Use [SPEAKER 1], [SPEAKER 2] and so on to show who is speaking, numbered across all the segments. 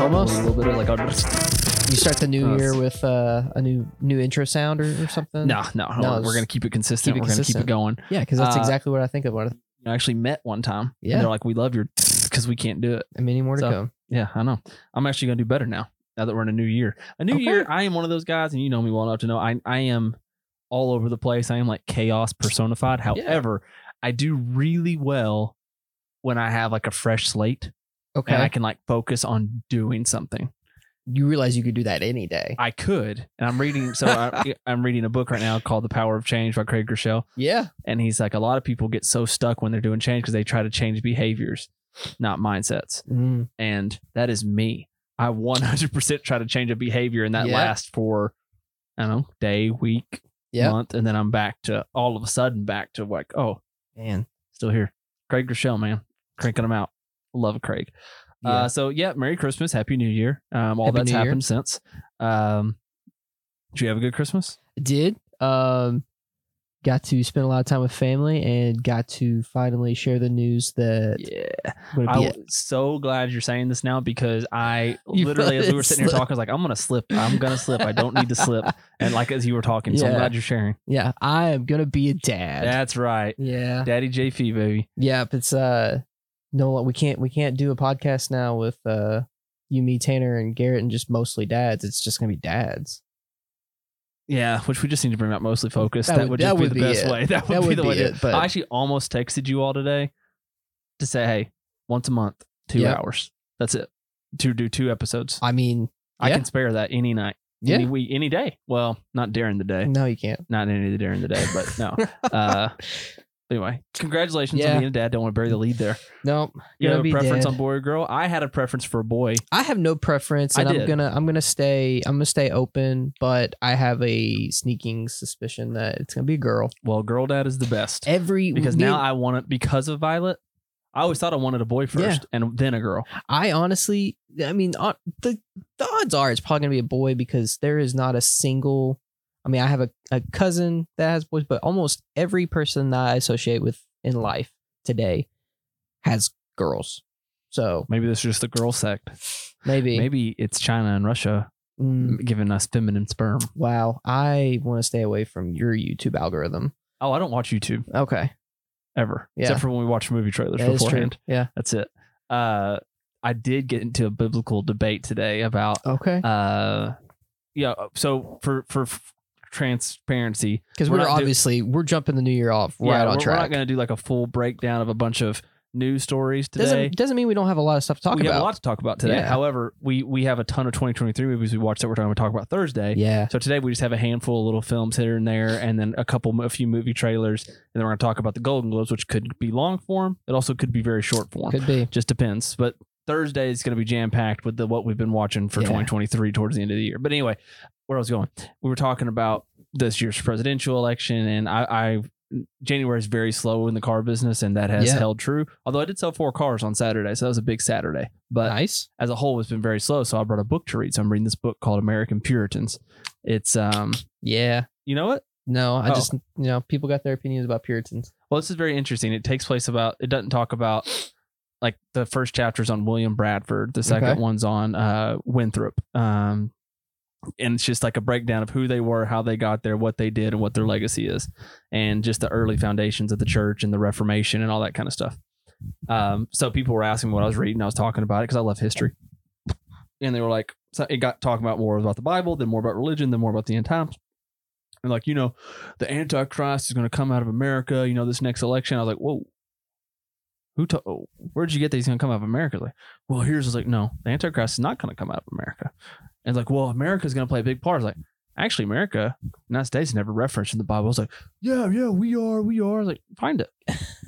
[SPEAKER 1] almost a little bit of like a
[SPEAKER 2] You start the new
[SPEAKER 1] Uh,
[SPEAKER 2] year with uh, a new new intro sound or, or something.
[SPEAKER 1] no, no, no,
[SPEAKER 2] No,
[SPEAKER 1] we're
[SPEAKER 2] just
[SPEAKER 1] gonna keep it consistent.
[SPEAKER 2] keep it
[SPEAKER 1] we're
[SPEAKER 2] consistent.
[SPEAKER 1] gonna keep it going.
[SPEAKER 2] Yeah, because that's
[SPEAKER 1] Uh,
[SPEAKER 2] exactly what I think of. What
[SPEAKER 1] I actually met one time. and
[SPEAKER 2] Yeah.
[SPEAKER 1] they're like, we love your because we can't do it.
[SPEAKER 2] I mean, more to
[SPEAKER 1] So,
[SPEAKER 2] come.
[SPEAKER 1] Yeah, I know. I'm actually gonna do better now. Now that we're in a new year, a new
[SPEAKER 2] Okay.
[SPEAKER 1] year. I am one of those guys, and you know me well enough to know I I am all over the place. I am like chaos personified. However, I do really well when I have like a fresh slate
[SPEAKER 2] Okay,
[SPEAKER 1] and I can like focus on doing something.
[SPEAKER 2] you realize you could do that any day.
[SPEAKER 1] I could, and I'm reading. So I, I'm reading a book right now called The Power of Change by Craig Rochelle,
[SPEAKER 2] yeah,
[SPEAKER 1] and he's like, a lot of people get so stuck when they're doing change because they try to change behaviors, not mindsets
[SPEAKER 2] Mm,
[SPEAKER 1] and that is me. I 100% try to change a behavior, and that
[SPEAKER 2] Yeah.
[SPEAKER 1] lasts for I don't know day, week,
[SPEAKER 2] Yeah.
[SPEAKER 1] month, and then I'm back to all of a sudden back to like, oh,
[SPEAKER 2] man.
[SPEAKER 1] still here. Craig Rochelle, man, cranking them out. Love Craig.
[SPEAKER 2] Yeah.
[SPEAKER 1] Uh, so yeah, Merry Christmas, Happy New Year. Um, all
[SPEAKER 2] Happy
[SPEAKER 1] that's
[SPEAKER 2] New Year.
[SPEAKER 1] happened since. Um, did you have a good Christmas?
[SPEAKER 2] did um, got to spend a lot of time with family and got to finally share the news that
[SPEAKER 1] Yeah,
[SPEAKER 2] I'm gonna
[SPEAKER 1] I'm
[SPEAKER 2] be at-
[SPEAKER 1] so glad you're saying this now because I
[SPEAKER 2] You
[SPEAKER 1] literally, as we were
[SPEAKER 2] fucking
[SPEAKER 1] sitting here
[SPEAKER 2] slip.
[SPEAKER 1] talking, I was like, I'm gonna slip. I'm gonna slip. I don't need to slip. And like as you were talking, so I'm
[SPEAKER 2] Yeah.
[SPEAKER 1] glad you're sharing.
[SPEAKER 2] yeah, I am gonna be a dad.
[SPEAKER 1] That's right.
[SPEAKER 2] Yeah,
[SPEAKER 1] Daddy JP, baby.
[SPEAKER 2] yep. It's uh, no, we can't we can't do a podcast now with uh you, me, Tanner, and Garrett, and just mostly dads. It's just gonna be dads.
[SPEAKER 1] Yeah, which we just need to bring out mostly focused. That,
[SPEAKER 2] That
[SPEAKER 1] would
[SPEAKER 2] would-
[SPEAKER 1] just
[SPEAKER 2] that
[SPEAKER 1] be
[SPEAKER 2] would
[SPEAKER 1] the
[SPEAKER 2] be
[SPEAKER 1] best
[SPEAKER 2] it.
[SPEAKER 1] way. That would,
[SPEAKER 2] That
[SPEAKER 1] be
[SPEAKER 2] would
[SPEAKER 1] the
[SPEAKER 2] be
[SPEAKER 1] way. to-
[SPEAKER 2] it, but-
[SPEAKER 1] I actually almost texted you all today to say, hey, once a month, two
[SPEAKER 2] Yep.
[SPEAKER 1] hours. That's it. To do two episodes.
[SPEAKER 2] I mean,
[SPEAKER 1] I
[SPEAKER 2] yeah.
[SPEAKER 1] can spare that any night, any
[SPEAKER 2] yeah.
[SPEAKER 1] week, any day. Well, not during the day,
[SPEAKER 2] No, you can't.
[SPEAKER 1] not any during the day, but no. uh, anyway, congratulations
[SPEAKER 2] Yeah.
[SPEAKER 1] on being a dad. Don't want to bury the lead there.
[SPEAKER 2] Nope.
[SPEAKER 1] You
[SPEAKER 2] Gonna
[SPEAKER 1] have a
[SPEAKER 2] be
[SPEAKER 1] preference
[SPEAKER 2] dead.
[SPEAKER 1] on boy or girl? I had a preference for a boy.
[SPEAKER 2] I have no preference,
[SPEAKER 1] I
[SPEAKER 2] and
[SPEAKER 1] did.
[SPEAKER 2] I'm gonna I'm gonna stay I'm gonna stay open, but I have a sneaking suspicion that it's gonna be a girl.
[SPEAKER 1] Well, girl dad is the best.
[SPEAKER 2] Every
[SPEAKER 1] because
[SPEAKER 2] me-
[SPEAKER 1] now I want it because of Violet. I always thought I wanted a boy first and then a girl.
[SPEAKER 2] I honestly, I mean, o- the the odds are it's probably gonna be a boy because there is not a single. I mean, I have a, a cousin that has boys, but almost every person that I associate with in life today has girls. So
[SPEAKER 1] Maybe this is just the girl sect.
[SPEAKER 2] maybe,
[SPEAKER 1] Maybe it's China and Russia
[SPEAKER 2] Mm,
[SPEAKER 1] giving us feminine sperm.
[SPEAKER 2] wow, I want to stay away from your YouTube algorithm.
[SPEAKER 1] Oh, I don't watch YouTube
[SPEAKER 2] Okay,
[SPEAKER 1] ever,
[SPEAKER 2] Yeah.
[SPEAKER 1] except for when we watch movie trailers
[SPEAKER 2] that is true.
[SPEAKER 1] beforehand.
[SPEAKER 2] Yeah.
[SPEAKER 1] That's it. Uh, I did get into a biblical debate today about,
[SPEAKER 2] Okay.
[SPEAKER 1] uh, yeah. So for for f- transparency,
[SPEAKER 2] Because
[SPEAKER 1] We're
[SPEAKER 2] we're,
[SPEAKER 1] not do-
[SPEAKER 2] obviously we're jumping the new year off right
[SPEAKER 1] yeah,
[SPEAKER 2] on
[SPEAKER 1] we're, we're
[SPEAKER 2] track.
[SPEAKER 1] not going to do like a full breakdown of a bunch of news stories today.
[SPEAKER 2] doesn't doesn't mean we don't have a lot of stuff to talk
[SPEAKER 1] we
[SPEAKER 2] about.
[SPEAKER 1] have a lot to talk about today.
[SPEAKER 2] Yeah.
[SPEAKER 1] However, we we have a ton of 2023 movies we watched that we're going to talk about Thursday.
[SPEAKER 2] yeah,
[SPEAKER 1] So today we just have a handful of little films here and there, and then a couple, a few movie trailers, and then we're going to talk about the Golden Globes, which could be long form. It also could be very short form.
[SPEAKER 2] could be.
[SPEAKER 1] Just depends. But Thursday is going to be jam packed with the what we've been watching for
[SPEAKER 2] Yeah.
[SPEAKER 1] 2023 towards the end of the year. But anyway, where I was going, we were talking about this year's presidential election, and I. I January is very slow in the car business, and that has
[SPEAKER 2] Yeah.
[SPEAKER 1] held true. Although I did sell four cars on Saturday, so that was a big Saturday. But
[SPEAKER 2] nice.
[SPEAKER 1] as a whole, it's been very slow. So I brought a book to read. So I'm reading this book called American Puritans. It's um,
[SPEAKER 2] Yeah.
[SPEAKER 1] you know what?
[SPEAKER 2] No, I
[SPEAKER 1] Oh.
[SPEAKER 2] just you know people got their opinions about Puritans.
[SPEAKER 1] Well, this is very interesting. It takes place about. It doesn't talk about like the first chapter's on William Bradford. The second
[SPEAKER 2] Okay.
[SPEAKER 1] one's on uh, Winthrop. Um, and it's just like a breakdown of who they were, how they got there, what they did, and what their legacy is, and just the early foundations of the church and the Reformation and all that kind of stuff. Um, so people were asking me what I was reading. I was talking about it because I love history, and they were like, so it got talking about more about the Bible, then more about religion, then more about the end times, and like you know, the Antichrist is going to come out of America. You know, this next election. I was like, whoa. Who to- oh, where'd you get that he's gonna come out of America? Like, well, here's I was like, no, the Antichrist is not gonna come out of America. And it's like, well, America's gonna play a big part. I was like, actually, America, United States is never referenced in the Bible. I was like, yeah, yeah, we are, we are. I was like, find it.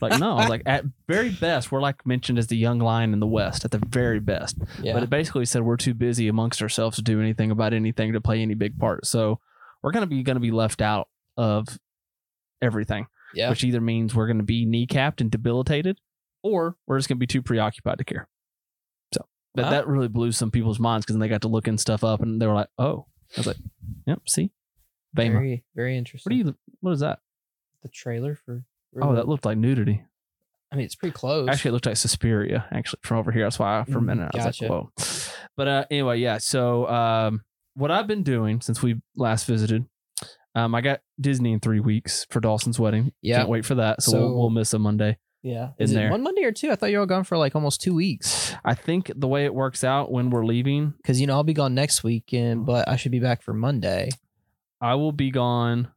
[SPEAKER 1] Like, no, I was like, at very best, we're like mentioned as the young lion in the West, at the very best.
[SPEAKER 2] Yeah.
[SPEAKER 1] But it basically said we're too busy amongst ourselves to do anything about anything to play any big part. So we're gonna be gonna be left out of everything.
[SPEAKER 2] Yeah.
[SPEAKER 1] Which either means we're gonna be kneecapped and debilitated, or we're just gonna be too preoccupied to care. So but
[SPEAKER 2] Wow.
[SPEAKER 1] that really blew some people's minds because then they got to looking stuff up and they were like, Oh. I was like, Yep, see? Bama.
[SPEAKER 2] very very interesting.
[SPEAKER 1] What do you what is that?
[SPEAKER 2] the trailer for?
[SPEAKER 1] Oh, that looked like nudity.
[SPEAKER 2] I mean, it's pretty close.
[SPEAKER 1] Actually, it looked like Suspiria, actually, from over here. That's why I, for a
[SPEAKER 2] Mm,
[SPEAKER 1] minute I was
[SPEAKER 2] gotcha.
[SPEAKER 1] like, whoa. But uh, anyway, yeah. So um, what I've been doing since we last visited, um, I got Disney in three weeks for Dawson's wedding.
[SPEAKER 2] Yeah.
[SPEAKER 1] Can't wait for that. So,
[SPEAKER 2] So-
[SPEAKER 1] we'll, we'll miss a Monday.
[SPEAKER 2] Yeah.
[SPEAKER 1] In
[SPEAKER 2] Is it
[SPEAKER 1] there.
[SPEAKER 2] one Monday or two? I thought you were gone for like almost two weeks.
[SPEAKER 1] I think the way it works out when we're leaving,
[SPEAKER 2] Because you know I'll be gone next
[SPEAKER 1] Mm-hmm.
[SPEAKER 2] weekend, but I should be back for Monday.
[SPEAKER 1] I will be gone.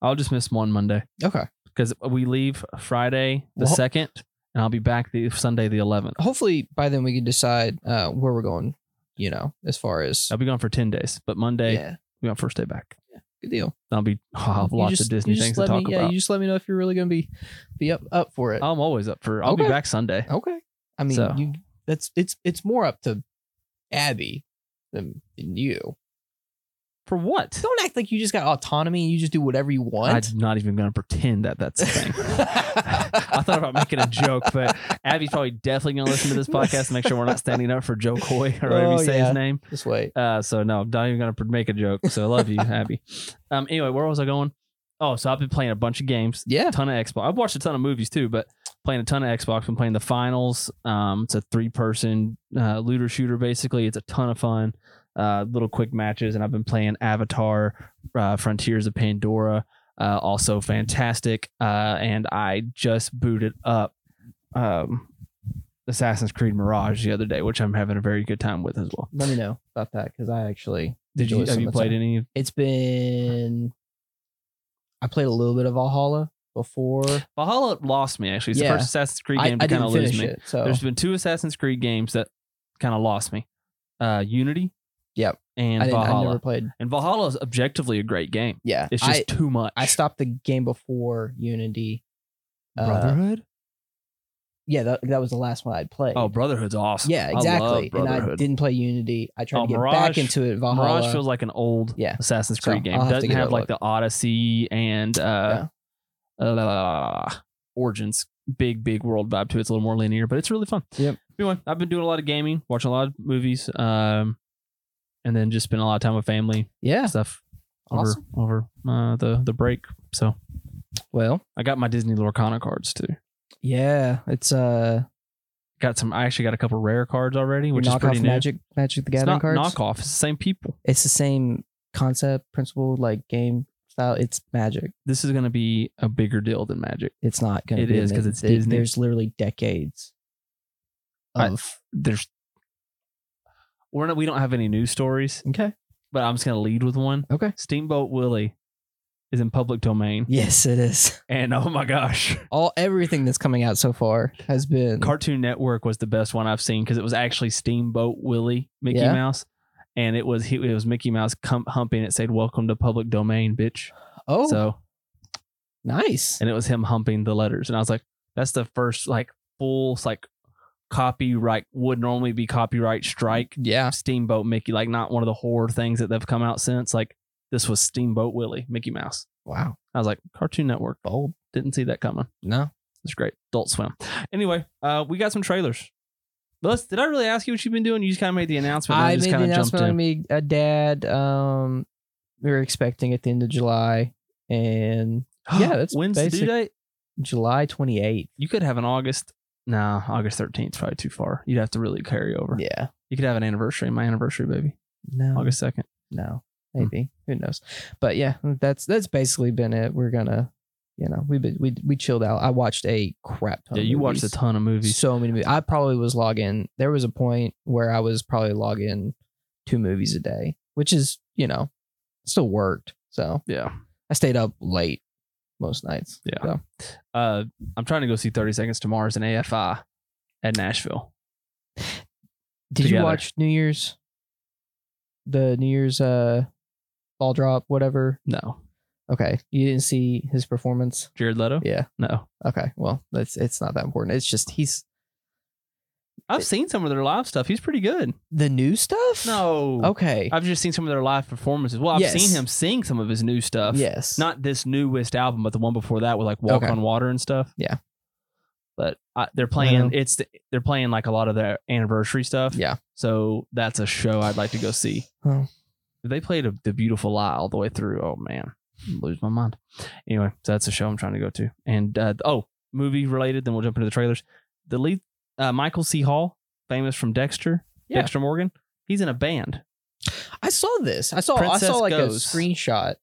[SPEAKER 1] I'll just miss one Monday
[SPEAKER 2] Okay.
[SPEAKER 1] because we leave Friday the
[SPEAKER 2] Wha-
[SPEAKER 1] second, and I'll be back the Sunday the eleventh.
[SPEAKER 2] Hopefully by then we can decide uh, where we're going. You know, as far as
[SPEAKER 1] I'll be gone for ten days, but Monday
[SPEAKER 2] yeah,
[SPEAKER 1] we will be on first day back.
[SPEAKER 2] good deal.
[SPEAKER 1] I'll be I'll have
[SPEAKER 2] You
[SPEAKER 1] lots
[SPEAKER 2] just-
[SPEAKER 1] of Disney
[SPEAKER 2] you just
[SPEAKER 1] things to
[SPEAKER 2] let
[SPEAKER 1] talk
[SPEAKER 2] me, Yeah,
[SPEAKER 1] about.
[SPEAKER 2] you just let me know if you're really gonna be be up up for it.
[SPEAKER 1] I'm always up for. I'll be
[SPEAKER 2] Okay.
[SPEAKER 1] back Sunday.
[SPEAKER 2] okay. I mean,
[SPEAKER 1] So-
[SPEAKER 2] you that's it's it's more up to Abby than, than you.
[SPEAKER 1] For what?
[SPEAKER 2] Don't act like you just got autonomy and you just do whatever you want.
[SPEAKER 1] I'm not even going to pretend that that's a thing. I
[SPEAKER 2] I
[SPEAKER 1] thought about making a joke, but Abby's probably definitely going to listen to this podcast and make sure we're not standing up for Joe Coy or whatever
[SPEAKER 2] Oh,
[SPEAKER 1] you say
[SPEAKER 2] yeah.
[SPEAKER 1] his name.
[SPEAKER 2] Just wait.
[SPEAKER 1] Uh, so no, I'm not even going to make a joke. So I love you, Abby. Um, anyway, where was I going? Oh, so I've been playing a bunch of games,
[SPEAKER 2] Yeah.
[SPEAKER 1] a ton of Xbox. I've watched a ton of movies too, but playing a ton of Xbox. Been playing the finals. Um, it's a three-person uh, looter shooter. Basically, it's a ton of fun. Uh, little quick matches, and I've been playing Avatar: uh, Frontiers of Pandora. Uh, also fantastic. Uh, and I just booted up um, Assassin's Creed Mirage the other day, which I'm having a very good time with as well.
[SPEAKER 2] Let me know about that because I actually
[SPEAKER 1] Did you
[SPEAKER 2] enjoy
[SPEAKER 1] have
[SPEAKER 2] some
[SPEAKER 1] you
[SPEAKER 2] of
[SPEAKER 1] played
[SPEAKER 2] that.
[SPEAKER 1] any?
[SPEAKER 2] It's been. I played a little bit of Valhalla before.
[SPEAKER 1] Valhalla lost me actually. It's
[SPEAKER 2] Yeah.
[SPEAKER 1] the first Assassin's Creed
[SPEAKER 2] I,
[SPEAKER 1] game
[SPEAKER 2] I
[SPEAKER 1] to kind
[SPEAKER 2] didn't
[SPEAKER 1] of lose
[SPEAKER 2] finish
[SPEAKER 1] me.
[SPEAKER 2] it, so
[SPEAKER 1] There's been two Assassin's Creed games that kind of lost me. Uh, Unity.
[SPEAKER 2] Yep.
[SPEAKER 1] And
[SPEAKER 2] I didn't. I
[SPEAKER 1] Valhalla.
[SPEAKER 2] never played.
[SPEAKER 1] and Valhalla is objectively a great game.
[SPEAKER 2] Yeah,
[SPEAKER 1] It's just
[SPEAKER 2] I,
[SPEAKER 1] too much.
[SPEAKER 2] I stopped the game before Unity. Uh,
[SPEAKER 1] Brotherhood.
[SPEAKER 2] Yeah, that, that was the last one I'd played.
[SPEAKER 1] oh, Brotherhood's awesome.
[SPEAKER 2] yeah,
[SPEAKER 1] I love
[SPEAKER 2] exactly. and I
[SPEAKER 1] Brotherhood.
[SPEAKER 2] didn't play Unity. I tried
[SPEAKER 1] Oh,
[SPEAKER 2] to get
[SPEAKER 1] Mirage-
[SPEAKER 2] back into it. Valhalla.
[SPEAKER 1] Mirage feels like an old
[SPEAKER 2] Yeah.
[SPEAKER 1] Assassin's
[SPEAKER 2] So,
[SPEAKER 1] Creed game.
[SPEAKER 2] I'll have to
[SPEAKER 1] Doesn't
[SPEAKER 2] give it
[SPEAKER 1] have
[SPEAKER 2] a
[SPEAKER 1] like the
[SPEAKER 2] look.
[SPEAKER 1] Odyssey and uh, uh, Origins big big world vibe to it. It's a little more linear, but it's really fun.
[SPEAKER 2] Yep.
[SPEAKER 1] Anyway, I've been doing a lot of gaming, watching a lot of movies, um, and then just spending a lot of time with family
[SPEAKER 2] yeah.
[SPEAKER 1] stuff
[SPEAKER 2] Awesome.
[SPEAKER 1] over over uh, the the break. So
[SPEAKER 2] Well.
[SPEAKER 1] I got my Disney Lorcana cards too.
[SPEAKER 2] Yeah. It's uh.
[SPEAKER 1] Got some. I actually got a couple rare cards already, which is
[SPEAKER 2] knockoff
[SPEAKER 1] pretty new.
[SPEAKER 2] Magic Magic the
[SPEAKER 1] it's
[SPEAKER 2] Gathering
[SPEAKER 1] not
[SPEAKER 2] cards.
[SPEAKER 1] knockoff. It's the same people.
[SPEAKER 2] It's the same concept, principle, like game style. It's Magic.
[SPEAKER 1] This is going to be a bigger deal than Magic.
[SPEAKER 2] It's not going
[SPEAKER 1] It
[SPEAKER 2] to be.
[SPEAKER 1] is, 'cause
[SPEAKER 2] amazing.
[SPEAKER 1] it's
[SPEAKER 2] They-
[SPEAKER 1] Disney.
[SPEAKER 2] There's literally decades
[SPEAKER 1] I-
[SPEAKER 2] of.
[SPEAKER 1] There's we're not. We don't have any news stories,
[SPEAKER 2] okay.
[SPEAKER 1] but I'm just going to lead with one.
[SPEAKER 2] Okay.
[SPEAKER 1] Steamboat Willie is in public domain,
[SPEAKER 2] Yes, it is.
[SPEAKER 1] and oh my gosh,
[SPEAKER 2] All everything that's coming out so far has been.
[SPEAKER 1] Cartoon Network was the best one I've seen because it was actually Steamboat Willie Mickey
[SPEAKER 2] Yeah.
[SPEAKER 1] Mouse, and it was he, it was Mickey Mouse cum- humping. It said "Welcome to public domain, bitch."
[SPEAKER 2] oh,
[SPEAKER 1] So
[SPEAKER 2] nice.
[SPEAKER 1] and it was him humping the letters, and I was like, "That's the first like full like copyright would normally be copyright strike
[SPEAKER 2] Yeah.
[SPEAKER 1] Steamboat Mickey, like not one of the horror things that have come out since. Like this was Steamboat Willie Mickey Mouse."
[SPEAKER 2] Wow.
[SPEAKER 1] I was like, "Cartoon Network,
[SPEAKER 2] Bold.
[SPEAKER 1] didn't see that coming."
[SPEAKER 2] No.
[SPEAKER 1] It's great. Adult Swim. Anyway, uh, we got some trailers. Let's, did I really ask you what you've been doing? You just kind of made the announcement. And I,
[SPEAKER 2] I
[SPEAKER 1] just
[SPEAKER 2] made the
[SPEAKER 1] kind of jumped
[SPEAKER 2] announcement
[SPEAKER 1] in.
[SPEAKER 2] on me a dad. Um, we were expecting at the end of July, and Yeah, that's
[SPEAKER 1] when's the due
[SPEAKER 2] basic-
[SPEAKER 1] date?
[SPEAKER 2] July twenty eighth.
[SPEAKER 1] You could have an August. Nah, August thirteenth is probably too far. You'd have to really carry over.
[SPEAKER 2] Yeah. Uh,
[SPEAKER 1] You could have an anniversary. My anniversary, baby,
[SPEAKER 2] No.
[SPEAKER 1] August second.
[SPEAKER 2] No.
[SPEAKER 1] Hmm.
[SPEAKER 2] Maybe. Who knows? But yeah, that's that's basically been it. We're gonna, you know, we been we we chilled out. I watched a crap ton.
[SPEAKER 1] Yeah,
[SPEAKER 2] of
[SPEAKER 1] you watched a
[SPEAKER 2] movies.
[SPEAKER 1] ton of movies.
[SPEAKER 2] So many movies. I probably was logging. There was a point where I was probably logging two movies a day, which is you know still worked. So
[SPEAKER 1] Yeah,
[SPEAKER 2] I stayed up late most nights.
[SPEAKER 1] yeah.
[SPEAKER 2] So,
[SPEAKER 1] Uh, I'm trying to go see Thirty Seconds to Mars and AFI at Nashville.
[SPEAKER 2] did
[SPEAKER 1] Together.
[SPEAKER 2] you watch New Year's? The New Year's uh ball drop, whatever.
[SPEAKER 1] No,
[SPEAKER 2] Okay, you didn't see his performance.
[SPEAKER 1] Jared Leto.
[SPEAKER 2] Yeah.
[SPEAKER 1] No,
[SPEAKER 2] Okay. Well, that's it's not that important. It's just he's
[SPEAKER 1] I've seen some of their live stuff. He's pretty good.
[SPEAKER 2] the new stuff.
[SPEAKER 1] No,
[SPEAKER 2] Okay.
[SPEAKER 1] I've just seen some of their live performances. Well, I've
[SPEAKER 2] Yes.
[SPEAKER 1] seen him sing some of his new stuff.
[SPEAKER 2] yes.
[SPEAKER 1] Not this newest album, but the one before that with like Walk
[SPEAKER 2] Okay.
[SPEAKER 1] on Water and stuff.
[SPEAKER 2] Yeah.
[SPEAKER 1] But I, they're
[SPEAKER 2] Well.
[SPEAKER 1] playing it's the, they're playing like a lot of their anniversary stuff.
[SPEAKER 2] Yeah.
[SPEAKER 1] So that's a show I'd like to go see.
[SPEAKER 2] Oh.
[SPEAKER 1] They played a, the Beautiful Lie all the way through. Oh man, I'm lose my mind. Anyway, so that's a show I'm trying to go to. And uh, oh, movie related. Then we'll jump into the trailers. The lead, uh, Michael C. Hall, famous from Dexter,
[SPEAKER 2] Yeah.
[SPEAKER 1] Dexter Morgan. He's in a band.
[SPEAKER 2] I saw this. I saw. I
[SPEAKER 1] Princess
[SPEAKER 2] saw like
[SPEAKER 1] Ghost.
[SPEAKER 2] a screenshot.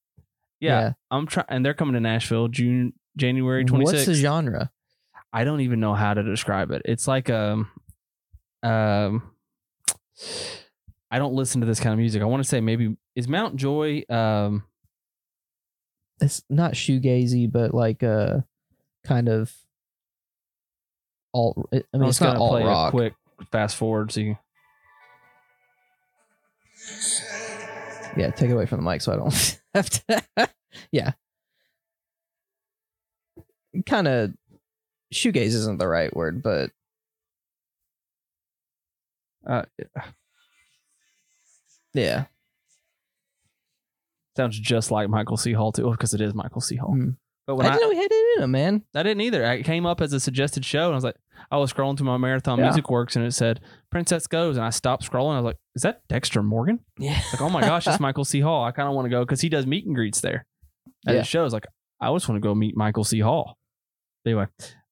[SPEAKER 1] Yeah, I'm trying, and they're coming to Nashville June January
[SPEAKER 2] Yeah.
[SPEAKER 1] 26th.
[SPEAKER 2] What's the genre?
[SPEAKER 1] I don't even know how to describe it. It's like um um I don't listen to this kind of music. I want to say maybe is Mount Joy um
[SPEAKER 2] It's not shoegazy, but like uh, kind of alt. I mean,
[SPEAKER 1] I'm
[SPEAKER 2] it's
[SPEAKER 1] just
[SPEAKER 2] not
[SPEAKER 1] gonna
[SPEAKER 2] alt
[SPEAKER 1] play a
[SPEAKER 2] rock.
[SPEAKER 1] quick fast forward so you
[SPEAKER 2] Yeah, take it away from the mic so I don't have to. yeah. Kind of shoegaze isn't the right word, but
[SPEAKER 1] uh,
[SPEAKER 2] yeah.
[SPEAKER 1] sounds just like Michael C. Hall too, because it is Michael C. Hall.
[SPEAKER 2] Hmm.
[SPEAKER 1] But
[SPEAKER 2] I
[SPEAKER 1] when I,
[SPEAKER 2] didn't know we had it in him, man.
[SPEAKER 1] I didn't either. I it came up as a suggested show, and I was like, I was scrolling through my marathon
[SPEAKER 2] Yeah.
[SPEAKER 1] music works, and it said Princess Goes, and I stopped scrolling. I was like, Is that Dexter Morgan?
[SPEAKER 2] Yeah.
[SPEAKER 1] Like, oh my gosh, it's Michael C. Hall. I kind of want to go because he does meet and greets there at
[SPEAKER 2] Yeah.
[SPEAKER 1] his shows. Like, I just want to go meet Michael C. Hall. Anyway,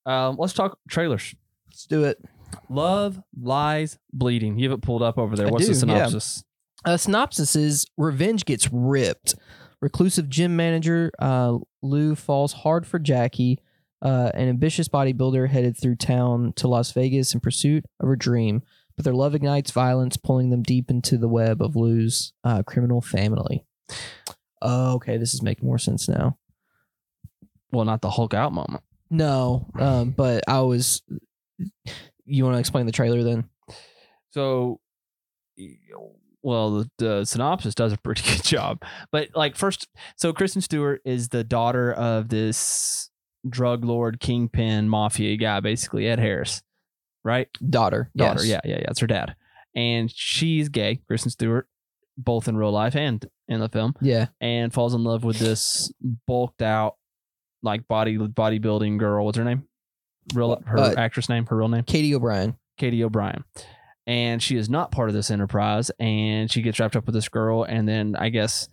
[SPEAKER 1] um, let's talk trailers.
[SPEAKER 2] Let's do it.
[SPEAKER 1] Love, lies, bleeding. You have it pulled up over there.
[SPEAKER 2] I
[SPEAKER 1] What's
[SPEAKER 2] do,
[SPEAKER 1] the
[SPEAKER 2] yeah.
[SPEAKER 1] synopsis?
[SPEAKER 2] Uh, synopsis is revenge gets ripped. Reclusive gym manager uh, Lou falls hard for Jackie, uh, an ambitious bodybuilder headed through town to Las Vegas in pursuit of her dream. But their love ignites violence, pulling them deep into the web of Lou's uh, criminal family. Oh, okay, this is making more sense now.
[SPEAKER 1] Well, not the Hulk out moment.
[SPEAKER 2] No, um, but I was. You want to explain the trailer then?
[SPEAKER 1] So, well, the, the synopsis does a pretty good job. But like first, so Kristen Stewart is the daughter of this drug lord, kingpin, mafia guy, basically Ed Harris, right?
[SPEAKER 2] Daughter,
[SPEAKER 1] daughter.
[SPEAKER 2] yes.
[SPEAKER 1] Yeah, yeah, yeah. It's her dad, and she's gay. Kristen Stewart, both in real life and in the film,
[SPEAKER 2] yeah.
[SPEAKER 1] and falls in love with this bulked out, like body bodybuilding girl. What's her name? Real her
[SPEAKER 2] Uh,
[SPEAKER 1] actress name, her real name,
[SPEAKER 2] Katie O'Brien.
[SPEAKER 1] Katie O'Brien. And she is not part of this enterprise, and she gets wrapped up with this girl, and then I guess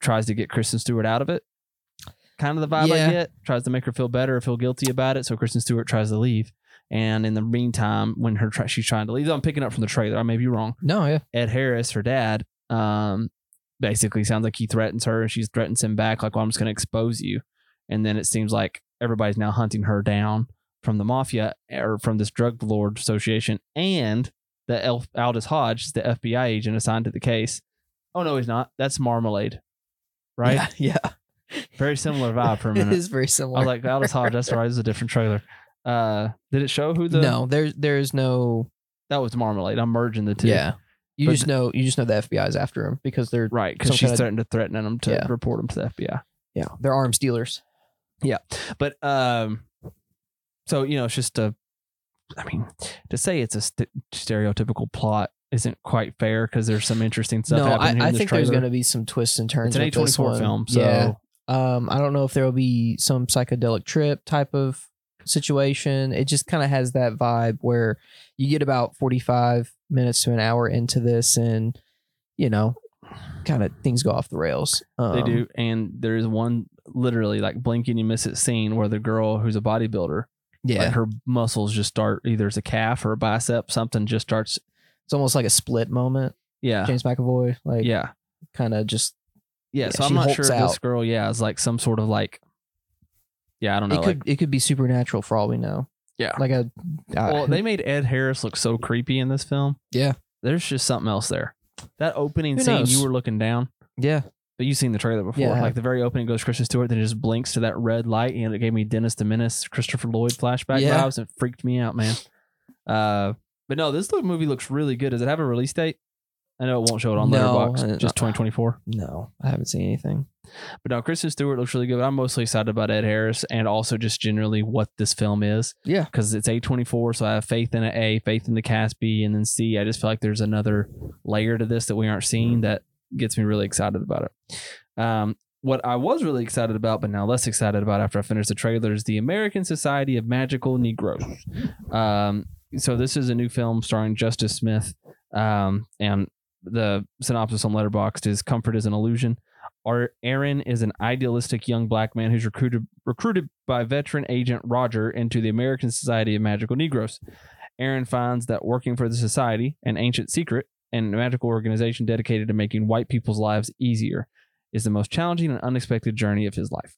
[SPEAKER 1] tries to get Kristen Stewart out of it. Kind of the vibe I
[SPEAKER 2] Yeah.
[SPEAKER 1] get. Tries to make her feel better or feel guilty about it. So Kristen Stewart tries to leave. And in the meantime, when her try she's trying to leave, I'm picking up from the trailer. I may be wrong.
[SPEAKER 2] No, yeah.
[SPEAKER 1] Ed Harris, her dad, um, basically sounds like he threatens her and she threatens him back, like, well, I'm just going to expose you. And then it seems like everybody's now hunting her down from the mafia or from this drug lord association and the elf Aldous Hodge, is the FBI agent assigned to the case. Oh, no, he's not. That's Marmalade, right?
[SPEAKER 2] Yeah. yeah.
[SPEAKER 1] Very similar vibe for a
[SPEAKER 2] It
[SPEAKER 1] minute.
[SPEAKER 2] is very
[SPEAKER 1] I
[SPEAKER 2] similar.
[SPEAKER 1] was like, Aldous Hodge, that's right. It's a different trailer. Uh, did it show who the?
[SPEAKER 2] no, there there's no
[SPEAKER 1] that was Marmalade. I'm merging the two.
[SPEAKER 2] yeah. You
[SPEAKER 1] But
[SPEAKER 2] just know you just know the FBI's after him because they're
[SPEAKER 1] right.
[SPEAKER 2] Some
[SPEAKER 1] Because she's
[SPEAKER 2] kinda-
[SPEAKER 1] threatened to threaten him to
[SPEAKER 2] Yeah.
[SPEAKER 1] report him to the FBI.
[SPEAKER 2] yeah they're arms dealers.
[SPEAKER 1] but um so you know it's just a i mean to say it's a st- stereotypical plot isn't quite fair because there's some interesting stuff
[SPEAKER 2] no, I,
[SPEAKER 1] happening here
[SPEAKER 2] I
[SPEAKER 1] in this
[SPEAKER 2] think
[SPEAKER 1] trailer.
[SPEAKER 2] there's going to be some twists and turns.
[SPEAKER 1] it's an
[SPEAKER 2] with this
[SPEAKER 1] a24
[SPEAKER 2] one.
[SPEAKER 1] film so
[SPEAKER 2] yeah, um, I don't know if there will be some psychedelic trip type of situation. It just kind of has that vibe where you get about forty five minutes to an hour into this, and you know, kind of things go off the rails. Um,
[SPEAKER 1] they do and there is one literally like blink and you miss it scene where the girl who's a bodybuilder
[SPEAKER 2] Yeah,
[SPEAKER 1] like her muscles just start either it's a calf or a bicep something just starts
[SPEAKER 2] it's almost like a split moment.
[SPEAKER 1] yeah
[SPEAKER 2] James McAvoy, like
[SPEAKER 1] yeah
[SPEAKER 2] kind of just
[SPEAKER 1] yeah,
[SPEAKER 2] Yeah,
[SPEAKER 1] so i'm
[SPEAKER 2] she
[SPEAKER 1] not
[SPEAKER 2] hulks
[SPEAKER 1] sure if this
[SPEAKER 2] out.
[SPEAKER 1] girl yeah is like some sort of like yeah i don't know
[SPEAKER 2] it
[SPEAKER 1] like
[SPEAKER 2] could it could be supernatural for all we know.
[SPEAKER 1] Yeah.
[SPEAKER 2] like a I-
[SPEAKER 1] Well, they made Ed Harris look so creepy in this film.
[SPEAKER 2] Uh, Yeah.
[SPEAKER 1] There's just something else there. That opening
[SPEAKER 2] Who
[SPEAKER 1] scene,
[SPEAKER 2] knows?
[SPEAKER 1] you were looking down,
[SPEAKER 2] yeah
[SPEAKER 1] but you've seen the trailer before.
[SPEAKER 2] Yeah, I have.
[SPEAKER 1] like the very opening goes Kristen Stewart, then it just blinks to that red light, and it gave me Dennis the Menace, Christopher Lloyd flashback
[SPEAKER 2] Yeah.
[SPEAKER 1] vibes, and it freaked me out, man. Uh, but no, this little movie looks really good. Does it have a release date? I know it won't show it on
[SPEAKER 2] No,
[SPEAKER 1] Letterboxd,
[SPEAKER 2] I-
[SPEAKER 1] just 2024.
[SPEAKER 2] no I haven't seen anything.
[SPEAKER 1] But no, Kristen Stewart looks really good. But I'm mostly excited about Ed Harris and also just generally what this film is.
[SPEAKER 2] Yeah.
[SPEAKER 1] Because it's A24, so I have faith in it, A, faith in the cast B, and then C. I just feel like there's another layer to this that we aren't seeing that gets me really excited about it. Um, what I was really excited about, but now less excited about after I finished the trailer, is the American Society of Magical Negroes. Um, so this is a new film starring Justice Smith, um, and the synopsis on Letterboxd is "Comfort is an illusion." Our Aaron is an idealistic young black man who's recruited recruited by veteran agent Roger into the American Society of Magical Negroes. Aaron finds that working for the society, an ancient secret, and magical organization dedicated to making white people's lives easier is the most challenging and unexpected journey of his life.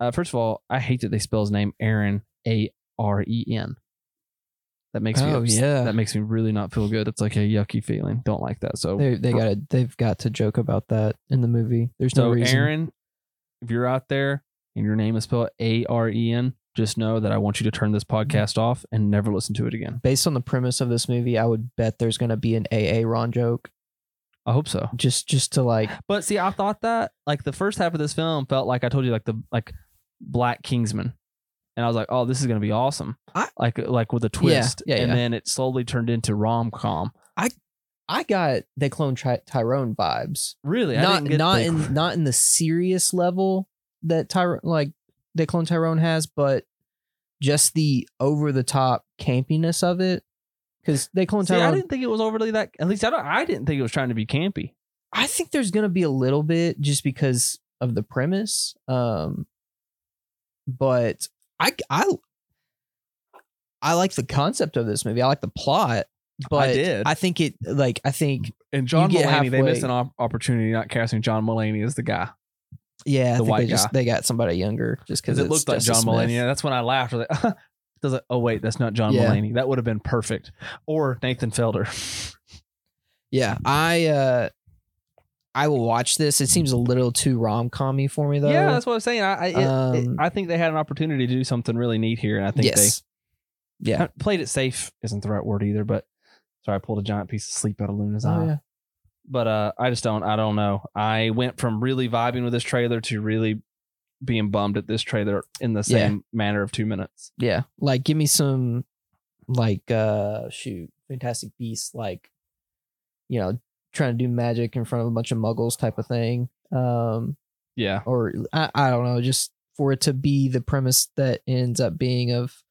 [SPEAKER 1] Uh, first of all, I hate that they spell his name Aaron A R E N. That makes me
[SPEAKER 2] Oh,
[SPEAKER 1] ups-
[SPEAKER 2] yeah.
[SPEAKER 1] That makes me really not feel good. That's like a yucky feeling. Don't like that. So
[SPEAKER 2] They they got to they've got to joke about that in the movie. There's no
[SPEAKER 1] so
[SPEAKER 2] reason.
[SPEAKER 1] Aaron, if you're out there and your name is spelled A R E N, just know that I want you to turn this podcast off and never listen to it again.
[SPEAKER 2] Based on the premise of this movie, I would bet there's gonna be an AA Ron joke
[SPEAKER 1] I hope so.
[SPEAKER 2] just just to like
[SPEAKER 1] But see, I thought that like the first half of this film felt like I told you like the like Black Kingsman, and I was like, oh, this is gonna be awesome,
[SPEAKER 2] I-
[SPEAKER 1] like like with a twist,
[SPEAKER 2] yeah,
[SPEAKER 1] and
[SPEAKER 2] yeah.
[SPEAKER 1] then it slowly turned into rom com.
[SPEAKER 2] I got they clone Ty- Tyrone vibes.
[SPEAKER 1] Really, I
[SPEAKER 2] not
[SPEAKER 1] didn't get
[SPEAKER 2] not
[SPEAKER 1] the-
[SPEAKER 2] in not in the serious level that Tyrone like that clone Tyrone has, but just the over the top campiness of it. Because they clone
[SPEAKER 1] See, I
[SPEAKER 2] Tyrone,
[SPEAKER 1] didn't think it was overly that. At least I don't. I didn't think it was trying to be campy.
[SPEAKER 2] I think there's gonna be a little bit just because of the premise. Um, but I I I like the concept of this movie. I like the plot. But
[SPEAKER 1] did.
[SPEAKER 2] I think it like I think
[SPEAKER 1] And John Mulaney,
[SPEAKER 2] get
[SPEAKER 1] they missed an
[SPEAKER 2] halfway.
[SPEAKER 1] op- opportunity not casting John Mulaney as the guy
[SPEAKER 2] yeah,
[SPEAKER 1] The
[SPEAKER 2] I think
[SPEAKER 1] white
[SPEAKER 2] they just they got somebody younger just
[SPEAKER 1] because
[SPEAKER 2] because
[SPEAKER 1] it looked like John Mulaney. Yeah, That's when I laughed. I was like, I was like, oh wait, that's not John
[SPEAKER 2] Yeah.
[SPEAKER 1] Mulaney. That would have been perfect. Or Nathan Felder.
[SPEAKER 2] Yeah, I uh I will watch this. It seems a little too rom commy for me though.
[SPEAKER 1] Yeah, that's what I'm saying. I I, it- it-
[SPEAKER 2] Um,
[SPEAKER 1] I think they had an opportunity to do something really neat here, and I think
[SPEAKER 2] yes.
[SPEAKER 1] they
[SPEAKER 2] yeah.
[SPEAKER 1] played it safe. Isn't the right word either, but sorry, I pulled a giant piece of sleep out of Luna's eye.
[SPEAKER 2] Oh, yeah.
[SPEAKER 1] But uh, I just don't. I don't know. I went from really vibing with this trailer to really being bummed at this trailer in the
[SPEAKER 2] Yeah.
[SPEAKER 1] same manner of two minutes.
[SPEAKER 2] Yeah. Like give me some like uh shoot, Fantastic Beasts like you know, trying to do magic in front of a bunch of muggles type of thing. Um
[SPEAKER 1] Yeah,
[SPEAKER 2] or I, I don't know, just for it to be the premise that ends up being of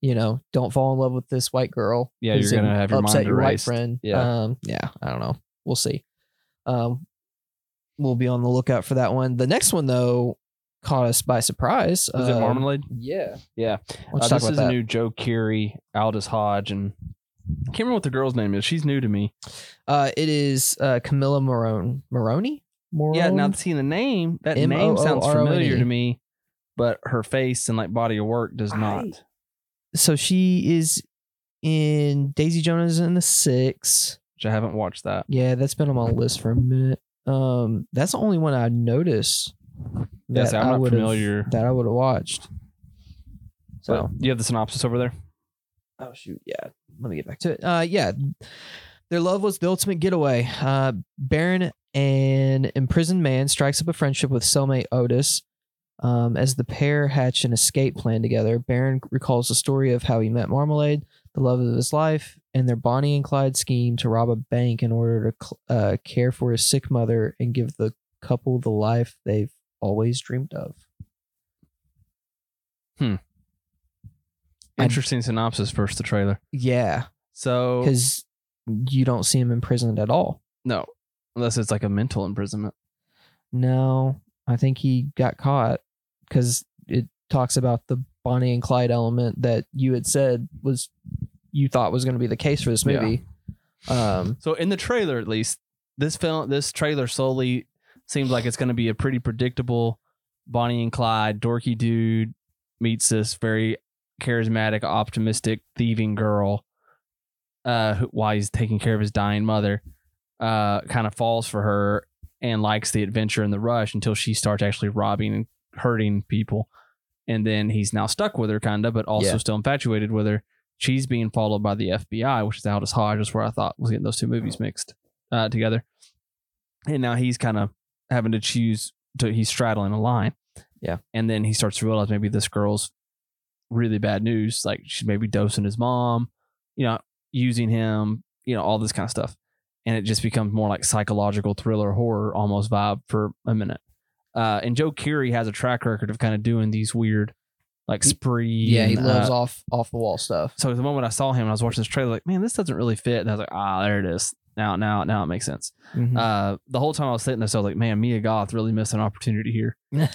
[SPEAKER 2] you know, don't fall in love with this white girl.
[SPEAKER 1] Yeah, you're
[SPEAKER 2] who's in-
[SPEAKER 1] gonna have your
[SPEAKER 2] upset
[SPEAKER 1] mind
[SPEAKER 2] your white
[SPEAKER 1] erased.
[SPEAKER 2] friend.
[SPEAKER 1] Yeah.
[SPEAKER 2] um, yeah. I don't know. We'll see. Um, we'll be on the lookout for that one. The next one though caught us by surprise.
[SPEAKER 1] was
[SPEAKER 2] Um,
[SPEAKER 1] it Marmalade?
[SPEAKER 2] Yeah,
[SPEAKER 1] Yeah.
[SPEAKER 2] Let's
[SPEAKER 1] Uh,
[SPEAKER 2] talk
[SPEAKER 1] this
[SPEAKER 2] about
[SPEAKER 1] is
[SPEAKER 2] that.
[SPEAKER 1] a new Joe Keery, Aldous Hodge, and I can't remember what the girl's name is. She's new to me.
[SPEAKER 2] uh, it is uh, Camilla Marone. Maroney. Marone?
[SPEAKER 1] Yeah, now seeing the name, that name sounds
[SPEAKER 2] M-O-O-R-O-N-E.
[SPEAKER 1] familiar to me, but her face and like body of work does not.
[SPEAKER 2] I- so she is in Daisy Jones and the Six.
[SPEAKER 1] Which I haven't watched that.
[SPEAKER 2] Yeah, that's been on my list for a minute. Um, that's the only one I noticed.
[SPEAKER 1] Yeah, see, I'm
[SPEAKER 2] I
[SPEAKER 1] not
[SPEAKER 2] would've-
[SPEAKER 1] familiar.
[SPEAKER 2] That I would have watched. So
[SPEAKER 1] So you have the synopsis over there.
[SPEAKER 2] oh shoot yeah let me get back to it uh yeah their love was the ultimate getaway uh baron an imprisoned man strikes up a friendship with cellmate otis um, as the pair hatch an escape plan together baron recalls the story of how he met marmalade the love of his life and their bonnie and clyde scheme to rob a bank in order to cl- uh, care for his sick mother and give the couple the life they've always dreamed of I-
[SPEAKER 1] Interesting synopsis versus the trailer.
[SPEAKER 2] yeah
[SPEAKER 1] So
[SPEAKER 2] because you don't see him imprisoned at all
[SPEAKER 1] no, unless it's like a mental imprisonment.
[SPEAKER 2] No, I think he got caught because it talks about the Bonnie and Clyde element that you had said was you thought was going to be the case for this
[SPEAKER 1] Yeah.
[SPEAKER 2] movie. Um,
[SPEAKER 1] So in the trailer, at least this film, this trailer solely seems like it's going to be a pretty predictable Bonnie and Clyde, dorky dude meets this very charismatic, optimistic, thieving girl. Uh, who, while he's taking care of his dying mother, uh, kind of falls for her and likes the adventure and the rush until she starts actually robbing and hurting people. And then he's now stuck with her, kind of, but also
[SPEAKER 2] Yeah.
[SPEAKER 1] still infatuated with her. She's being followed by the FBI, which is Aldous Hodge, is where I thought was getting those two movies mixed uh, together. And now he's kind of having to choose to he's straddling a line.
[SPEAKER 2] Yeah.
[SPEAKER 1] And then he starts to realize maybe this girl's really bad news. Like she's maybe dosing his mom, you know, using him, you know, all this kind of stuff. And it just becomes more like psychological thriller horror almost vibe for a minute. Uh, and Joe Keery has a track record of kind of doing these weird like spree.
[SPEAKER 2] yeah, he
[SPEAKER 1] and, uh,
[SPEAKER 2] loves off off the wall stuff.
[SPEAKER 1] so the moment I saw him, I was watching this trailer, like, man, this doesn't really fit. And I was like, ah, there it is. Now, now, now it makes sense.
[SPEAKER 2] Hmm. Mm-hmm.
[SPEAKER 1] Uh, the whole time I was sitting there, so I was like, man, Mia Goth really missed an opportunity here. Because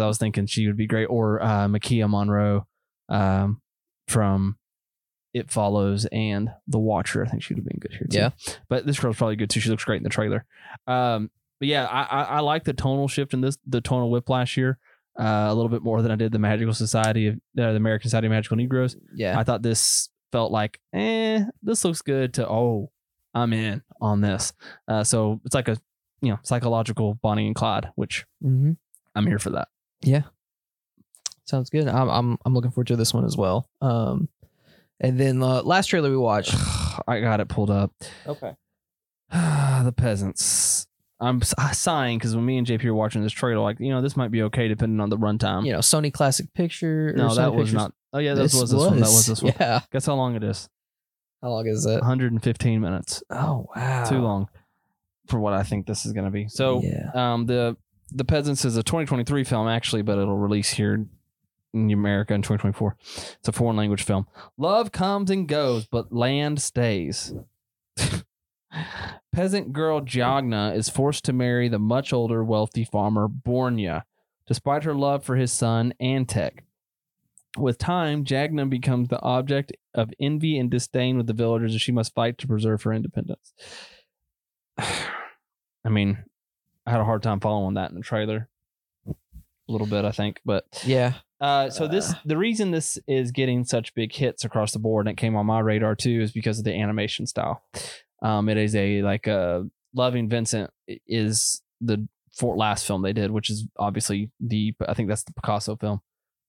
[SPEAKER 1] I was uh, thinking she would be great, or uh, Makia Monroe um, from It Follows and The Watcher. I think she would have been good here too.
[SPEAKER 2] Yeah.
[SPEAKER 1] But this girl's probably good too. She looks great in the trailer. Um, but yeah, I, I, I like the tonal shift in this, the tonal whiplash here uh, a little bit more than I did the Magical Society of uh, the American Society of Magical Negroes.
[SPEAKER 2] Yeah.
[SPEAKER 1] I thought this felt like, eh, this looks good to, oh, I'm in on this. Uh, so it's like a, you know, psychological Bonnie and Clyde, which
[SPEAKER 2] mm-hmm.
[SPEAKER 1] I'm here for that.
[SPEAKER 2] Sounds good. I'm, I'm I'm looking forward to this one as well. Um, and then uh, last trailer we watched.
[SPEAKER 1] I got it pulled up.
[SPEAKER 2] Okay.
[SPEAKER 1] the peasants. I'm s- sighing because when me and JP were watching this trailer, like, you know, this might be okay depending on the runtime.
[SPEAKER 2] You know, Sony Classic Picture. or
[SPEAKER 1] no, that
[SPEAKER 2] Sony
[SPEAKER 1] was
[SPEAKER 2] Pictures.
[SPEAKER 1] not. Oh, yeah, that was this one. That was this one.
[SPEAKER 2] Yeah.
[SPEAKER 1] Guess how long it is?
[SPEAKER 2] How long is it?
[SPEAKER 1] 115 minutes.
[SPEAKER 2] Oh wow.
[SPEAKER 1] Too long for what I think this is going to be. So,
[SPEAKER 2] yeah.
[SPEAKER 1] um, the the Peasants is a 2023 film actually, but it'll release here in America in 2024. It's a foreign language film. Love comes and goes, but land stays. Peasant girl Jagna is forced to marry the much older wealthy farmer Bornya, despite her love for his son Antek. With time, Jagna becomes the object of envy and disdain with the villagers, and she must fight to preserve her independence. I mean, I had a hard time following that in the trailer a little bit, I think. But
[SPEAKER 2] Yeah.
[SPEAKER 1] uh, so this, the reason this is getting such big hits across the board, and it came on my radar too, is because of the animation style. Um, it is a like a loving Vincent is the for last film they did, which is obviously the I think that's the Picasso film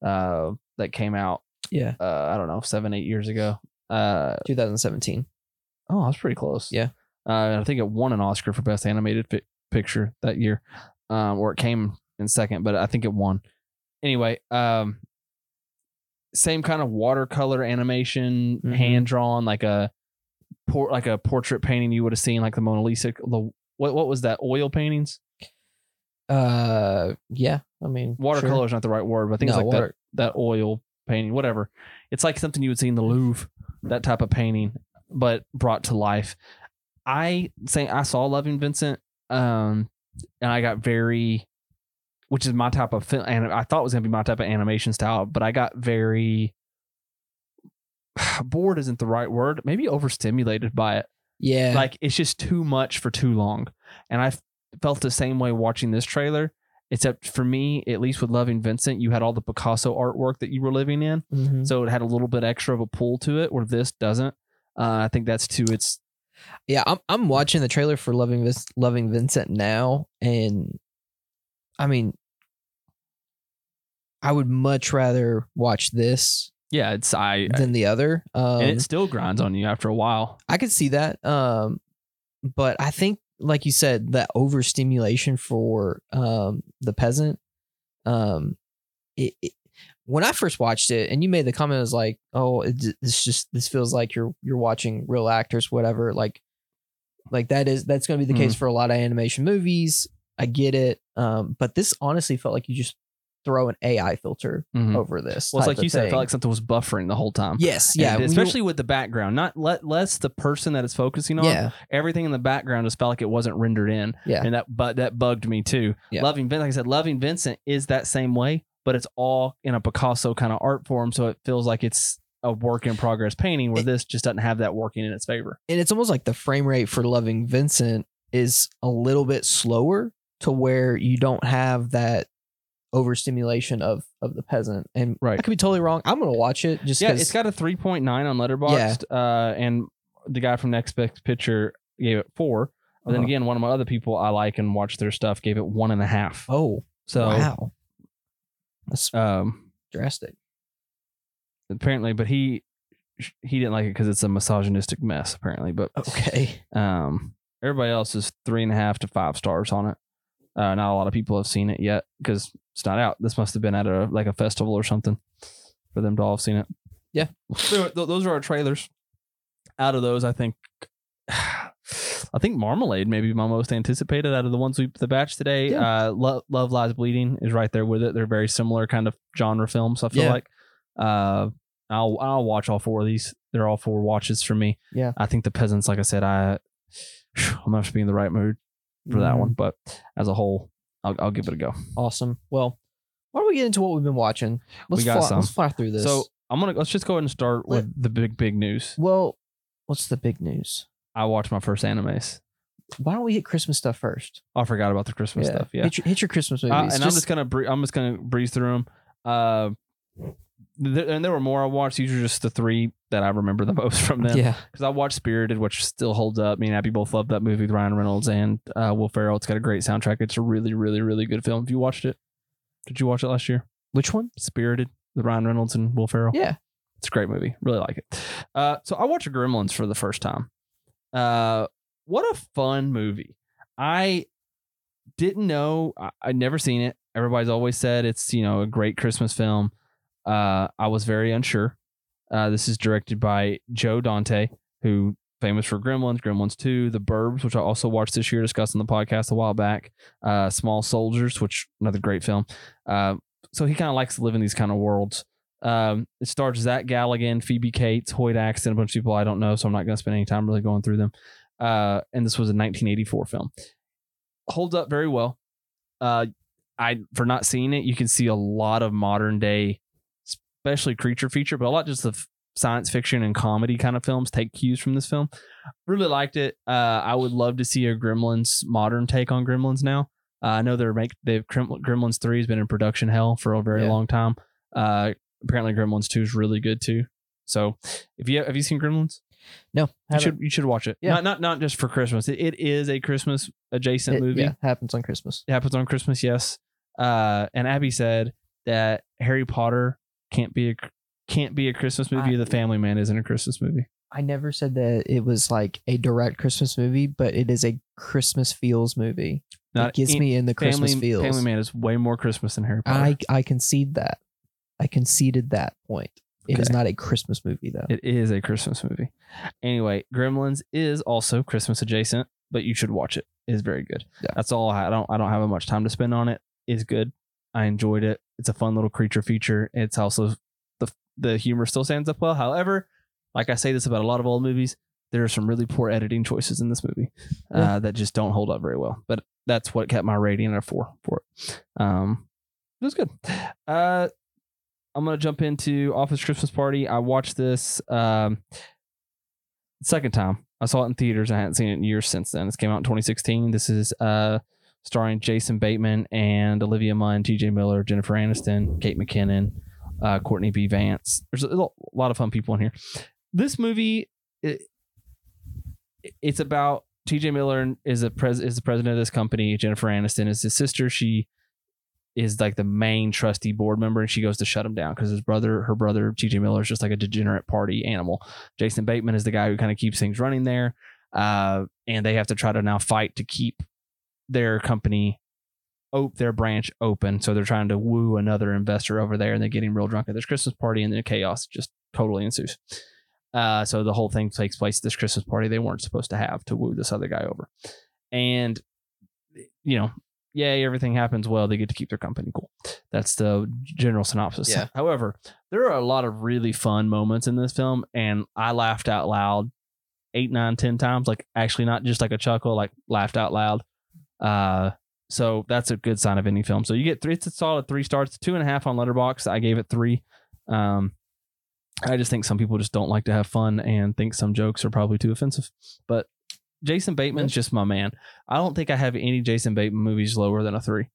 [SPEAKER 1] uh, that came out.
[SPEAKER 2] Yeah.
[SPEAKER 1] Uh, I don't know, seven eight years ago. Uh,
[SPEAKER 2] 2017.
[SPEAKER 1] Oh, I was pretty close.
[SPEAKER 2] Yeah.
[SPEAKER 1] Uh, I think it won an Oscar for Best Animated fi- Picture that year, um, or it came in second, but I think it won. Anyway, um, same kind of watercolor animation,
[SPEAKER 2] Mhm.
[SPEAKER 1] hand drawn, like a port, like a portrait painting you would have seen, like the Mona Lisa. The what, what was that? Oil paintings?
[SPEAKER 2] Uh. Yeah. I mean, sure.
[SPEAKER 1] Watercolor is not the right word, but I think
[SPEAKER 2] No,
[SPEAKER 1] it's like
[SPEAKER 2] water-
[SPEAKER 1] that, that oil painting, whatever. It's like something you would see in the Louvre, that type of painting, but brought to life. I say I saw Loving Vincent, um, and I got very, which is my type of film, and I thought it was gonna be my type of animation style, but I got very bored isn't the right word, maybe overstimulated by it
[SPEAKER 2] Yeah.
[SPEAKER 1] like it's just too much for too long and i f- felt the same way watching this trailer except for me at least with loving vincent you had all the picasso artwork that you were living in
[SPEAKER 2] Mhm.
[SPEAKER 1] so it had a little bit extra of a pull to it where this doesn't uh, i think that's to its
[SPEAKER 2] yeah i'm i'm watching the trailer for loving this loving vincent now and i mean i would much rather watch this
[SPEAKER 1] yeah it's i
[SPEAKER 2] than the other um
[SPEAKER 1] and it still grinds on you after a while
[SPEAKER 2] i could see that um but i think like you said that overstimulation for um the peasant um it, it- when i first watched it and you made the comment it was like oh it, j- it's just this feels like you're you're watching real actors whatever like like that is that's going to be the
[SPEAKER 1] Mm-hmm.
[SPEAKER 2] case for a lot of animation movies i get it um but this honestly felt like you just throw an ai filter
[SPEAKER 1] Mhm.
[SPEAKER 2] over this
[SPEAKER 1] well it's
[SPEAKER 2] Oh, type
[SPEAKER 1] like
[SPEAKER 2] of
[SPEAKER 1] you said it
[SPEAKER 2] thing.
[SPEAKER 1] felt like something was buffering the whole time
[SPEAKER 2] mm-hmm. yes
[SPEAKER 1] And
[SPEAKER 2] yeah when you-
[SPEAKER 1] especially with the background not let less the person that it's focusing on
[SPEAKER 2] yeah
[SPEAKER 1] everything in the background just felt like it wasn't rendered in.
[SPEAKER 2] Yeah.
[SPEAKER 1] And that but that bugged me too.
[SPEAKER 2] Yeah.
[SPEAKER 1] Loving Vincent, like I said, loving Vincent is that same way, but it's all in a Picasso kind of art form, so it feels like it's a work in progress painting where
[SPEAKER 2] It-
[SPEAKER 1] this just doesn't have that working in its favor.
[SPEAKER 2] and it's almost like the frame rate for loving vincent is a little bit slower to where you don't have that overstimulation of of the peasant and
[SPEAKER 1] Right.
[SPEAKER 2] i could be totally wrong i'm gonna watch it just
[SPEAKER 1] yeah,
[SPEAKER 2] 'cause-
[SPEAKER 1] it's got a 3.9 on Letterboxd. Uh, and the guy from Next Best Picture gave it four. But then
[SPEAKER 2] Uh-huh.
[SPEAKER 1] again, one of my other people I like and watch their stuff gave it one and a half.
[SPEAKER 2] oh
[SPEAKER 1] So
[SPEAKER 2] wow that's
[SPEAKER 1] um
[SPEAKER 2] drastic
[SPEAKER 1] apparently, but he he didn't like it because it's a misogynistic mess, apparently. But
[SPEAKER 2] okay
[SPEAKER 1] Um, everybody else is three and a half to five stars on it. Uh, not a lot of people have seen it yet because it's not out. This must have been at a like a festival or something for them to all have seen it.
[SPEAKER 2] Yeah.
[SPEAKER 1] So, th- those are our trailers. Out of those, I think, I think Marmalade may be my most anticipated out of the ones we the batch today. Uh, Lo- Love Lies Bleeding is right there with it. They're very similar kind of genre films. I feel
[SPEAKER 2] Yeah.
[SPEAKER 1] like. Uh, I'll I'll watch all four of these. They're all four watches for me.
[SPEAKER 2] Yeah.
[SPEAKER 1] I think the peasants, like I said, I I'm gonna have to be in the right mood for that one. But as a whole, I'll, I'll give it a go.
[SPEAKER 2] Mm, awesome well why don't we get into what we've been watching let's,
[SPEAKER 1] We got
[SPEAKER 2] fly,
[SPEAKER 1] some.
[SPEAKER 2] let's fly through this
[SPEAKER 1] So I'm gonna let's just go ahead and start
[SPEAKER 2] Let-
[SPEAKER 1] with the big big news.
[SPEAKER 2] Well, what's the big news?
[SPEAKER 1] I watched my first animes.
[SPEAKER 2] Why don't we hit Christmas stuff first?
[SPEAKER 1] I forgot about the Christmas stuff. Yeah,
[SPEAKER 2] Hit your, hit your Christmas movies.
[SPEAKER 1] Uh, and I'm just gonna bre- I'm just gonna breeze through them. Uh, th- and there were more I watched. These are just the three that I remember the most from them.
[SPEAKER 2] yeah.
[SPEAKER 1] because I watched Spirited, which still holds up. Me and Abby both love that movie with Ryan Reynolds and uh, Will Ferrell. It's got a great soundtrack. It's a really, really, really good film. Have you watched it? Did you watch it last year?
[SPEAKER 2] Which one?
[SPEAKER 1] Spirited, with Ryan Reynolds and Will Ferrell.
[SPEAKER 2] Yeah.
[SPEAKER 1] It's a great movie. Really like it. Uh, so I watched Gremlins for the first time. Uh, what a fun movie. I didn't know. I, I'd never seen it. Everybody's always said it's, you know, a great Christmas film. Uh, I was very unsure. Uh, this is directed by Joe Dante, who famous for Gremlins, Gremlins 2, The Burbs, which I also watched this year, discussed on the podcast a while back. Uh, Small Soldiers, which another great film. Uh, so he kind of likes to live in these kind of worlds. Um, it stars Zach Galligan, Phoebe Cates, Hoyt Axton, a bunch of people I don't know, so I'm not going to spend any time really going through them. Uh, and this was a 1984 film. Holds up very well. Uh, I for not seeing it, you can see a lot of modern day, especially creature feature, but a lot just of science fiction and comedy kind of films take cues from this film. Really liked it. Uh, I would love to see a Gremlins modern take on Gremlins now. Uh, I know they're make the Gremlins three has been in production hell for a very
[SPEAKER 2] Yeah.
[SPEAKER 1] long time. Uh, apparently, Gremlins two is really good too. So, if you have you seen Gremlins?
[SPEAKER 2] No.
[SPEAKER 1] You
[SPEAKER 2] haven't.
[SPEAKER 1] should you should watch it.
[SPEAKER 2] Yeah.
[SPEAKER 1] Not not not just for Christmas. It, it is a Christmas adjacent
[SPEAKER 2] It-
[SPEAKER 1] movie.
[SPEAKER 2] Yeah, happens on Christmas.
[SPEAKER 1] It happens on Christmas, yes. Uh, and Abby said that Harry Potter can't be a can't be a Christmas movie.
[SPEAKER 2] I-
[SPEAKER 1] the Family Man isn't a Christmas movie.
[SPEAKER 2] I never said that it was like a direct Christmas movie, but it is a Christmas feels movie. it gets
[SPEAKER 1] in-
[SPEAKER 2] me in the Christmas
[SPEAKER 1] Family,
[SPEAKER 2] feels.
[SPEAKER 1] Family Man is way more Christmas than Harry Potter.
[SPEAKER 2] I I concede that. I conceded that point. It is
[SPEAKER 1] Okay.
[SPEAKER 2] not a Christmas movie though.
[SPEAKER 1] It is a Christmas movie. Anyway, Gremlins is also Christmas adjacent, but you should watch it. It's very good.
[SPEAKER 2] Yeah.
[SPEAKER 1] That's all. I I don't. I don't have much time to spend on it. It's good. I enjoyed it. It's a fun little creature feature. It's also the the humor still stands up well. However, like I say this about a lot of old movies, there are some really poor editing choices in this movie
[SPEAKER 2] Yeah.
[SPEAKER 1] uh, that just don't hold up very well. But that's what kept my rating at a four for it. Um, it was good. Uh, I'm gonna jump into Office Christmas Party. I watched this um, second time. I saw it in theaters. I hadn't seen it in years since then. This came out in 2016. This is uh, starring Jason Bateman and Olivia Munn, T.J. Miller, Jennifer Aniston, Kate McKinnon, uh, Courtney B. Vance. There's a lo- lot of fun people in here. This movie, it, it's about T.J. Miller is a pres is the president of this company. Jennifer Aniston is his sister. She is like the main trustee board member, and she goes to shut him down because his brother, her brother T.J. Miller, is just like a degenerate party animal. Jason Bateman is the guy who kind of keeps things running there, uh, and they have to try to now fight to keep their company, op- their branch open. So they're trying to woo another investor over there, and they're getting real drunk at this Christmas party, and then chaos just totally ensues. Uh, so the whole thing takes place at this Christmas party they weren't supposed to have to woo this other guy over, and you know, yay, everything happens well. They get to keep their company cool. That's the general synopsis.
[SPEAKER 2] Yeah.
[SPEAKER 1] However, there are a lot of really fun moments in this film, and I laughed out loud eight, nine, ten times. Like actually, not just like a chuckle, like laughed out loud. Uh, so that's a good sign of any film. So you get three. It's a solid three stars. It's two and a half on Letterbox. I gave it three. Um, I just think some people just don't like to have fun and think some jokes are probably too offensive. But Jason Bateman's just my man. I don't think I have any Jason Bateman movies lower than a three.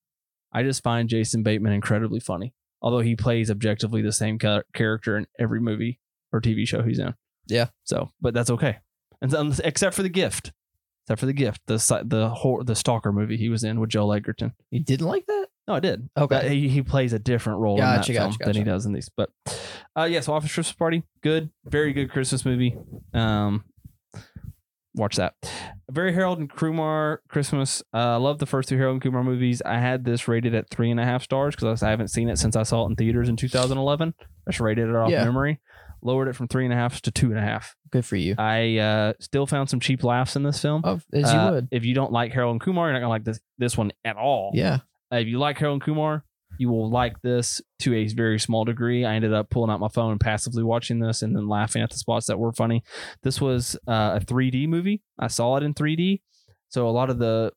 [SPEAKER 1] I just find Jason Bateman incredibly funny, although he plays objectively the same ca- character in every movie or TV show he's in.
[SPEAKER 2] Yeah.
[SPEAKER 1] So, but that's okay, and so- except for the gift, except for the gift, the si- the hor- the stalker movie he was in with Joel Edgerton.
[SPEAKER 2] You didn't like that?
[SPEAKER 1] No, I did.
[SPEAKER 2] Okay.
[SPEAKER 1] That- he, he plays a different role
[SPEAKER 2] Gotcha,
[SPEAKER 1] in that film
[SPEAKER 2] gotcha,
[SPEAKER 1] than he
[SPEAKER 2] gotcha.
[SPEAKER 1] does in these. But uh, yeah, so Office Christmas Party, good, very good Christmas movie. Um, watch that. Very Harold and Kumar Christmas. Uh, I love the first two Harold and Kumar movies. I had this rated at three and a half stars because I haven't seen it since I saw it in theaters in 2011. I just rated it off
[SPEAKER 2] Yeah.
[SPEAKER 1] memory. Lowered it from three and a half to two and a half.
[SPEAKER 2] Good for you.
[SPEAKER 1] I uh, still found some cheap laughs in this film.
[SPEAKER 2] Oh, as
[SPEAKER 1] Uh,
[SPEAKER 2] you would.
[SPEAKER 1] If you don't like Harold and Kumar, you're not gonna like this this one at all.
[SPEAKER 2] Yeah.
[SPEAKER 1] Uh, if you like Harold and Kumar, you will like this to a very small degree. I ended up pulling out my phone and passively watching this and then laughing at the spots that were funny. This was uh, a 3D movie. I saw it in 3D. So a lot of the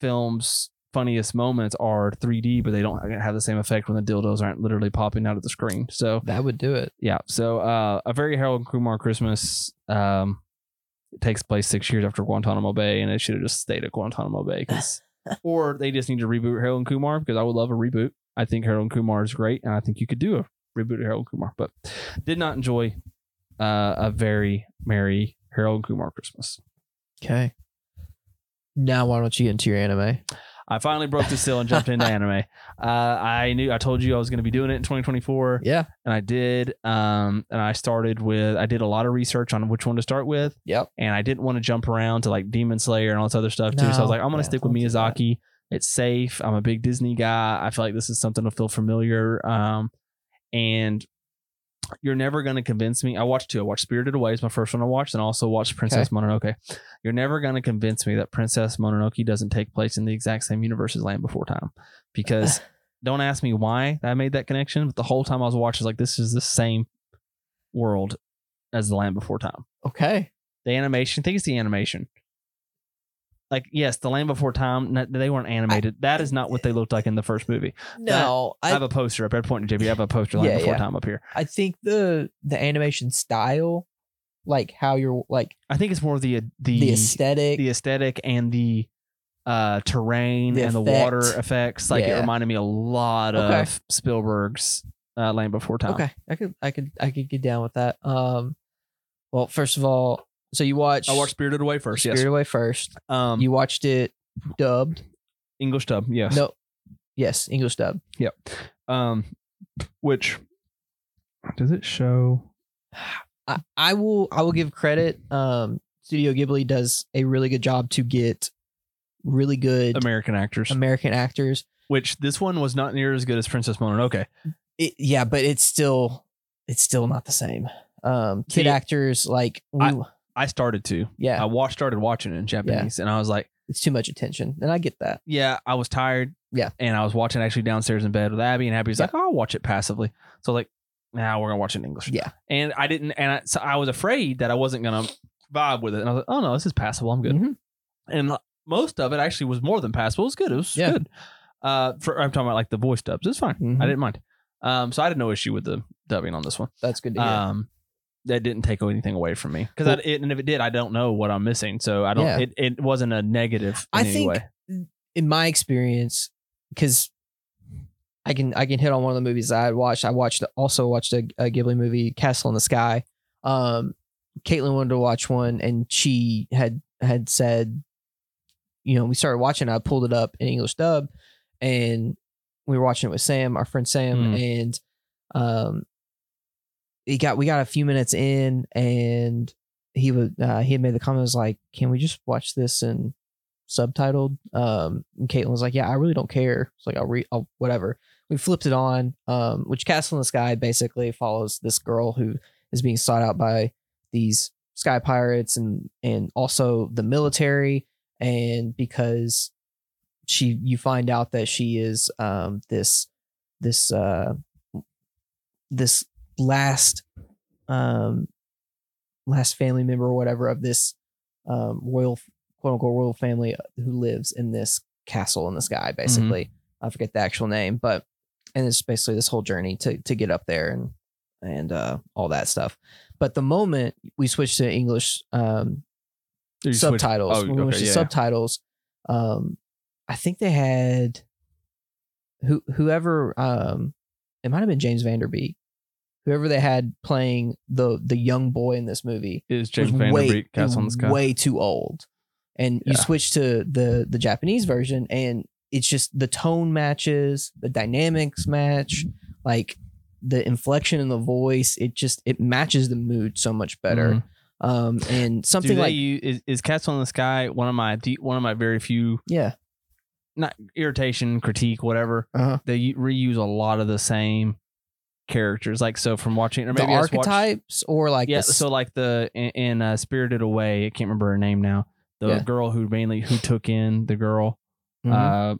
[SPEAKER 1] film's funniest moments are 3D, but they don't have the same effect when the dildos aren't literally popping out of the screen. So
[SPEAKER 2] That would do it.
[SPEAKER 1] yeah. So uh, a very Harold and Kumar Christmas um, it takes place six years after Guantanamo Bay, and it should have just stayed at Guantanamo Bay. 'cause- or they just need to reboot Harold and Kumar because I would love a reboot. I think Harold and Kumar is great, and I think you could do a reboot of Harold and Kumar. But did not enjoy uh, a very merry Harold and Kumar Christmas.
[SPEAKER 2] Okay. Now why don't you get into your anime?
[SPEAKER 1] I finally broke the seal and jumped into anime. Uh, I knew I told you I was going to be doing it in 2024.
[SPEAKER 2] Yeah.
[SPEAKER 1] and I did. Um, and I started with I did a lot of research on which one to start with,
[SPEAKER 2] Yep.
[SPEAKER 1] and I didn't want to jump around to like Demon Slayer and all this other stuff too. So I
[SPEAKER 2] No.
[SPEAKER 1] was like, I'm gonna
[SPEAKER 2] Yeah,
[SPEAKER 1] stick with
[SPEAKER 2] don't do that.
[SPEAKER 1] Miyazaki. It's safe. I'm a big Disney guy. I feel like this is something to feel familiar. Um, and you're never gonna convince me. I watched two. I watched Spirited Away is my first one I watched, and I also watched Princess Mononoke. You're never gonna convince me that Princess Mononoke doesn't take place in the exact same universe as Land Before Time, because don't ask me why I made that connection, but the whole time I was watching, I was like, this is the same world as The Land Before Time.
[SPEAKER 2] Okay.
[SPEAKER 1] The animation, I think it's the animation. Like, yes, The Land Before Time, n- they weren't animated. that is not what they looked like in the first movie.
[SPEAKER 2] No,
[SPEAKER 1] I,
[SPEAKER 2] I,
[SPEAKER 1] have a poster up. Red Point and JB, I have a poster Land
[SPEAKER 2] Yeah,
[SPEAKER 1] Before
[SPEAKER 2] yeah.
[SPEAKER 1] Time up here.
[SPEAKER 2] I think the the animation style, like how you're like
[SPEAKER 1] I think it's more the uh, the
[SPEAKER 2] the aesthetic.
[SPEAKER 1] the aesthetic and the uh terrain
[SPEAKER 2] The
[SPEAKER 1] and the
[SPEAKER 2] effect.
[SPEAKER 1] water effects. Like it
[SPEAKER 2] Yeah.
[SPEAKER 1] reminded me a lot
[SPEAKER 2] Okay.
[SPEAKER 1] of Spielberg's uh, Land Before Time.
[SPEAKER 2] okay, I could I could I could get down with that. Um, well, first of all, so you watch
[SPEAKER 1] I watched Spirited Away first.
[SPEAKER 2] Spirit
[SPEAKER 1] Yes.
[SPEAKER 2] Away first.
[SPEAKER 1] Um,
[SPEAKER 2] You watched it dubbed.
[SPEAKER 1] English dub. Yes.
[SPEAKER 2] No, yes, English dub.
[SPEAKER 1] Um, which does it show?
[SPEAKER 2] I, I will I will give credit. Um, Studio Ghibli does a really good job to get really good
[SPEAKER 1] American actors.
[SPEAKER 2] American actors.
[SPEAKER 1] which this one was not near as good as Princess Mononoke.
[SPEAKER 2] It, yeah, but it's still it's still not the same. Um, kid
[SPEAKER 1] See,
[SPEAKER 2] actors like we,
[SPEAKER 1] I started to.
[SPEAKER 2] yeah,
[SPEAKER 1] I watched, started watching it in Japanese, and I was like,
[SPEAKER 2] it's too much attention, and I get that.
[SPEAKER 1] yeah, I was tired.
[SPEAKER 2] Yeah.
[SPEAKER 1] And I was watching actually downstairs in bed with Abby, and Abby's
[SPEAKER 2] Yeah.
[SPEAKER 1] like, oh, I'll watch it passively. So I was like, nah, we're gonna watch it in English.
[SPEAKER 2] Yeah.
[SPEAKER 1] And I didn't, and I, so I was afraid that I wasn't gonna vibe with it, and I was like, oh no, this is passable. I'm good.
[SPEAKER 2] Mhm.
[SPEAKER 1] And most of it actually was more than passable. It was good. It was
[SPEAKER 2] Yeah.
[SPEAKER 1] good. Uh, for I'm talking about like the voice dubs. It's fine.
[SPEAKER 2] Mhm.
[SPEAKER 1] I didn't mind. Um, so I had no issue with the dubbing on this one.
[SPEAKER 2] That's good to hear.
[SPEAKER 1] Um, that didn't take anything away from me because I it, and if it did, I don't know what I'm missing. So I don't.
[SPEAKER 2] Yeah.
[SPEAKER 1] It, it wasn't a negative. In
[SPEAKER 2] I
[SPEAKER 1] any
[SPEAKER 2] think-
[SPEAKER 1] way.
[SPEAKER 2] in my experience, because I can I can hit on one of the movies I watched. I watched also watched a, a Ghibli movie, Castle in the Sky. Um, Caitlin wanted to watch one, and she had had said, you know, we started watching. I pulled it up in English dub, and we were watching it with Sam, our friend Sam,
[SPEAKER 1] Mm.
[SPEAKER 2] and um, he got we got a few minutes in, and he would uh, he had made the comment was like, "Can we just watch this in subtitled?" Um, and Caitlin was like, "Yeah, I really don't care." It's like I'll read, I'll, whatever. We flipped it on, um, which Castle in the Sky basically follows this girl who is being sought out by these sky pirates and and also the military, and because she you find out that she is um this this uh this last um last family member or whatever of this um royal quote unquote royal family uh, who lives in this castle in the sky basically i forget the actual name but and it's basically this whole journey to to get up there and and uh all that stuff but the moment we switch to english um
[SPEAKER 1] You switch-
[SPEAKER 2] subtitles.
[SPEAKER 1] oh,
[SPEAKER 2] when we went
[SPEAKER 1] okay,
[SPEAKER 2] to
[SPEAKER 1] yeah, yeah.
[SPEAKER 2] subtitles, um, I think they had who whoever um, it might have been James Vanderbeek, whoever they had playing the the young boy in this movie
[SPEAKER 1] Is James
[SPEAKER 2] was way
[SPEAKER 1] Vanderbeek Castle in the Sky?
[SPEAKER 2] way too old, and you
[SPEAKER 1] Yeah.
[SPEAKER 2] switch to the the Japanese version, and it's just the tone matches, the dynamics match, like the inflection in the voice. It just it matches the mood so much better.
[SPEAKER 1] Mhm.
[SPEAKER 2] Um, and
[SPEAKER 1] Do
[SPEAKER 2] something
[SPEAKER 1] they
[SPEAKER 2] like
[SPEAKER 1] use- is, is Castle in the Sky one of my deep, one of my very few
[SPEAKER 2] yeah.
[SPEAKER 1] not irritation critique whatever
[SPEAKER 2] Uh-huh.
[SPEAKER 1] they u- reuse a lot of the same characters like so from watching or
[SPEAKER 2] the
[SPEAKER 1] maybe I just watched-
[SPEAKER 2] archetypes or like
[SPEAKER 1] yeah,
[SPEAKER 2] the s-
[SPEAKER 1] so like the in, in uh, Spirited Away, I can't remember her name now. The
[SPEAKER 2] Yeah.
[SPEAKER 1] girl who mainly who took in the girl
[SPEAKER 2] Mhm.
[SPEAKER 1] uh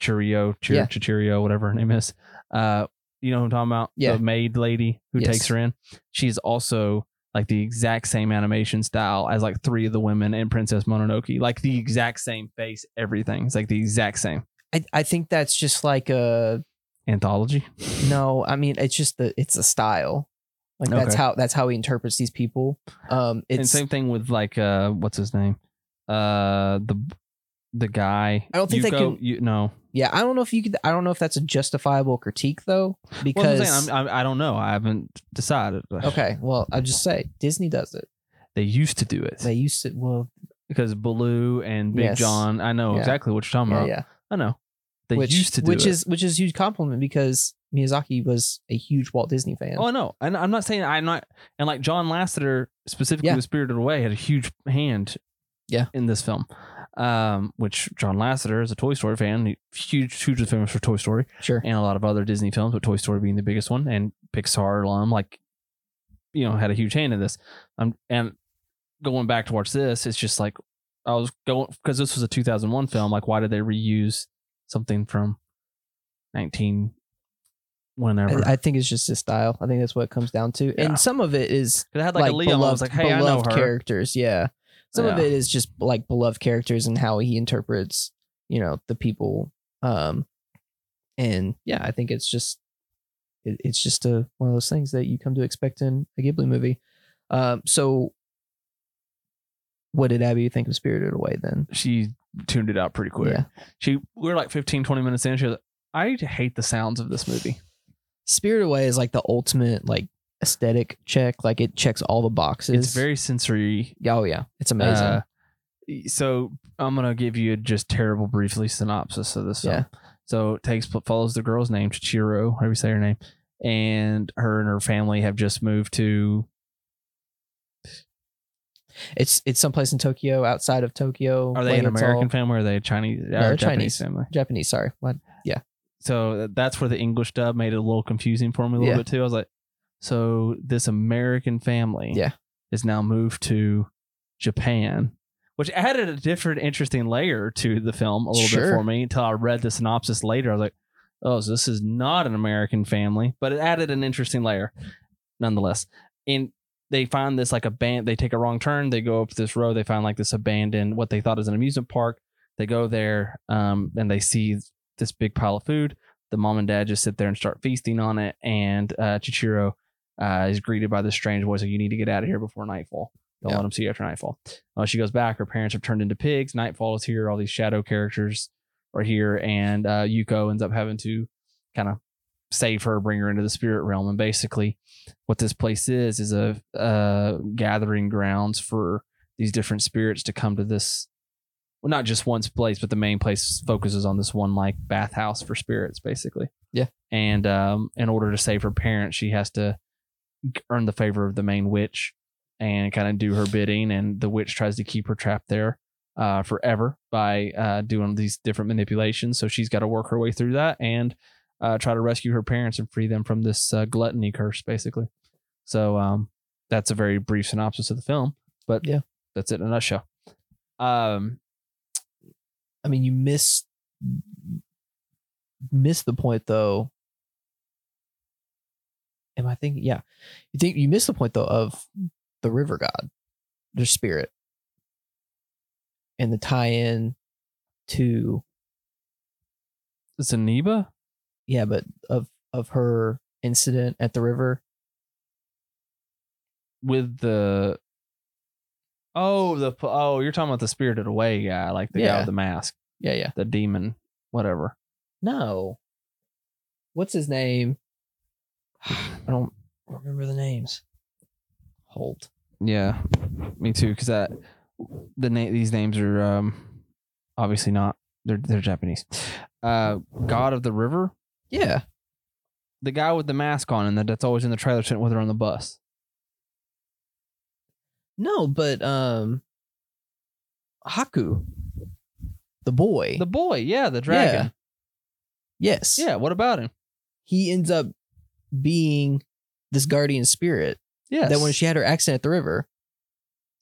[SPEAKER 1] Cheerio, Cheer,
[SPEAKER 2] Yeah.
[SPEAKER 1] Chichirio, whatever her name is. Uh you know who I'm talking about?
[SPEAKER 2] Yeah.
[SPEAKER 1] The maid lady who
[SPEAKER 2] Yes.
[SPEAKER 1] takes her in. She's also like the exact same animation style as like three of the women in Princess Mononoke, like the exact same face, everything. It's like the exact same
[SPEAKER 2] I, I think that's just like a
[SPEAKER 1] anthology.
[SPEAKER 2] no. I mean, it's just the it's a style. Like that's
[SPEAKER 1] Okay.
[SPEAKER 2] how that's how he interprets these people. Um,
[SPEAKER 1] and
[SPEAKER 2] it's
[SPEAKER 1] same thing with like uh, what's his name? Uh, the the guy.
[SPEAKER 2] I don't think they
[SPEAKER 1] Yuko-
[SPEAKER 2] can-
[SPEAKER 1] You, no,
[SPEAKER 2] yeah. I don't know if you could. I don't know if that's a justifiable critique though,
[SPEAKER 1] Well, that's
[SPEAKER 2] because
[SPEAKER 1] what I'm saying, I'm, I'm, I don't know. I haven't decided.
[SPEAKER 2] okay. Well, I just say Disney does it.
[SPEAKER 1] They used to do it
[SPEAKER 2] They used to. Well,
[SPEAKER 1] because Baloo and Big
[SPEAKER 2] Yes.
[SPEAKER 1] John. I know
[SPEAKER 2] Yeah.
[SPEAKER 1] exactly what you're talking
[SPEAKER 2] yeah,
[SPEAKER 1] about.
[SPEAKER 2] yeah.
[SPEAKER 1] I know. They
[SPEAKER 2] which
[SPEAKER 1] used to do
[SPEAKER 2] which
[SPEAKER 1] it.
[SPEAKER 2] is which is a huge compliment because Miyazaki was a huge Walt Disney fan.
[SPEAKER 1] Oh no, and I'm not saying I'm not, and like John Lasseter specifically
[SPEAKER 2] Yeah.
[SPEAKER 1] with Spirited Away had a huge hand,
[SPEAKER 2] Yeah.
[SPEAKER 1] in this film, um, which John Lasseter is a Toy Story fan, he- huge, hugely famous for Toy Story
[SPEAKER 2] sure.
[SPEAKER 1] and a lot of other Disney films, but Toy Story being the biggest one, and Pixar alum, like, you know, had a huge hand in this. Um, and going back to watch this, it's just like I was going because this was a 2001 film. Like, why did they reuse something from 19? Whenever
[SPEAKER 2] I, I think it's just his style. I think that's what it comes down to.
[SPEAKER 1] Yeah.
[SPEAKER 2] And some of it is
[SPEAKER 1] Because I had like,
[SPEAKER 2] like,
[SPEAKER 1] a Leo.
[SPEAKER 2] beloved,
[SPEAKER 1] I was like, hey, I know
[SPEAKER 2] beloved
[SPEAKER 1] her.
[SPEAKER 2] characters. Yeah. Some of
[SPEAKER 1] Yeah.
[SPEAKER 2] it is just like beloved characters and how he interprets, you know, the people. Um, and yeah, I think it's just, it, it's just a one of those things that you come to expect in a Ghibli movie. Um, so what did Abby think of Spirited Away then?
[SPEAKER 1] She tuned it out pretty quick.
[SPEAKER 2] Yeah.
[SPEAKER 1] She we were like 15, 20 minutes in. She was like, I hate the sounds of this movie.
[SPEAKER 2] Spirited Away is like the ultimate like aesthetic check. Like it checks all the boxes.
[SPEAKER 1] It's very sensory.
[SPEAKER 2] oh yeah, it's amazing.
[SPEAKER 1] Uh, so I'm gonna give you a just terrible briefly synopsis of this film.
[SPEAKER 2] Yeah.
[SPEAKER 1] So it takes follows the girl's name, Chichiro, however you say her name, and her and her family have just moved to
[SPEAKER 2] it's it's someplace in Tokyo, outside of Tokyo.
[SPEAKER 1] are they
[SPEAKER 2] like
[SPEAKER 1] an
[SPEAKER 2] it's
[SPEAKER 1] American
[SPEAKER 2] all-
[SPEAKER 1] family or are they a Chinese or
[SPEAKER 2] they're
[SPEAKER 1] a Japanese
[SPEAKER 2] Chinese.
[SPEAKER 1] family?
[SPEAKER 2] Japanese? Sorry, what?
[SPEAKER 1] so uh, that's where the English dub made it a little confusing for me a little
[SPEAKER 2] Yeah.
[SPEAKER 1] bit too. I was like, so this American family
[SPEAKER 2] Yeah.
[SPEAKER 1] is now moved to Japan, which added a different interesting layer to the film a little bit
[SPEAKER 2] Sure.
[SPEAKER 1] for me until I read the synopsis later. I was like, oh, so this is not an American family, but it added an interesting layer nonetheless. And they find this like a band, they take a wrong turn, they go up this road, they find like this abandoned, what they thought is an amusement park. They go there um, and they see this big pile of food. The mom and dad just sit there and start feasting on it. And uh, Chichiro uh, is greeted by this strange voice like, You need to get out of here before nightfall. Don't
[SPEAKER 2] Yeah.
[SPEAKER 1] let them see you after nightfall. Uh, she goes back. Her parents have turned into pigs. Nightfall is here. All these shadow characters are here. And uh, Yuko ends up having to kind of save her, bring her into the spirit realm. And basically, what this place is, is a uh, gathering grounds for these different spirits to come to this well, not just one place, but the main place focuses on this one like bathhouse for spirits, basically.
[SPEAKER 2] Yeah.
[SPEAKER 1] And um, in order to save her parents, she has to g- earn the favor of the main witch and kind of do her bidding. And the witch tries to keep her trapped there uh, forever by uh, doing these different manipulations. So she's got to work her way through that and uh, try to rescue her parents and free them from this uh, gluttony curse, basically. So um, that's a very brief synopsis of the film, but
[SPEAKER 2] Yeah.
[SPEAKER 1] that's it in a nutshell. Um,
[SPEAKER 2] I mean, you miss miss the point though. Am I thinking? Yeah, you think you miss the point though of the river god, their spirit, and the tie-in to
[SPEAKER 1] Zaniba?
[SPEAKER 2] yeah, but of of her incident at the river.
[SPEAKER 1] with the oh the oh you're talking about the spirited away guy like the guy
[SPEAKER 2] Yeah.
[SPEAKER 1] with the mask
[SPEAKER 2] Yeah, yeah.
[SPEAKER 1] the demon whatever
[SPEAKER 2] No. What's his name? I don't remember the names. Hold.
[SPEAKER 1] yeah me too because that the name these names are um obviously not they're they're japanese uh god of the river
[SPEAKER 2] Yeah.
[SPEAKER 1] the guy with the mask on and that that's always in the trailer sitting with her on the bus
[SPEAKER 2] No, but um Haku. The boy.
[SPEAKER 1] the boy yeah the dragon
[SPEAKER 2] yes.
[SPEAKER 1] yeah, what about him
[SPEAKER 2] He ends up being this guardian spirit
[SPEAKER 1] yes
[SPEAKER 2] that when she had her accident at the river.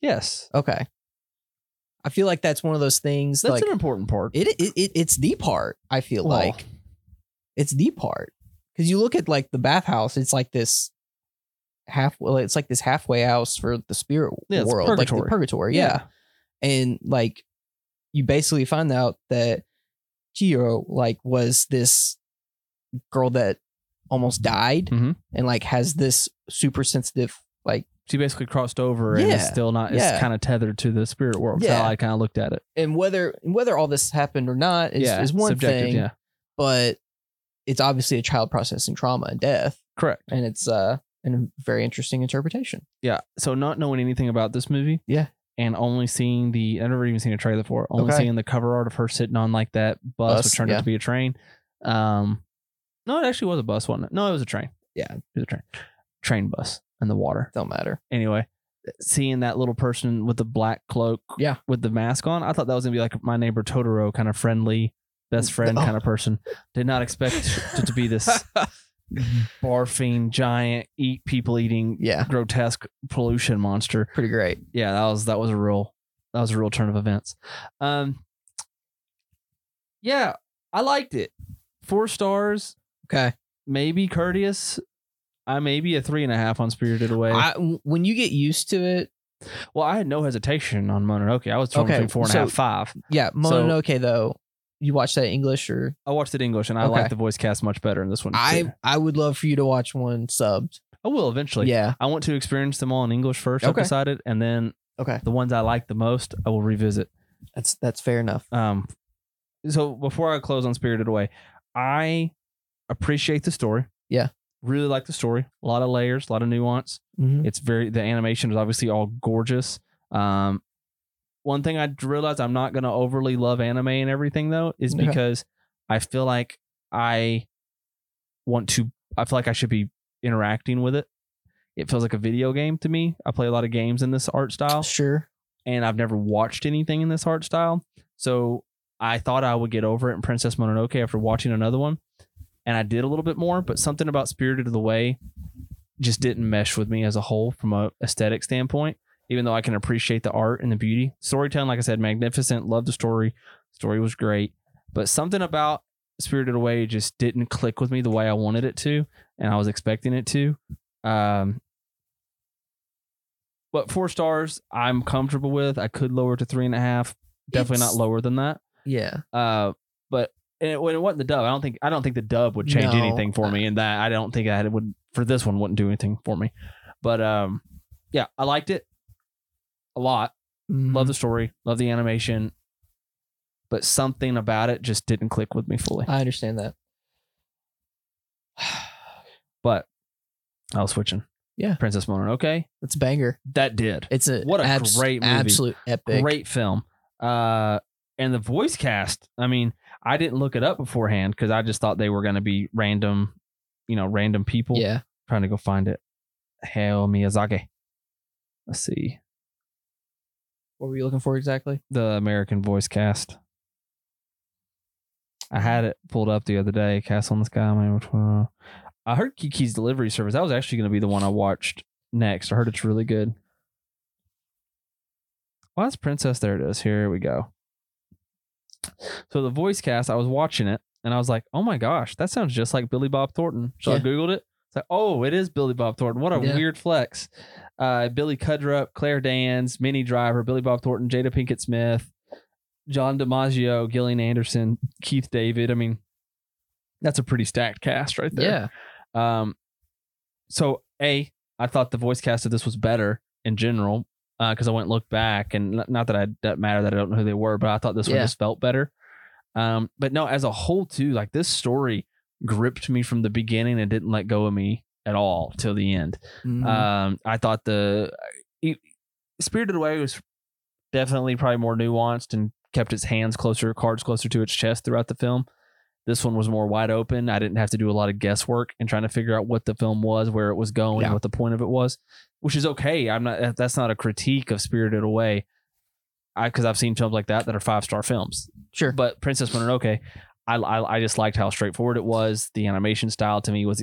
[SPEAKER 1] yes
[SPEAKER 2] Okay. I feel like that's one of those things
[SPEAKER 1] that's
[SPEAKER 2] like
[SPEAKER 1] an important part
[SPEAKER 2] it, it, it it's the part, I feel
[SPEAKER 1] Well,
[SPEAKER 2] like. it's the part because you look at like the bathhouse it's like this half well it's like this halfway house for the spirit
[SPEAKER 1] Yeah, it's
[SPEAKER 2] world like the
[SPEAKER 1] purgatory.
[SPEAKER 2] purgatory yeah. and like you basically find out that Chiro like was this girl that almost died
[SPEAKER 1] Mhm.
[SPEAKER 2] and like has this super sensitive like
[SPEAKER 1] She basically crossed over and is
[SPEAKER 2] Yeah.
[SPEAKER 1] still not. It's
[SPEAKER 2] Yeah.
[SPEAKER 1] kind of tethered to the spirit world. Yeah.
[SPEAKER 2] Yeah.
[SPEAKER 1] How I kind of looked at it.
[SPEAKER 2] and whether whether all this happened or not is,
[SPEAKER 1] yeah,
[SPEAKER 2] is one
[SPEAKER 1] subjective,
[SPEAKER 2] thing
[SPEAKER 1] Yeah,
[SPEAKER 2] but it's obviously a child processing trauma and death
[SPEAKER 1] correct.
[SPEAKER 2] and it's uh and a very interesting interpretation
[SPEAKER 1] Yeah. So not knowing anything about this movie.
[SPEAKER 2] Yeah.
[SPEAKER 1] And only seeing the I've never even seen a trailer for it. Only
[SPEAKER 2] Okay.
[SPEAKER 1] seeing the cover art of her sitting on like that bus,
[SPEAKER 2] Bus,
[SPEAKER 1] which turned
[SPEAKER 2] yeah.
[SPEAKER 1] out to be a train. Um no, it actually was a bus, wasn't it? No, it was a train.
[SPEAKER 2] Yeah.
[SPEAKER 1] It was a train. Train bus in the water.
[SPEAKER 2] don't matter
[SPEAKER 1] Anyway, seeing that little person with the black cloak
[SPEAKER 2] Yeah.
[SPEAKER 1] with the mask on, I thought that was gonna be like my neighbor Totoro kind of friendly, best friend
[SPEAKER 2] Oh.
[SPEAKER 1] kind of person. Did not expect it to be this barfing giant, eat people eating
[SPEAKER 2] yeah
[SPEAKER 1] grotesque pollution monster
[SPEAKER 2] pretty great
[SPEAKER 1] yeah, that was that was a real that was a real turn of events. Um Yeah, I liked it. Four stars,
[SPEAKER 2] okay
[SPEAKER 1] maybe courteous. I may be a three and a half on Spirited Away.
[SPEAKER 2] I, w- when you get used to it
[SPEAKER 1] well, I had no hesitation on Mononoke. I was torn
[SPEAKER 2] Okay,
[SPEAKER 1] between four and a
[SPEAKER 2] so-
[SPEAKER 1] half, five.
[SPEAKER 2] yeah mononoke though you watch that english or
[SPEAKER 1] I watched it English and I
[SPEAKER 2] Okay.
[SPEAKER 1] like the voice cast much better in this one.
[SPEAKER 2] i
[SPEAKER 1] too.
[SPEAKER 2] i would love for you to watch one subbed
[SPEAKER 1] I will eventually.
[SPEAKER 2] yeah
[SPEAKER 1] I want to experience them all in English first. I've
[SPEAKER 2] Okay.
[SPEAKER 1] decided, and then
[SPEAKER 2] okay
[SPEAKER 1] the ones I like the most, I will revisit.
[SPEAKER 2] that's that's fair enough
[SPEAKER 1] Um, so before I close on Spirited Away, I appreciate the story.
[SPEAKER 2] Yeah.
[SPEAKER 1] really like the story. A lot of layers, a lot of nuance.
[SPEAKER 2] Mhm.
[SPEAKER 1] It's very the animation is obviously all gorgeous. Um, one thing I realized I'm not gonna overly love anime and everything though is
[SPEAKER 2] Okay.
[SPEAKER 1] because I feel like I want to. I feel like I should be interacting with it. It feels like a video game to me. I play a lot of games in this art style
[SPEAKER 2] sure
[SPEAKER 1] and I've never watched anything in this art style. So I thought I would get over it in Princess Mononoke after watching another one. And I did a little bit more, but something about Spirited Away just didn't mesh with me as a whole from a aesthetic standpoint, even though I can appreciate the art and the beauty. Storytelling, like I said, magnificent, love the story. Story was great. But something about Spirited Away just didn't click with me the way I wanted it to, and I was expecting it to. Um, but four stars, I'm comfortable with. I could lower it to three and a half. Definitely
[SPEAKER 2] It's-
[SPEAKER 1] not lower than that.
[SPEAKER 2] yeah
[SPEAKER 1] Uh, but and it, when it wasn't the dub, I don't think I don't think the dub would change
[SPEAKER 2] No.
[SPEAKER 1] anything for me, and that I don't think I had- it would for this one wouldn't do anything for me. But um, yeah, I liked it a lot.
[SPEAKER 2] Mm-hmm.
[SPEAKER 1] Love the story, love the animation, but something about it just didn't click with me fully.
[SPEAKER 2] i understand that
[SPEAKER 1] But I was switching.
[SPEAKER 2] Yeah.
[SPEAKER 1] Princess Mononoke.
[SPEAKER 2] it's a banger
[SPEAKER 1] That did
[SPEAKER 2] it's a
[SPEAKER 1] What a
[SPEAKER 2] abs-
[SPEAKER 1] great movie.
[SPEAKER 2] absolute epic
[SPEAKER 1] great film. Uh, and the voice cast. I mean, I didn't look it up beforehand because I just thought they were going to be random, you know, random people.
[SPEAKER 2] yeah
[SPEAKER 1] trying to go find it. Hayao Miyazaki. Let's see
[SPEAKER 2] what were you looking for exactly
[SPEAKER 1] the American voice cast. I had it pulled up the other day. Castle in the Sky. Man, which one? uh, I heard Kiki's Delivery Service. That was actually going to be the one I watched next. I heard it's really good. Why is Princess? There it is. Here we go. So the voice cast, I was watching it and I was like, oh my gosh, that sounds just like Billy Bob Thornton. So I
[SPEAKER 2] Yeah.
[SPEAKER 1] Googled it. It's like, oh, it is Billy Bob Thornton. What a
[SPEAKER 2] Yeah.
[SPEAKER 1] weird flex. Uh, Billy Cudrup, Claire Danes, Minnie Driver, Billy Bob Thornton, Jada Pinkett Smith, John DiMaggio, Gillian Anderson, Keith David. I mean, that's a pretty stacked cast right there.
[SPEAKER 2] yeah
[SPEAKER 1] Yeah. Um, so A, I thought the voice cast of this was better in general because I went and looked back and n- not that I that matter that I don't know who they were, but I thought this one
[SPEAKER 2] Yeah.
[SPEAKER 1] just felt better. Um, but no, as a whole too, like this story gripped me from the beginning and didn't let go of me at all till the end.
[SPEAKER 2] Mhm.
[SPEAKER 1] Um, I thought the it- Spirited Away was definitely probably more nuanced and kept its hands closer, cards closer to its chest throughout the film. This one was more wide open. I didn't have to do a lot of guesswork and trying to figure out what the film was, where it was going,
[SPEAKER 2] Yeah.
[SPEAKER 1] what the point of it was, which is okay. I'm not. That's not a critique of Spirited Away, I because I've seen films like that that are five star films
[SPEAKER 2] sure
[SPEAKER 1] but Princess Mononoke, I, I I just liked how straightforward it was. The animation style to me was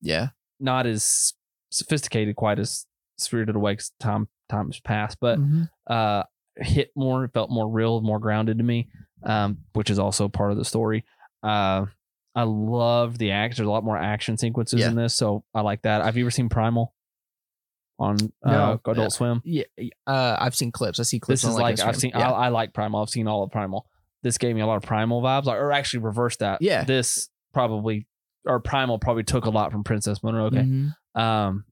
[SPEAKER 2] yeah
[SPEAKER 1] not as sophisticated quite as Spirited Away 'cause time times passed, but
[SPEAKER 2] Mhm.
[SPEAKER 1] uh, hit more, felt more real, more grounded to me, um, which is also part of the story. Uh, I love the act. There's a lot more action sequences
[SPEAKER 2] Yeah.
[SPEAKER 1] in this, so I like that. Have you ever seen Primal? on uh,
[SPEAKER 2] No.
[SPEAKER 1] Adult Swim.
[SPEAKER 2] Yeah, uh, I've seen clips. I see clips.
[SPEAKER 1] This is
[SPEAKER 2] on,
[SPEAKER 1] like I've
[SPEAKER 2] Instagram.
[SPEAKER 1] seen. oh,
[SPEAKER 2] Yeah.
[SPEAKER 1] I, I like Primal. I've seen all of Primal. This gave me a lot of Primal vibes, like, or actually reverse that.
[SPEAKER 2] Yeah.
[SPEAKER 1] This probably or Primal probably took a lot from Princess Mononoke.
[SPEAKER 2] Mhm.
[SPEAKER 1] Um,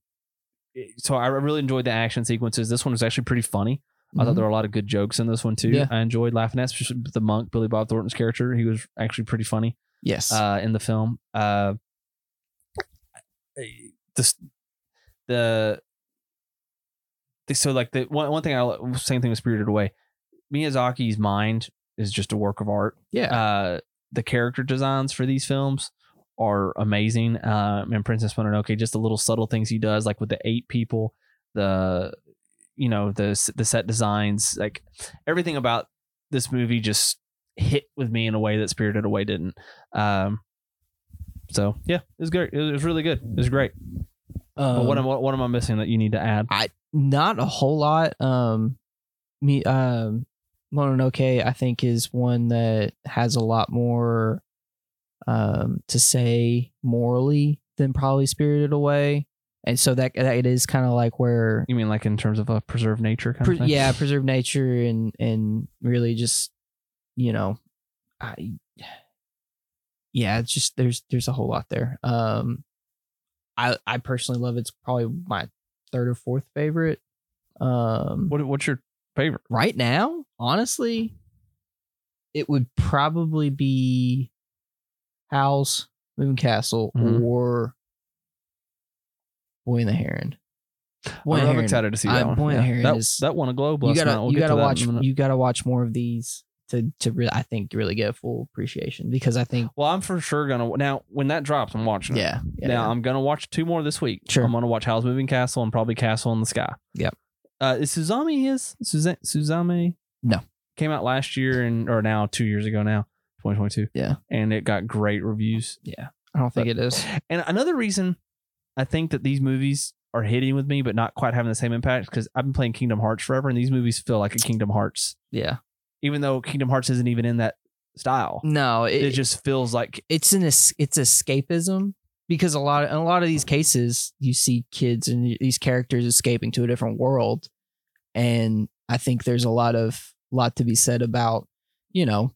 [SPEAKER 1] it- so I really enjoyed the action sequences. This one was actually pretty funny. I thought
[SPEAKER 2] Mhm.
[SPEAKER 1] there were a lot of good jokes in this one too.
[SPEAKER 2] Yeah.
[SPEAKER 1] I enjoyed laughing at especially the monk Billy Bob Thornton's character. He was actually pretty funny
[SPEAKER 2] yes.
[SPEAKER 1] uh, in the film. Uh, eh, this the, the so like the one one thing I li- same thing with Spirited Away. Miyazaki's mind is just a work of art.
[SPEAKER 2] yeah.
[SPEAKER 1] Uh, the character designs for these films are amazing. Um, and Princess Mononoke, just the little subtle things he does, like with the eight people, the you know the s- the set designs, like everything about this movie just hit with me in a way that Spirited Away didn't. Um, so yeah, it was great. It was really good. It was great. uh, but what am what, what am I missing that you need to add?
[SPEAKER 2] Um, not a whole lot. Um, me, um, Mononoke, I think is one that has a lot more, um, to say morally than probably Spirited Away, and so that, that it is kind of like where,
[SPEAKER 1] You mean like in terms of a preserved nature kind
[SPEAKER 2] pre-
[SPEAKER 1] of thing?
[SPEAKER 2] yeah, preserve nature and and really just, you know, I, yeah, it's just there's there's a whole lot there. Um, I I personally love it. it's probably my third or fourth favorite. Um,
[SPEAKER 1] What what's your favorite?
[SPEAKER 2] right now, honestly, it would probably be Howl's Moon Castle
[SPEAKER 1] Mhm.
[SPEAKER 2] or Boy and the Heron. Boy
[SPEAKER 1] I'm,
[SPEAKER 2] and
[SPEAKER 1] I'm
[SPEAKER 2] Heron.
[SPEAKER 1] excited to see
[SPEAKER 2] I-
[SPEAKER 1] Oh, that one.
[SPEAKER 2] Boy and Heron
[SPEAKER 1] that,
[SPEAKER 2] is-
[SPEAKER 1] that won a Globe
[SPEAKER 2] You
[SPEAKER 1] last
[SPEAKER 2] gotta
[SPEAKER 1] night. We'll
[SPEAKER 2] you
[SPEAKER 1] get
[SPEAKER 2] gotta
[SPEAKER 1] to that in a
[SPEAKER 2] watch
[SPEAKER 1] minute.
[SPEAKER 2] you gotta watch more of these to to really I think really get a full appreciation because I think
[SPEAKER 1] Well, I'm for sure gonna now when that drops, I'm watching it.
[SPEAKER 2] yeah, yeah,
[SPEAKER 1] now
[SPEAKER 2] yeah.
[SPEAKER 1] I'm gonna watch two more this week.
[SPEAKER 2] Sure.
[SPEAKER 1] I'm gonna watch Howl's Moving Castle and probably Castle in the Sky.
[SPEAKER 2] Yep.
[SPEAKER 1] Uh, is Suzami his Suza- Suzame?
[SPEAKER 2] No.
[SPEAKER 1] Came out last year and or now two years ago now, 2022.
[SPEAKER 2] Yeah.
[SPEAKER 1] And it got great reviews.
[SPEAKER 2] I don't think it is.
[SPEAKER 1] And another reason I think that these movies are hitting with me, but not quite having the same impact, because I've been playing Kingdom Hearts forever, and these movies feel like a Kingdom Hearts,
[SPEAKER 2] Yeah,
[SPEAKER 1] even though Kingdom Hearts isn't even in that style.
[SPEAKER 2] no, it,
[SPEAKER 1] Mm, It, just feels like
[SPEAKER 2] it's an es- it's escapism because a lot of, in a lot of these cases you see kids and these characters escaping to a different world and i think there's a lot of lot to be said about you know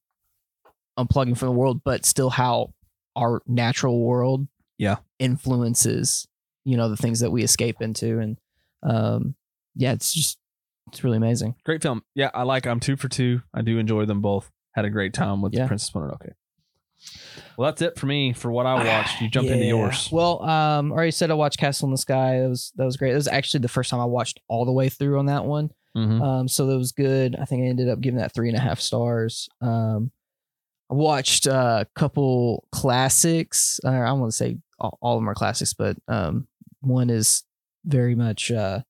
[SPEAKER 2] unplugging from the world but still how our natural world
[SPEAKER 1] Yeah.
[SPEAKER 2] influences you know the things that we escape into and um yeah it's just it's really amazing
[SPEAKER 1] great film. Yeah, I like. I'm two for two. I do enjoy them both. Had a great time with
[SPEAKER 2] Yeah.
[SPEAKER 1] Princess Mononoke. Well, that's it for me for what I watched. You jump into
[SPEAKER 2] Yeah.
[SPEAKER 1] yours.
[SPEAKER 2] Well, um, I already said I watched Castle in the Sky. That was that was great. That was actually the first time I watched all the way through on that one.
[SPEAKER 1] Mhm.
[SPEAKER 2] Um, so that was good. I think I ended up giving that three and a half stars. Um, I watched uh, a couple classics. Uh, I want to say all, all of them are classics, but um, one is very much uh,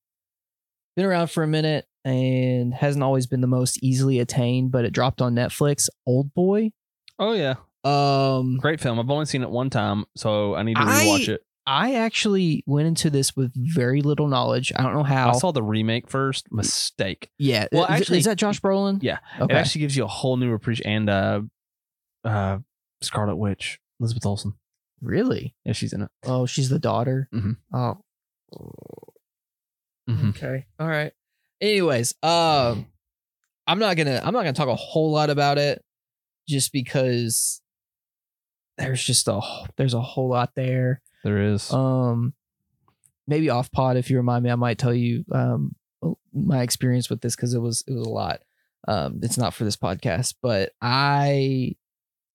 [SPEAKER 2] been around for a minute and hasn't always been the most easily attained. But it dropped on Netflix. Old Boy.
[SPEAKER 1] Oh yeah,
[SPEAKER 2] Um,
[SPEAKER 1] great film. I've only seen it one time, so I need to
[SPEAKER 2] I-
[SPEAKER 1] rewatch it.
[SPEAKER 2] I actually went into this with very little knowledge. I don't know how.
[SPEAKER 1] I saw the remake first. Mistake.
[SPEAKER 2] yeah.
[SPEAKER 1] Well,
[SPEAKER 2] Is-
[SPEAKER 1] actually-
[SPEAKER 2] is that Josh Brolin?
[SPEAKER 1] Yeah.
[SPEAKER 2] Okay.
[SPEAKER 1] It actually gives you a whole new appreciation. And uh, uh, Scarlet Witch, Elizabeth Olsen.
[SPEAKER 2] really?
[SPEAKER 1] Yeah, she's in it.
[SPEAKER 2] Oh, she's the daughter.
[SPEAKER 1] Mhm.
[SPEAKER 2] Oh.
[SPEAKER 1] Mhm.
[SPEAKER 2] Okay. All right. Anyways, um, I'm not gonna I'm not gonna talk a whole lot about it, just because there's just a wh- there's a whole lot there.
[SPEAKER 1] There is.
[SPEAKER 2] Um, maybe off pod if you remind me, I might tell you um my experience with this because it was it was a lot. Um, it's not for this podcast, but I,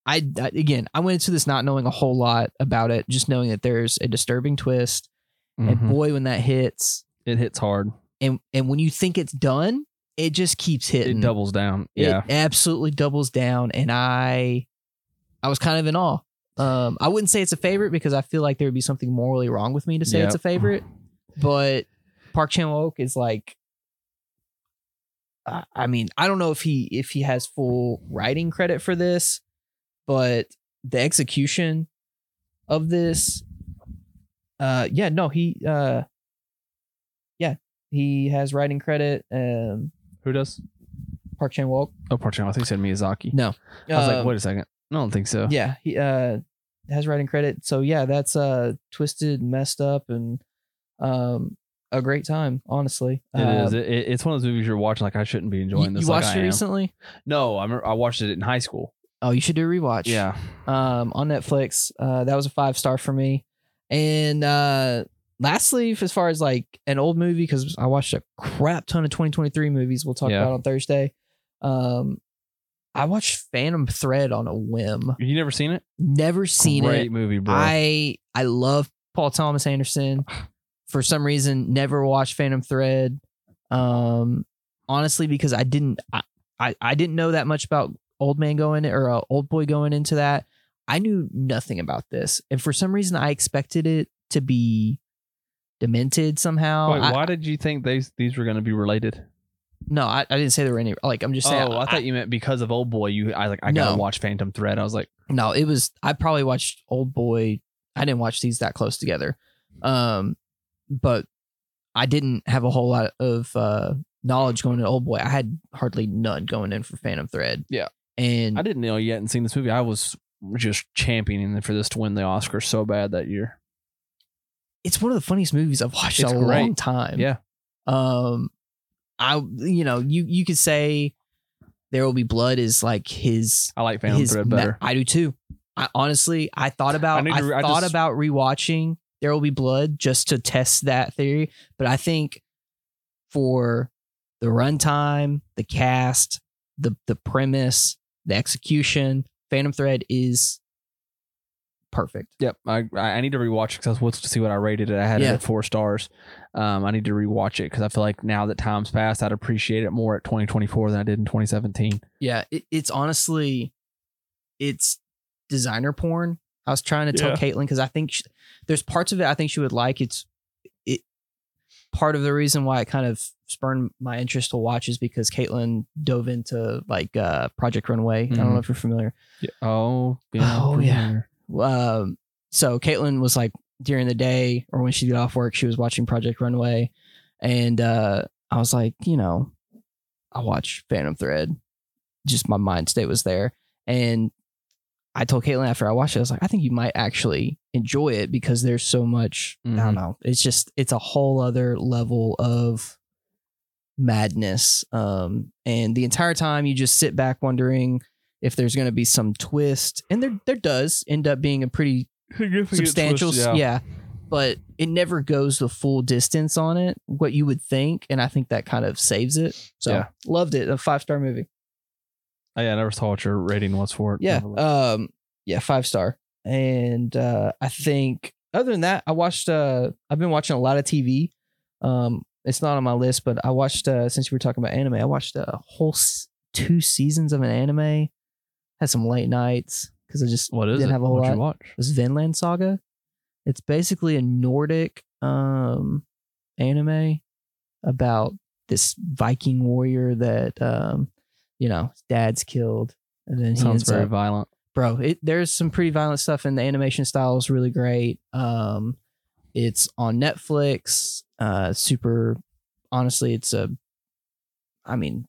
[SPEAKER 2] I I- again I went into this not knowing a whole lot about it, just knowing that there's a disturbing twist,
[SPEAKER 1] Mhm.
[SPEAKER 2] and boy, when that hits,
[SPEAKER 1] it hits hard.
[SPEAKER 2] and and when you think it's done, it just keeps hitting.
[SPEAKER 1] It doubles down.
[SPEAKER 2] It
[SPEAKER 1] Yeah.
[SPEAKER 2] absolutely doubles down, and I, I was kind of in awe. Um, I wouldn't say it's a favorite because I feel like there would be something morally wrong with me to say it's
[SPEAKER 1] Yeah.
[SPEAKER 2] a favorite.
[SPEAKER 1] Mm-hmm.
[SPEAKER 2] But Park Chan Wook is like, I, I mean, I don't know if he if he has full writing credit for this, but the execution of this, uh, yeah, no, he, uh, yeah, he has writing credit. Um,
[SPEAKER 1] Who does?
[SPEAKER 2] Park Chan Wook.
[SPEAKER 1] Oh, Park Chan. I think he said Miyazaki.
[SPEAKER 2] No.
[SPEAKER 1] I was like,
[SPEAKER 2] Um,
[SPEAKER 1] wait a second. I don't think so.
[SPEAKER 2] yeah he uh has writing credit so yeah that's uh twisted messed up and um a great time, honestly.
[SPEAKER 1] It is. It, it- it's one of those movies you're watching like I shouldn't be enjoying
[SPEAKER 2] um, You,
[SPEAKER 1] this.
[SPEAKER 2] you
[SPEAKER 1] like
[SPEAKER 2] watched
[SPEAKER 1] I
[SPEAKER 2] it
[SPEAKER 1] am.
[SPEAKER 2] recently?
[SPEAKER 1] No, I remember, I watched it in high school.
[SPEAKER 2] Oh, you should do a rewatch.
[SPEAKER 1] Yeah,
[SPEAKER 2] Um, on Netflix. Uh, that was a five star for me. And uh, lastly, as far as like an old movie, because I watched a crap ton of 2023 movies. We'll talk
[SPEAKER 1] Yeah.
[SPEAKER 2] about on Thursday. Um, I watched Phantom Thread on a whim.
[SPEAKER 1] you never seen it?
[SPEAKER 2] Never seen
[SPEAKER 1] Great
[SPEAKER 2] it.
[SPEAKER 1] movie, bro.
[SPEAKER 2] I I love Paul Thomas Anderson. For some reason, never watched Phantom Thread. Um, honestly, because I didn't I, I, I didn't know that much about Old Man going or uh, Old Boy going into that. I knew nothing about this, and for some reason, I expected it to be demented somehow.
[SPEAKER 1] Wait,
[SPEAKER 2] I-
[SPEAKER 1] why did you think these these were going to be related?
[SPEAKER 2] no, I, I didn't say there were any. Like I'm just saying.
[SPEAKER 1] oh, I, thought you meant because of Old Boy. You, I like, I
[SPEAKER 2] No.
[SPEAKER 1] gotta watch Phantom Thread. I was like,
[SPEAKER 2] no it was i probably watched old boy i didn't watch these that close together um but i didn't have a whole lot of uh knowledge going to old boy i had hardly none going in for phantom thread
[SPEAKER 1] Yeah.
[SPEAKER 2] and
[SPEAKER 1] I didn't know you hadn't seen this movie. I was just championing for this to win the Oscar so bad that year.
[SPEAKER 2] it's one of the funniest movies i've watched in
[SPEAKER 1] It's
[SPEAKER 2] a
[SPEAKER 1] great.
[SPEAKER 2] long time
[SPEAKER 1] Yeah.
[SPEAKER 2] um i you know you you could say there will be blood is like his
[SPEAKER 1] I like Phantom
[SPEAKER 2] his
[SPEAKER 1] Thread
[SPEAKER 2] ma-
[SPEAKER 1] better.
[SPEAKER 2] I do too. I honestly, I thought about,
[SPEAKER 1] need
[SPEAKER 2] I,
[SPEAKER 1] to re- I
[SPEAKER 2] thought
[SPEAKER 1] just-
[SPEAKER 2] about rewatching There Will Be Blood just to test that theory, but I think for the runtime, the cast, the the premise, the execution, Phantom Thread is perfect.
[SPEAKER 1] Yep, I I I need to rewatch it because I was looking to see what I rated it. I had
[SPEAKER 2] Yeah.
[SPEAKER 1] it at four stars. Um, I need to rewatch it because I feel like now that time's passed, I'd appreciate it more at 2024 than I did in 2017.
[SPEAKER 2] Yeah, it, it's honestly, it's designer porn. I was trying to tell
[SPEAKER 1] Yeah.
[SPEAKER 2] Caitlin because I think sh there's parts of it I think she would like. It's it part of the reason why it kind of spurned my interest to watch is because Caitlin dove into like uh, Project Runway. I don't know if you're familiar.
[SPEAKER 1] Oh,
[SPEAKER 2] Oh,
[SPEAKER 1] I'm
[SPEAKER 2] yeah.
[SPEAKER 1] familiar.
[SPEAKER 2] Um, so Caitlin was like during the day or when she got off work, she was watching Project Runway, and uh, I was like, you know, I watch Phantom Thread. Just my mind state was there, and I told Caitlin after I watched it, I was like, I think you might actually enjoy it because there's so much. I don't
[SPEAKER 1] Mhm.
[SPEAKER 2] know. It's just it's a whole other level of madness. Um, and the entire time you just sit back wondering if there's going to be some twist, and there there does end up being a pretty substantial, yeah. But it never goes the full distance on it, what you would think, and I think that kind of saves it. So
[SPEAKER 1] Yeah.
[SPEAKER 2] loved it, a five star movie.
[SPEAKER 1] Oh, yeah, I never saw what your rating was for it.
[SPEAKER 2] Yeah.
[SPEAKER 1] Never looked.
[SPEAKER 2] Um yeah, five star. And uh I think other than that, I watched uh I've been watching a lot of TV. Um it's not on my list, but I watched uh since we were talking about anime, I watched a whole s- two seasons of an anime. Had some late nights cuz I just
[SPEAKER 1] what is
[SPEAKER 2] didn't
[SPEAKER 1] it?
[SPEAKER 2] have a whole
[SPEAKER 1] What'd
[SPEAKER 2] lot.
[SPEAKER 1] you watch?
[SPEAKER 2] was Vinland Saga. It's basically a Nordic um anime about this Viking warrior that um you know, his dad's killed and then he
[SPEAKER 1] Sounds
[SPEAKER 2] ends
[SPEAKER 1] very
[SPEAKER 2] up
[SPEAKER 1] violent.
[SPEAKER 2] bro it, there's some pretty violent stuff and the animation style is really great um it's on netflix uh super honestly it's a i mean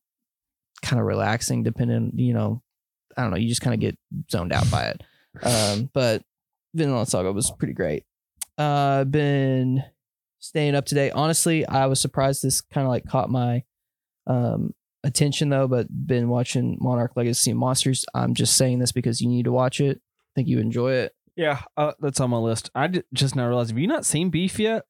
[SPEAKER 2] kind of relaxing depending you know i don't know you just kind of get zoned out by it um but vinland saga was pretty great uh been staying up to date honestly i was surprised this kind of like caught my um attention though, but been watching Monarch Legacy of Monsters. I'm just saying this because you need to watch it. I think you enjoy it.
[SPEAKER 1] Yeah, uh, that's on my list. I di- just now realized. Have you not seen Beef yet?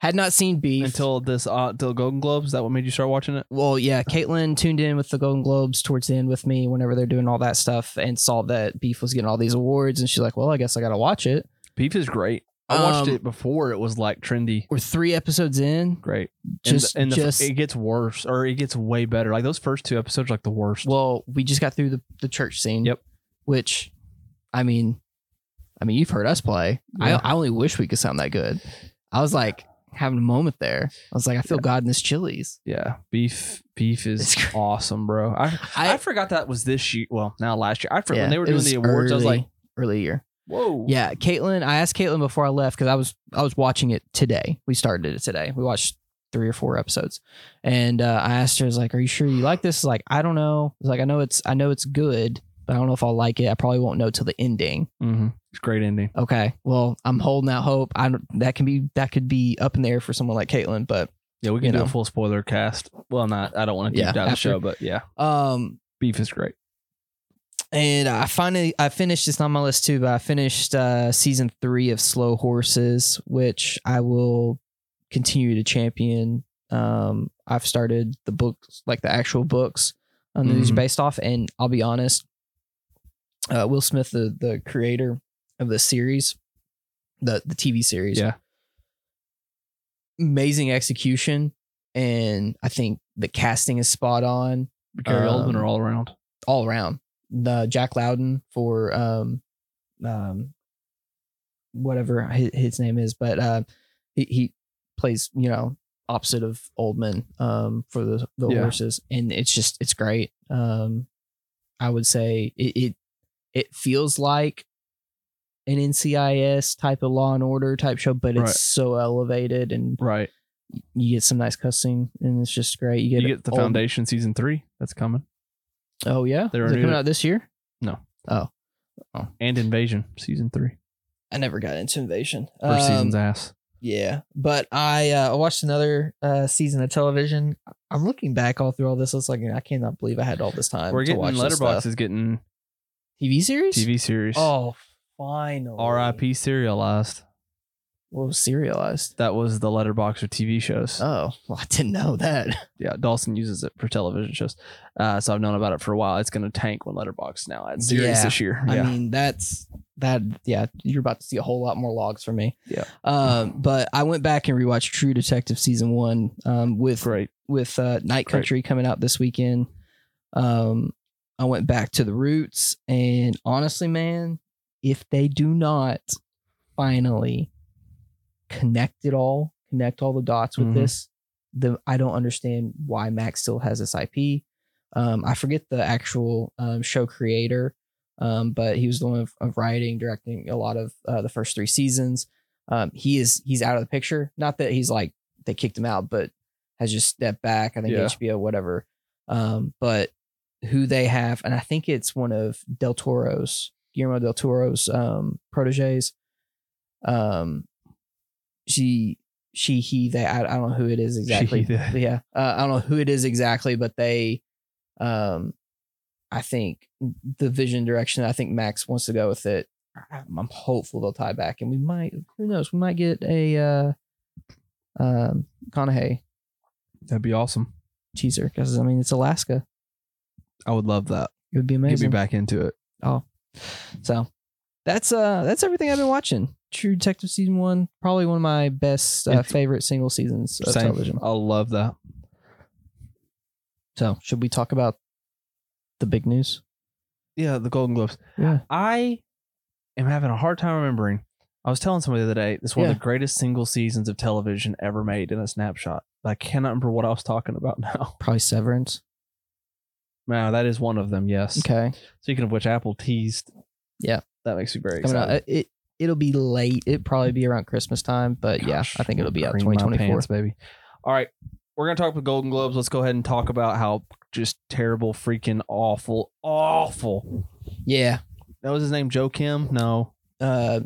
[SPEAKER 2] Had not seen Beef
[SPEAKER 1] Until this, uh, until Golden Globes. Is that what made you start watching it?
[SPEAKER 2] well, yeah. Caitlin tuned in with the Golden Globes towards the end with me whenever they're doing all that stuff and saw that Beef was getting all these awards, and she's like, "Well, I guess I gotta watch it."
[SPEAKER 1] Beef is great. I watched
[SPEAKER 2] Um,
[SPEAKER 1] it before it was like trendy.
[SPEAKER 2] We're three episodes in.
[SPEAKER 1] Great. And
[SPEAKER 2] Just,
[SPEAKER 1] the- and the,
[SPEAKER 2] just
[SPEAKER 1] it gets worse or it gets way better. Like those first two episodes are like the worst.
[SPEAKER 2] well, we just got through the the church scene.
[SPEAKER 1] Yep.
[SPEAKER 2] Which, I mean, I mean, you've heard us play.
[SPEAKER 1] Yeah.
[SPEAKER 2] I I only wish we could sound that good. I was like having a moment there. I was like, I feel God in this Chili's.
[SPEAKER 1] yeah, beef beef
[SPEAKER 2] It's
[SPEAKER 1] is
[SPEAKER 2] great.
[SPEAKER 1] awesome, bro. I, I
[SPEAKER 2] I,
[SPEAKER 1] forgot that was this year. Well, now last year. I forgot
[SPEAKER 2] yeah,
[SPEAKER 1] when they were
[SPEAKER 2] it
[SPEAKER 1] doing
[SPEAKER 2] was
[SPEAKER 1] the awards. I was
[SPEAKER 2] early-
[SPEAKER 1] like,
[SPEAKER 2] early year.
[SPEAKER 1] whoa.
[SPEAKER 2] Yeah, Caitlin. I asked Caitlin before I left because I was I was watching it today. We started it today. We watched three or four episodes, and uh, I asked her, "Is like, are you sure you like this?" Like, I don't know. I was like, I know it's I know it's good, but I don't know if I'll like it. I probably won't know till the ending.
[SPEAKER 1] Mm-hmm. It's a great ending.
[SPEAKER 2] Okay. Well, I'm holding out hope. I don't- that can be that could be up in the air for someone like Caitlin, but
[SPEAKER 1] Yeah, we can
[SPEAKER 2] You
[SPEAKER 1] do
[SPEAKER 2] know.
[SPEAKER 1] a full spoiler cast. Well, not. I don't want to deep
[SPEAKER 2] Yeah,
[SPEAKER 1] dive the
[SPEAKER 2] after-
[SPEAKER 1] show, but yeah,
[SPEAKER 2] um,
[SPEAKER 1] beef is great.
[SPEAKER 2] and I finally I finished it's not on my list too, but I finished uh season three of Slow Horses, which I will continue to champion. Um I've started the books like the actual books um that these are
[SPEAKER 1] Mhm.
[SPEAKER 2] based off, and I'll be honest, uh Will Smith, the the creator of the series, the the TV series,
[SPEAKER 1] Yeah.
[SPEAKER 2] amazing execution and I think the casting is spot on
[SPEAKER 1] Gary
[SPEAKER 2] Um,
[SPEAKER 1] Oldman are all around.
[SPEAKER 2] all around. The Jack Loudon for um, um, whatever his, his name is, but uh, he, he plays you know opposite of Oldman um for the the
[SPEAKER 1] Yeah.
[SPEAKER 2] horses, and it's just it's great. Um, I would say it it, it feels like an NCIS type of Law and Order type show, but it's
[SPEAKER 1] Right.
[SPEAKER 2] so elevated, and
[SPEAKER 1] Right.
[SPEAKER 2] you get some nice cussing, and it's just great. You
[SPEAKER 1] You
[SPEAKER 2] get,
[SPEAKER 1] get the
[SPEAKER 2] Old-
[SPEAKER 1] foundation season three. That's coming.
[SPEAKER 2] Oh yeah,
[SPEAKER 1] They're
[SPEAKER 2] is it
[SPEAKER 1] new-
[SPEAKER 2] coming out this year?
[SPEAKER 1] And Invasion season three.
[SPEAKER 2] I never got into Invasion.
[SPEAKER 1] First
[SPEAKER 2] Um,
[SPEAKER 1] season's ass.
[SPEAKER 2] Yeah, but I uh, I watched another uh, season of television. I'm looking back all through all this. It's like I cannot believe I had all this time.
[SPEAKER 1] We're
[SPEAKER 2] to
[SPEAKER 1] getting
[SPEAKER 2] watch this
[SPEAKER 1] Letterbox
[SPEAKER 2] stuff.
[SPEAKER 1] is getting
[SPEAKER 2] TV series.
[SPEAKER 1] TV series.
[SPEAKER 2] Oh, finally.
[SPEAKER 1] R.I.P. Serialized.
[SPEAKER 2] Well, it was serialized.
[SPEAKER 1] That was the Letterbox of TV shows.
[SPEAKER 2] Oh, well, I didn't know that.
[SPEAKER 1] yeah, Dawson uses it for television shows. Uh, so I've known about it for a while. It's going to tank when Letterbox now adds series
[SPEAKER 2] Yeah.
[SPEAKER 1] this year.
[SPEAKER 2] I
[SPEAKER 1] yeah.
[SPEAKER 2] mean, that's that. Yeah, you're about to see a whole lot more logs from me.
[SPEAKER 1] Yeah.
[SPEAKER 2] Um, but I went back and rewatched True Detective season one. Um, with
[SPEAKER 1] Great.
[SPEAKER 2] with uh, Night
[SPEAKER 1] Great.
[SPEAKER 2] Country coming out this weekend. Um, I went back to the roots, and honestly, man, if they do not finally connect it all, connect all the dots with
[SPEAKER 1] Mhm.
[SPEAKER 2] this, then I don't understand why Max still has this IP. Um, I forget the actual um, show creator, um, but he was the one of, of writing, directing a lot of uh, the first three seasons. Um, he is he's out of the picture. Not that he's like they kicked him out, but has just stepped back. I think
[SPEAKER 1] Yeah.
[SPEAKER 2] HBO, whatever. Um, but who they have, and I think it's one of Del Toro's Guillermo Del Toro's um, proteges. Um, she, she, he, they. I, I don't know who it is exactly.
[SPEAKER 1] She- the-
[SPEAKER 2] yeah, uh, I don't know who it is exactly, but they, um, I think the vision direction. I think Max wants to go with it. I'm, I'm hopeful they'll tie back, and we might. Who knows? We might get a uh, um, Conahay
[SPEAKER 1] That'd be awesome.
[SPEAKER 2] teaser because I mean it's Alaska.
[SPEAKER 1] I would love that.
[SPEAKER 2] It would be
[SPEAKER 1] Get me
[SPEAKER 2] amazing.
[SPEAKER 1] back into it.
[SPEAKER 2] So that's uh that's everything I've been watching. True Detective season one, probably one of my best uh,
[SPEAKER 1] It's-
[SPEAKER 2] favorite single seasons of
[SPEAKER 1] Same.
[SPEAKER 2] television.
[SPEAKER 1] I love that.
[SPEAKER 2] So should we talk about the big news?
[SPEAKER 1] Yeah, the Golden Globes.
[SPEAKER 2] Yeah.
[SPEAKER 1] I am having a hard time remembering. I was telling somebody the other day, it's one of the greatest single seasons of television ever made in a snapshot. But I cannot remember what I was talking about now.
[SPEAKER 2] Probably Severance.
[SPEAKER 1] Now, that is one of them, yes.
[SPEAKER 2] Okay.
[SPEAKER 1] Speaking of which, Apple teased.
[SPEAKER 2] Yeah.
[SPEAKER 1] That makes me very
[SPEAKER 2] Coming
[SPEAKER 1] excited.
[SPEAKER 2] out. uh, It, it it'll be late. It'd probably be around Christmas time, but uh, yeah,
[SPEAKER 1] Gosh,
[SPEAKER 2] I think it'll be out
[SPEAKER 1] cream my
[SPEAKER 2] 2024.
[SPEAKER 1] pants, baby. All right, we're gonna talk about Golden Globes. Let's go ahead and talk about how just terrible, freaking awful, awful.
[SPEAKER 2] Yeah.
[SPEAKER 1] That was his name, Joe Kim. No,
[SPEAKER 2] Uh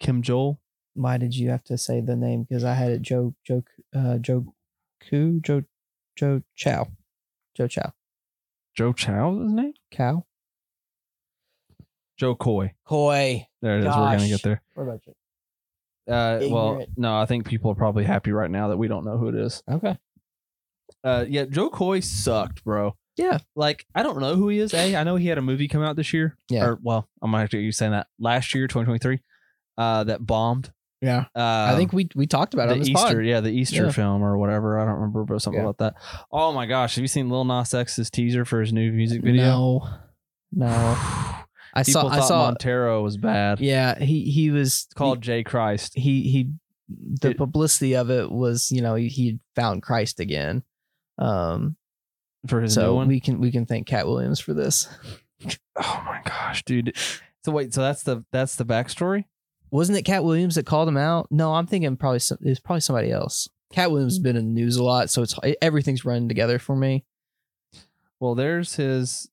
[SPEAKER 1] Kim Joel.
[SPEAKER 2] why did you have to say the name? Because I had it Joe Joe uh Joe Koo Joe Joe Chow. Joe Chow.
[SPEAKER 1] Joe Chow is his name.
[SPEAKER 2] Cow.
[SPEAKER 1] Joe Coy.
[SPEAKER 2] Koi.
[SPEAKER 1] There it is. We're gonna
[SPEAKER 2] Gosh.
[SPEAKER 1] get there.
[SPEAKER 2] What about you?
[SPEAKER 1] Uh, well,
[SPEAKER 2] Ignorant.
[SPEAKER 1] no, I think people are probably happy right now that we don't know who it is.
[SPEAKER 2] Okay.
[SPEAKER 1] Uh, yeah, Joe Coy sucked, bro.
[SPEAKER 2] Yeah.
[SPEAKER 1] Like I don't know who he is. A, I know he had a movie come out this year.
[SPEAKER 2] Yeah.
[SPEAKER 1] Or well, I'm gonna have to you saying that last year, 2023, uh, that bombed.
[SPEAKER 2] Yeah.
[SPEAKER 1] Uh,
[SPEAKER 2] I think we we talked about it on
[SPEAKER 1] the
[SPEAKER 2] this
[SPEAKER 1] Easter,
[SPEAKER 2] pod.
[SPEAKER 1] yeah, the Easter
[SPEAKER 2] Yeah.
[SPEAKER 1] film or whatever. I don't remember, but something
[SPEAKER 2] Yeah.
[SPEAKER 1] about that. Oh my gosh, have you seen Lil Nas X's teaser for his new music video?
[SPEAKER 2] No, no. I
[SPEAKER 1] People
[SPEAKER 2] saw. I
[SPEAKER 1] thought
[SPEAKER 2] saw.
[SPEAKER 1] Montero was bad.
[SPEAKER 2] Yeah, he he was
[SPEAKER 1] It's called J Christ.
[SPEAKER 2] He he. The
[SPEAKER 1] It-
[SPEAKER 2] publicity of it was, you know, he, he found Christ again. Um,
[SPEAKER 1] for his new
[SPEAKER 2] so
[SPEAKER 1] one.
[SPEAKER 2] we can we can thank Cat Williams for this.
[SPEAKER 1] oh my gosh, dude. So wait, so that's the that's the backstory.
[SPEAKER 2] Wasn't it Cat Williams that called him out? No, I'm thinking probably some, it's probably somebody else. Cat Williams has been in the news a lot, so it's e, everything's running together for me.
[SPEAKER 1] Well, there's his.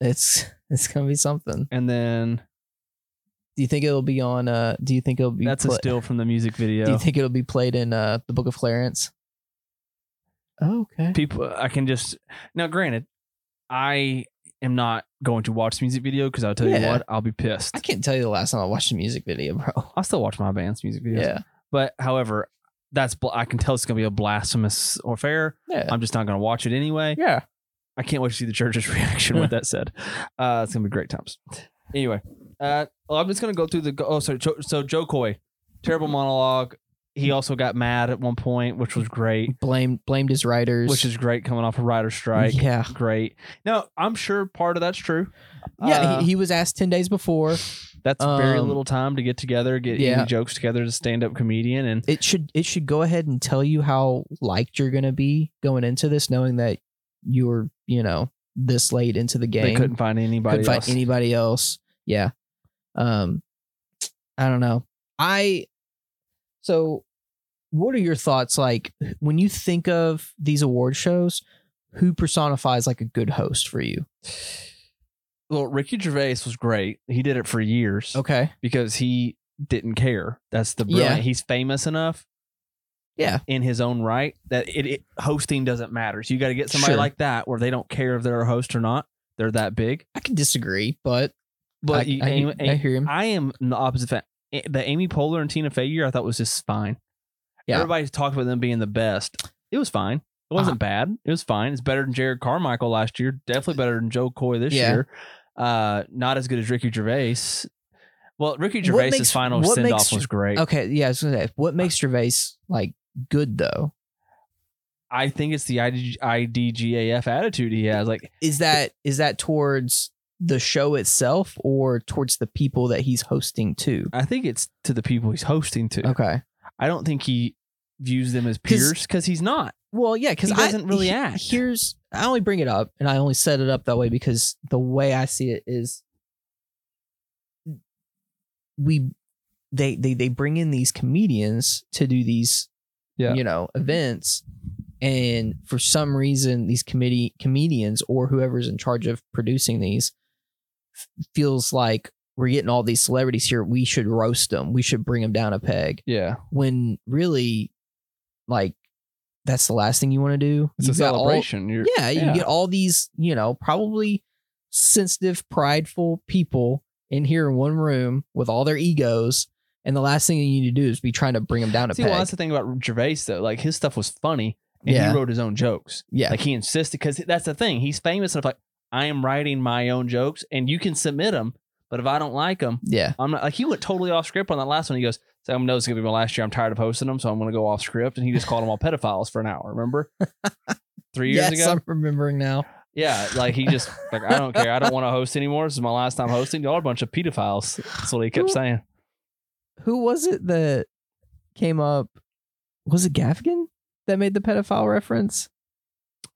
[SPEAKER 2] It's it's gonna be something.
[SPEAKER 1] and then
[SPEAKER 2] Do you think it'll be on? Uh, do you think it'll be?
[SPEAKER 1] that's a
[SPEAKER 2] pla-
[SPEAKER 1] still from the music
[SPEAKER 2] Do
[SPEAKER 1] video.
[SPEAKER 2] you think it'll be played in uh the Book of Clarence? Oh, okay.
[SPEAKER 1] People, I can just now. Granted, I am not going to watch the music video because I'll tell you
[SPEAKER 2] Yeah.
[SPEAKER 1] what, I'll be pissed.
[SPEAKER 2] I can't tell you the last time I watched a music video, bro.
[SPEAKER 1] I'll still watch my band's music videos.
[SPEAKER 2] Yeah,
[SPEAKER 1] But however, that's bl- I can tell it's gonna be a blasphemous affair.
[SPEAKER 2] yeah,
[SPEAKER 1] I'm just not gonna watch it anyway.
[SPEAKER 2] yeah.
[SPEAKER 1] I can't wait to see the church's reaction with that said. Uh, it's gonna be great times. Anyway, uh, well, I'm just gonna go through the. Oh, sorry. Jo- so Joe Coy, terrible monologue. He also got mad at one point, which was great.
[SPEAKER 2] Blamed blamed his writers,
[SPEAKER 1] Which is great coming off a rider strike.
[SPEAKER 2] yeah,
[SPEAKER 1] Great. Now I'm sure part of that's true.
[SPEAKER 2] yeah.
[SPEAKER 1] Uh,
[SPEAKER 2] he, he was asked ten days before.
[SPEAKER 1] that's very
[SPEAKER 2] um,
[SPEAKER 1] little time to get together, get
[SPEAKER 2] yeah.
[SPEAKER 1] any jokes together as a stand-up comedian, and
[SPEAKER 2] It should it should go ahead and tell you how liked you're gonna be going into this, knowing that you're you know this late into the game.
[SPEAKER 1] they couldn't find anybody
[SPEAKER 2] couldn't
[SPEAKER 1] else.
[SPEAKER 2] find anybody else. Yeah. Um, I don't know. I so what are your thoughts like when you think of these award shows? Who personifies like a good host for you?
[SPEAKER 1] well, Ricky Gervais was great. He did it for years
[SPEAKER 2] Okay.
[SPEAKER 1] because he didn't care. That's the
[SPEAKER 2] Oh. Yeah.
[SPEAKER 1] brilliant. He's famous enough
[SPEAKER 2] Yeah.
[SPEAKER 1] in his own right that it, it hosting doesn't matter. So you got to get somebody
[SPEAKER 2] Sure.
[SPEAKER 1] like that where they don't care if they're a host or not. They're that big.
[SPEAKER 2] I can disagree, but,
[SPEAKER 1] But
[SPEAKER 2] I,
[SPEAKER 1] you-
[SPEAKER 2] I,
[SPEAKER 1] and-
[SPEAKER 2] I hear him.
[SPEAKER 1] I am in the opposite. Fa- the Amy Poehler and Tina Fey year, I thought was just fine.
[SPEAKER 2] Yeah.
[SPEAKER 1] Everybody talked about them being the best. It was fine. It wasn't
[SPEAKER 2] Uh-huh.
[SPEAKER 1] bad. It was fine. It's better than Jared Carmichael last year. Definitely better than Joe Coy this
[SPEAKER 2] Yeah.
[SPEAKER 1] year. Uh, not as good as Ricky Gervais. Well, Ricky
[SPEAKER 2] What
[SPEAKER 1] Gervais's
[SPEAKER 2] makes-
[SPEAKER 1] final
[SPEAKER 2] what
[SPEAKER 1] send off
[SPEAKER 2] makes-
[SPEAKER 1] was great.
[SPEAKER 2] okay. Yeah. I was gonna say, what makes Gervais like good though?
[SPEAKER 1] I think it's the ID, IDGAF attitude he has. Like
[SPEAKER 2] Is that is that towards the show itself or towards the people that he's hosting to?
[SPEAKER 1] I think it's to the people he's hosting to.
[SPEAKER 2] Okay.
[SPEAKER 1] I don't think he views them as
[SPEAKER 2] 'Cause-
[SPEAKER 1] peers because he's not.
[SPEAKER 2] Well, yeah, because
[SPEAKER 1] He doesn't really
[SPEAKER 2] he-
[SPEAKER 1] act.
[SPEAKER 2] Here's I only bring it up, and I only set it up that way because the way I see it is, we they they they bring in these comedians to do these,
[SPEAKER 1] Yeah.
[SPEAKER 2] you know, events, and for some reason these committee comedians or whoever's in charge of producing these f- feels like we're getting all these celebrities here. We should roast them. We should bring them down a peg
[SPEAKER 1] Yeah.
[SPEAKER 2] when really like that's the last thing you want to do.
[SPEAKER 1] It's a
[SPEAKER 2] You've got all-
[SPEAKER 1] celebration. You're,
[SPEAKER 2] yeah, you
[SPEAKER 1] yeah.
[SPEAKER 2] get all these, you know, probably sensitive, prideful people in here in one room with all their egos, and the last thing you need to do is be trying to bring them down a
[SPEAKER 1] See,
[SPEAKER 2] peg.
[SPEAKER 1] well, that's the thing about Gervais though. Like his stuff was funny, and
[SPEAKER 2] Yeah.
[SPEAKER 1] he wrote his own jokes.
[SPEAKER 2] yeah,
[SPEAKER 1] Like he insisted because that's the thing. He's famous enough. Like I am writing my own jokes, and you can submit them. But if I don't like them,
[SPEAKER 2] yeah,
[SPEAKER 1] I'm not. Like he went totally off script on that last one. He goes, "So I know it's gonna be my last year. I'm tired of hosting them, so I'm gonna go off script." And he just called them all pedophiles for an hour. Remember, three years
[SPEAKER 2] yes,
[SPEAKER 1] ago.
[SPEAKER 2] I'm remembering now.
[SPEAKER 1] Yeah, like he just like I don't care. I don't want to host anymore. This is my last time hosting. Y'all are a bunch of pedophiles. That's what he kept saying.
[SPEAKER 2] Who was it that came up? Was it Gaffigan that made the pedophile reference?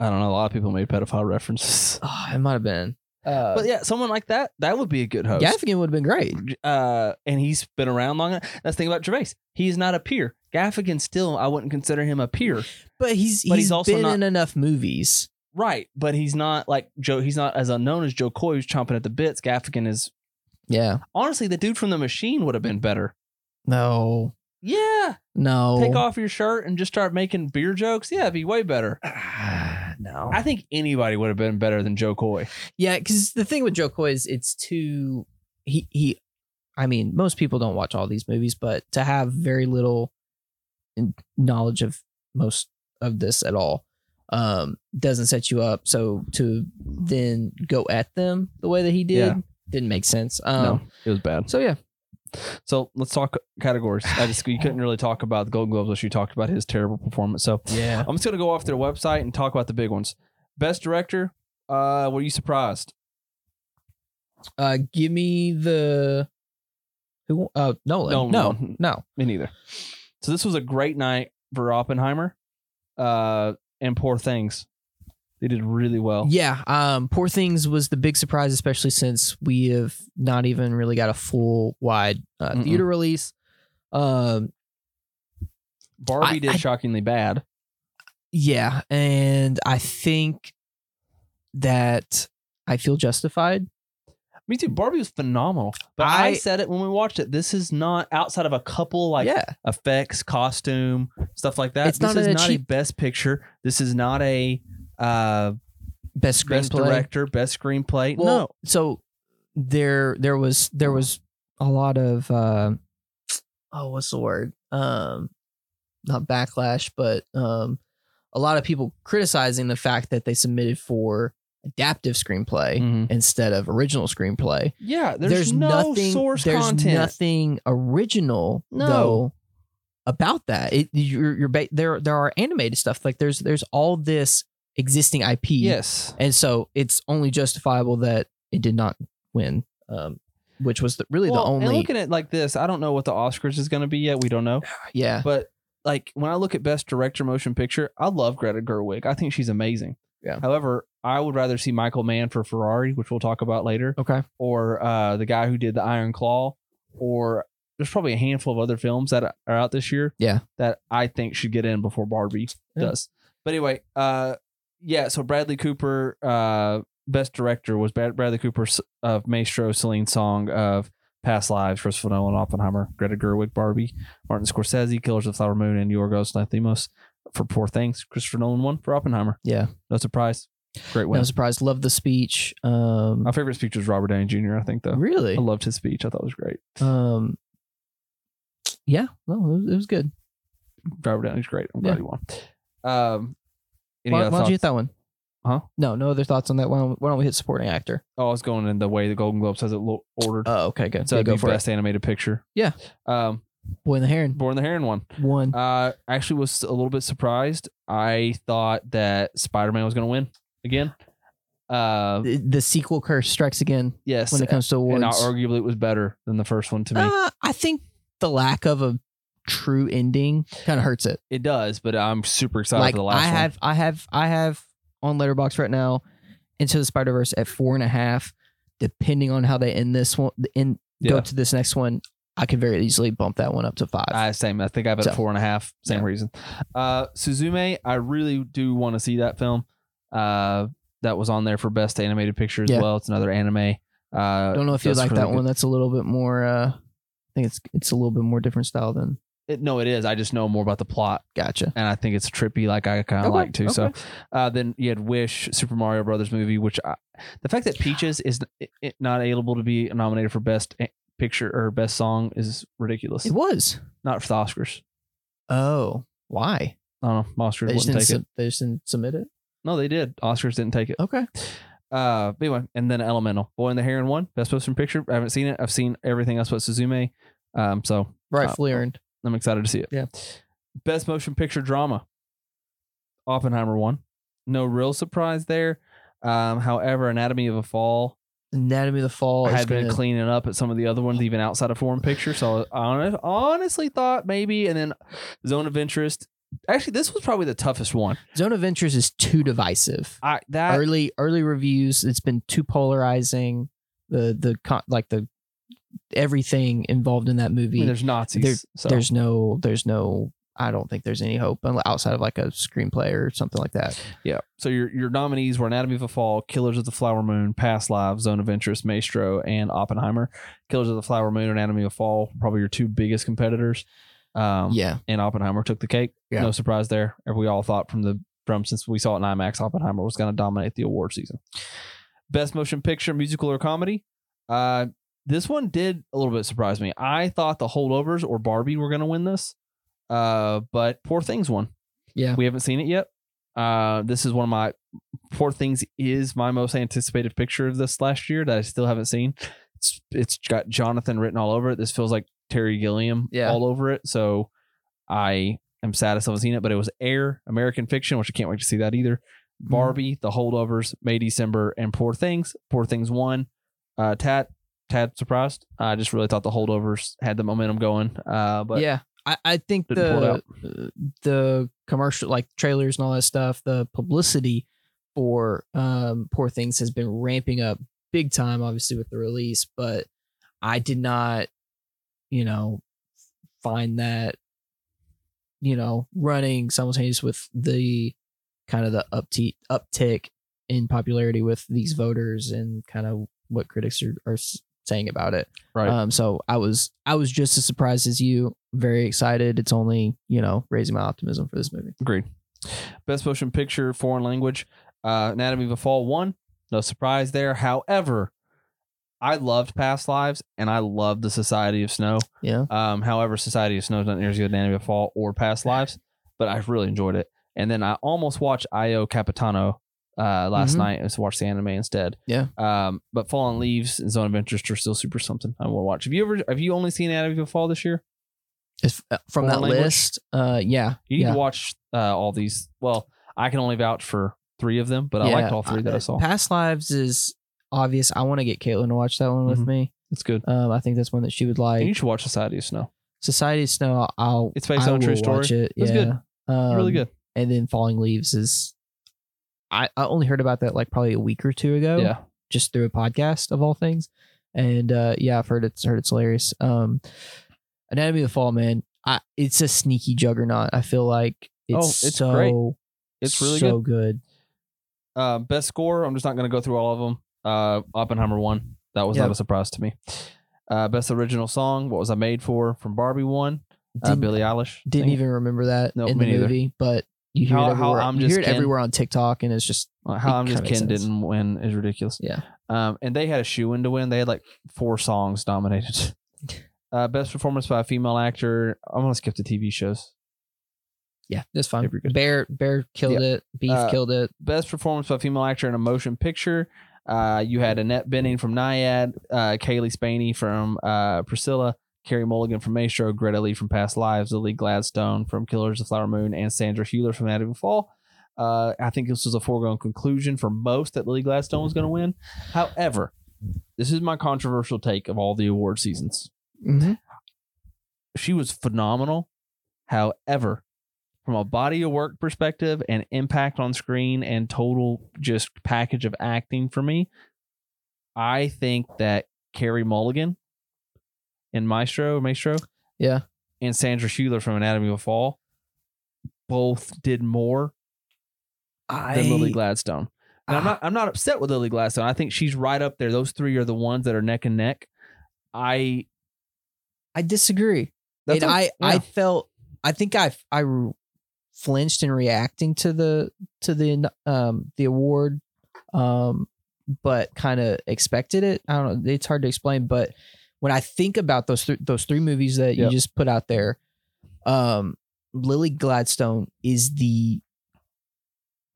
[SPEAKER 1] I don't know. A lot of people made pedophile references.
[SPEAKER 2] Oh, it might have been. Uh,
[SPEAKER 1] But yeah, someone like that, that would be a good host.
[SPEAKER 2] Gaffigan would have been great.
[SPEAKER 1] uh, and he's been around long enough. That's the thing about Gervais. He's not a peer. Gaffigan still, I wouldn't consider him a peer.
[SPEAKER 2] But he's
[SPEAKER 1] But he's
[SPEAKER 2] he's
[SPEAKER 1] also
[SPEAKER 2] been
[SPEAKER 1] not-
[SPEAKER 2] in enough movies.
[SPEAKER 1] Right. But he's not like Joe, he's not as unknown as Joe Coy, who's chomping at the bits. Gaffigan is
[SPEAKER 2] Yeah.
[SPEAKER 1] honestly the dude from the machine would have been better.
[SPEAKER 2] No.
[SPEAKER 1] Yeah.
[SPEAKER 2] No.
[SPEAKER 1] Take off your shirt and just start making beer jokes. Yeah, it'd be way better.
[SPEAKER 2] off. no.
[SPEAKER 1] I think anybody would have been better than Joe Coy.
[SPEAKER 2] yeah, because the thing with Joe Coy is it's too he he. I mean, most people don't watch all these movies, but to have very little in- knowledge of most of this at all um doesn't set you up. So to then go at them the way that he did
[SPEAKER 1] Yeah.
[SPEAKER 2] didn't make sense. Um,
[SPEAKER 1] no, it was bad.
[SPEAKER 2] So yeah,
[SPEAKER 1] So let's talk categories. I just you couldn't really talk about the Golden Globes unless you talked about his terrible performance. So
[SPEAKER 2] yeah.
[SPEAKER 1] I'm just gonna go off their website and talk about the big ones. Best director. Uh, were you surprised?
[SPEAKER 2] Uh, give me the who? Uh, Nolan.
[SPEAKER 1] Nolan
[SPEAKER 2] no,
[SPEAKER 1] won.
[SPEAKER 2] no.
[SPEAKER 1] Me neither. So this was a great night for Oppenheimer. Uh, and Poor Things. They did really well.
[SPEAKER 2] Yeah, um, Poor Things was the big surprise, especially since we have not even really got a full wide uh,
[SPEAKER 1] Mm-mm.
[SPEAKER 2] theater release. Um,
[SPEAKER 1] Barbie
[SPEAKER 2] I-
[SPEAKER 1] did
[SPEAKER 2] I-
[SPEAKER 1] shockingly bad.
[SPEAKER 2] yeah, and I think that I feel justified.
[SPEAKER 1] Me too. Barbie was phenomenal. But I,
[SPEAKER 2] I-
[SPEAKER 1] said it when we watched it. This is not outside of a couple like
[SPEAKER 2] yeah,
[SPEAKER 1] effects, costume, stuff like that.
[SPEAKER 2] It's
[SPEAKER 1] this
[SPEAKER 2] not
[SPEAKER 1] is
[SPEAKER 2] a
[SPEAKER 1] not a
[SPEAKER 2] cheap-
[SPEAKER 1] best picture. This is not a uh
[SPEAKER 2] best
[SPEAKER 1] best
[SPEAKER 2] screenplay.
[SPEAKER 1] director, best screenplay.
[SPEAKER 2] Well, so there there was there was a lot of uh, oh what's the word um not backlash but um a lot of people criticizing the fact that they submitted for adaptive
[SPEAKER 1] no.
[SPEAKER 2] screenplay
[SPEAKER 1] Mm-hmm.
[SPEAKER 2] instead of original screenplay.
[SPEAKER 1] Yeah, Mm. there's, no
[SPEAKER 2] nothing
[SPEAKER 1] source
[SPEAKER 2] there's
[SPEAKER 1] content.
[SPEAKER 2] nothing original
[SPEAKER 1] No.
[SPEAKER 2] though about that. It you're, you're ba- there there are animated stuff like there's there's all this existing IP
[SPEAKER 1] Yes.
[SPEAKER 2] and so it's only justifiable that it did not win, um, which was the, really
[SPEAKER 1] Well,
[SPEAKER 2] the
[SPEAKER 1] and
[SPEAKER 2] only.
[SPEAKER 1] looking at it like this, I don't know what the Oscars is going to be yet. We don't know.
[SPEAKER 2] yeah,
[SPEAKER 1] But like when I look at best director motion picture, I love Greta Gerwig. I think she's amazing.
[SPEAKER 2] Yeah.
[SPEAKER 1] However, I would rather see Michael Mann for Ferrari, which we'll talk about later,
[SPEAKER 2] okay,
[SPEAKER 1] or uh, the guy who did the Iron Claw, or there's probably a handful of other films that are out this year.
[SPEAKER 2] Yeah.
[SPEAKER 1] That I think should get in before Barbie
[SPEAKER 2] Yeah.
[SPEAKER 1] does. But anyway, uh, yeah. So Bradley Cooper, uh, best director was Brad- Bradley Cooper s- of Maestro, Celine Song of Past Lives, Christopher Nolan, Oppenheimer, Greta Gerwig, Barbie, Martin Scorsese, Killers of the Flower Moon, and Yorgos Lanthimos for Poor Things. Christopher Nolan won for Oppenheimer.
[SPEAKER 2] yeah.
[SPEAKER 1] No surprise. Great
[SPEAKER 2] No
[SPEAKER 1] win.
[SPEAKER 2] surprise. Love the speech. Um,
[SPEAKER 1] My favorite speech was Robert Downey Jr. I think though.
[SPEAKER 2] really.
[SPEAKER 1] uh, I loved his speech. I thought it was great.
[SPEAKER 2] Um, yeah. No, it was, it was good.
[SPEAKER 1] Robert Downey's great. I'm glad
[SPEAKER 2] Yeah.
[SPEAKER 1] he won. Um, any
[SPEAKER 2] Why,
[SPEAKER 1] other
[SPEAKER 2] why don't you
[SPEAKER 1] thoughts?
[SPEAKER 2] hit that one?
[SPEAKER 1] Huh?
[SPEAKER 2] No, no other thoughts on that. Why don't, why don't we hit supporting actor?
[SPEAKER 1] oh, I was going in the way the Golden Globes has it lo- ordered.
[SPEAKER 2] Oh, okay, good.
[SPEAKER 1] so
[SPEAKER 2] Yeah,
[SPEAKER 1] it'd
[SPEAKER 2] go
[SPEAKER 1] be
[SPEAKER 2] for
[SPEAKER 1] best animated picture.
[SPEAKER 2] Yeah.
[SPEAKER 1] Um,
[SPEAKER 2] it. Boy in the Heron
[SPEAKER 1] Born the Heron one.
[SPEAKER 2] one.
[SPEAKER 1] Uh, actually was a little bit surprised. I thought that Spider Man was going to win again. Uh,
[SPEAKER 2] the, the sequel curse strikes again
[SPEAKER 1] yes,
[SPEAKER 2] when it comes to awards.
[SPEAKER 1] and arguably it was better than the first one to me.
[SPEAKER 2] Uh, I think the lack of a true ending kind of hurts it.
[SPEAKER 1] it does, but I'm super excited
[SPEAKER 2] like
[SPEAKER 1] for the last
[SPEAKER 2] I
[SPEAKER 1] one.
[SPEAKER 2] have, I have, I have on Letterbox right now into the Spider Verse at four and a half. Depending on how they end this one, end
[SPEAKER 1] Yeah.
[SPEAKER 2] go to this next one, I could very easily bump that one up to five.
[SPEAKER 1] I same. I think I have it
[SPEAKER 2] So-
[SPEAKER 1] at four and a half. Same
[SPEAKER 2] Yeah.
[SPEAKER 1] reason. Uh, Suzume, I really do want to see that film. Uh, that was on there for best animated picture as
[SPEAKER 2] Yeah.
[SPEAKER 1] well. It's another anime. Uh,
[SPEAKER 2] Don't know if you
[SPEAKER 1] that's
[SPEAKER 2] like
[SPEAKER 1] really
[SPEAKER 2] that
[SPEAKER 1] good.
[SPEAKER 2] one. That's a little bit more. uh I think it's it's a little bit more different style than
[SPEAKER 1] it, no, it is. I just know more about the plot,
[SPEAKER 2] Gotcha.
[SPEAKER 1] and I think it's trippy, like I kind of
[SPEAKER 2] Okay,
[SPEAKER 1] like too. So, uh, then you had Wish, Super Mario Brothers movie, which I, the fact that Peaches is it, it not able to be nominated for best a- picture or best song is ridiculous.
[SPEAKER 2] It was.
[SPEAKER 1] Not for the Oscars.
[SPEAKER 2] Oh, why?
[SPEAKER 1] I don't know. Oscars
[SPEAKER 2] They
[SPEAKER 1] wouldn't
[SPEAKER 2] just, didn't
[SPEAKER 1] take it.
[SPEAKER 2] sub- they just didn't submit it.
[SPEAKER 1] No, they did. Oscars didn't take it.
[SPEAKER 2] Okay.
[SPEAKER 1] Uh, but anyway, and then Elemental, Boy in the Heron one, best postman picture. I haven't seen it. I've seen everything else but Suzume. Um, so
[SPEAKER 2] Rightfully
[SPEAKER 1] Uh,
[SPEAKER 2] earned.
[SPEAKER 1] I'm excited to see it.
[SPEAKER 2] Yeah.
[SPEAKER 1] Best motion picture drama. Oppenheimer one. No real surprise there. Um, however, Anatomy of a Fall
[SPEAKER 2] Anatomy of the Fall. is
[SPEAKER 1] had been
[SPEAKER 2] gonna-
[SPEAKER 1] cleaning up at some of the other ones, even outside of foreign picture. So I honest, honestly thought maybe, and then Zone of Interest. Actually, this was probably the toughest one.
[SPEAKER 2] Zone of Interest is too divisive.
[SPEAKER 1] I that
[SPEAKER 2] early early reviews, it's been too polarizing. The the con- like the everything involved in that
[SPEAKER 1] I mean,
[SPEAKER 2] movie.
[SPEAKER 1] there's Nazis.
[SPEAKER 2] there-
[SPEAKER 1] so.
[SPEAKER 2] there's no there's no. I don't think there's any hope unle- outside of like a screenplay or something like that.
[SPEAKER 1] Yeah. So your your nominees were Anatomy of a Fall, Killers of the Flower Moon, Past Lives, Zone of Interest, Maestro, and Oppenheimer. Killers of the Flower Moon and Anatomy of a Fall probably your two biggest competitors. Um,
[SPEAKER 2] yeah,
[SPEAKER 1] And Oppenheimer took the cake.
[SPEAKER 2] Yeah.
[SPEAKER 1] No surprise there. And We all thought from the from since we saw it in IMAX, Oppenheimer was going to dominate the award season. Best Motion Picture, Musical or Comedy. Uh, this one did a little bit surprise me. I thought the holdovers or Barbie were going to win this, uh, but Poor Things won.
[SPEAKER 2] yeah.
[SPEAKER 1] We haven't seen it yet. Uh, this is one of my Poor Things is my most anticipated picture of this last year that I still haven't seen. It's it's got Jonathan written all over it. This feels like Terry Gilliam
[SPEAKER 2] Yeah.
[SPEAKER 1] all over it. So I am sad I still haven't seen it, but it was Air, American Fiction, which I can't wait to see that either. Barbie, The Holdovers, May December, and Poor Things. Poor Things won. Uh, Tad tad surprised. I just really thought the Holdovers had the momentum going. Uh, but
[SPEAKER 2] yeah, I, I think
[SPEAKER 1] Didn't pull it
[SPEAKER 2] the uh, the commercial like trailers and all that stuff, the publicity for um Poor Things has been ramping up big time, obviously with the release. But I did not, you know, find that you know running simultaneous with the kind of the upte- uptick in popularity with these voters and kind of what critics are, are s- saying about it.
[SPEAKER 1] Right.
[SPEAKER 2] Um, so I was I was just as surprised as you. Very excited. It's only you know raising my optimism for this movie.
[SPEAKER 1] Agreed. Best motion picture, foreign language, uh, Anatomy of a Fall one. No surprise there. However, I loved Past Lives and I loved the Society of Snow.
[SPEAKER 2] Yeah.
[SPEAKER 1] Um, however, Society of Snow is not near as good as Anatomy of a Fall or Past Lives, but I really enjoyed it. And then I almost watched Io Capitano uh, last
[SPEAKER 2] Mhm.
[SPEAKER 1] night. I just watched the anime instead.
[SPEAKER 2] Yeah.
[SPEAKER 1] Um, but Fallen Leaves and Zone of Interest are still super something I want to watch. Have you ever have you only seen Anatomy of a Fall this year?
[SPEAKER 2] If, uh, from
[SPEAKER 1] Foreign
[SPEAKER 2] that
[SPEAKER 1] language?
[SPEAKER 2] list, uh, yeah,
[SPEAKER 1] You need
[SPEAKER 2] yeah.
[SPEAKER 1] to watch uh, all these. Well, I can only vouch for three of them, but I
[SPEAKER 2] Yeah, uh,
[SPEAKER 1] liked all three that I saw.
[SPEAKER 2] Past Lives is obvious. I want to get Caitlin to watch that one with
[SPEAKER 1] Mhm.
[SPEAKER 2] me.
[SPEAKER 1] It's good.
[SPEAKER 2] Um, I think that's one that she would
[SPEAKER 1] And
[SPEAKER 2] like.
[SPEAKER 1] you should watch Society of Snow.
[SPEAKER 2] Society of Snow. I'll.
[SPEAKER 1] It's based
[SPEAKER 2] I
[SPEAKER 1] on a true
[SPEAKER 2] will
[SPEAKER 1] story.
[SPEAKER 2] Watch it.
[SPEAKER 1] It's
[SPEAKER 2] yeah.
[SPEAKER 1] good.
[SPEAKER 2] Um,
[SPEAKER 1] really good.
[SPEAKER 2] And then Falling Leaves is. I, I only heard about that like probably a week or two ago.
[SPEAKER 1] yeah.
[SPEAKER 2] Just through a podcast of all things, and uh, yeah, I've heard it's heard it's hilarious. Um, Anatomy of the Fall, man. I, it's a sneaky juggernaut. I feel like it's,
[SPEAKER 1] Oh, it's
[SPEAKER 2] so
[SPEAKER 1] great. It's really
[SPEAKER 2] so good.
[SPEAKER 1] good. Uh, best score. I'm just not going to go through all of them. Uh, Oppenheimer won. That was
[SPEAKER 2] Yeah.
[SPEAKER 1] not a surprise to me. Uh, best original song. What was I made for? From Barbie one. Uh,
[SPEAKER 2] Didn't-
[SPEAKER 1] Billie Eilish.
[SPEAKER 2] Didn't
[SPEAKER 1] Sing it.
[SPEAKER 2] even remember that
[SPEAKER 1] Nope,
[SPEAKER 2] in the
[SPEAKER 1] me neither.
[SPEAKER 2] movie, but you hear
[SPEAKER 1] How-
[SPEAKER 2] it,
[SPEAKER 1] how
[SPEAKER 2] everywhere.
[SPEAKER 1] I'm
[SPEAKER 2] you
[SPEAKER 1] Just
[SPEAKER 2] hear it
[SPEAKER 1] Ken.
[SPEAKER 2] everywly on TikTok, and it's just
[SPEAKER 1] Well, Uh, How
[SPEAKER 2] it
[SPEAKER 1] I'm just
[SPEAKER 2] kinda makes
[SPEAKER 1] Ken
[SPEAKER 2] sense.
[SPEAKER 1] didn't win is ridiculous.
[SPEAKER 2] Yeah.
[SPEAKER 1] Um, and they had a shoe in to win. They had like four songs nominated. Uh, best performance by a female actor. I'm gonna skip the TV shows.
[SPEAKER 2] yeah, that's fine.
[SPEAKER 1] If you're good.
[SPEAKER 2] Bear Bear killed it. Beef
[SPEAKER 1] Uh,
[SPEAKER 2] killed it.
[SPEAKER 1] best performance by a female actor in a motion picture. Uh, you had Annette Benning from Naiad, uh, Kaylee Spaney from uh, Priscilla, Carrie Mulligan from Maestro, Greta Lee from Past Lives, Lily Gladstone from Killers of the Flower Moon, and Sandra Hewler from Anatomy of a Fall. Uh, I think this was a foregone conclusion for most that Lily Gladstone was going to win. However, this is my controversial take of all the award seasons. mm-hmm. She was phenomenal. However, from a body of work perspective and impact on screen and total just package of acting for me, I think that Carrie Mulligan and Maestro, Maestro,
[SPEAKER 2] Yeah.
[SPEAKER 1] and Sandra Schuler from Anatomy of a Fall both did more
[SPEAKER 2] I, Ah.
[SPEAKER 1] than Lily Gladstone. And I'm not I'm not upset with Lily Gladstone. I think she's right up there. Those three are the ones that are neck and neck. I
[SPEAKER 2] I disagree.
[SPEAKER 1] what-
[SPEAKER 2] And I I
[SPEAKER 1] yeah.
[SPEAKER 2] felt I think I I flinched in reacting to the to the um the award, um, but kind of expected it. I don't know. It's hard to explain, but when I think about those th- those three movies that you
[SPEAKER 1] Yep.
[SPEAKER 2] just put out there, um, Lily Gladstone is the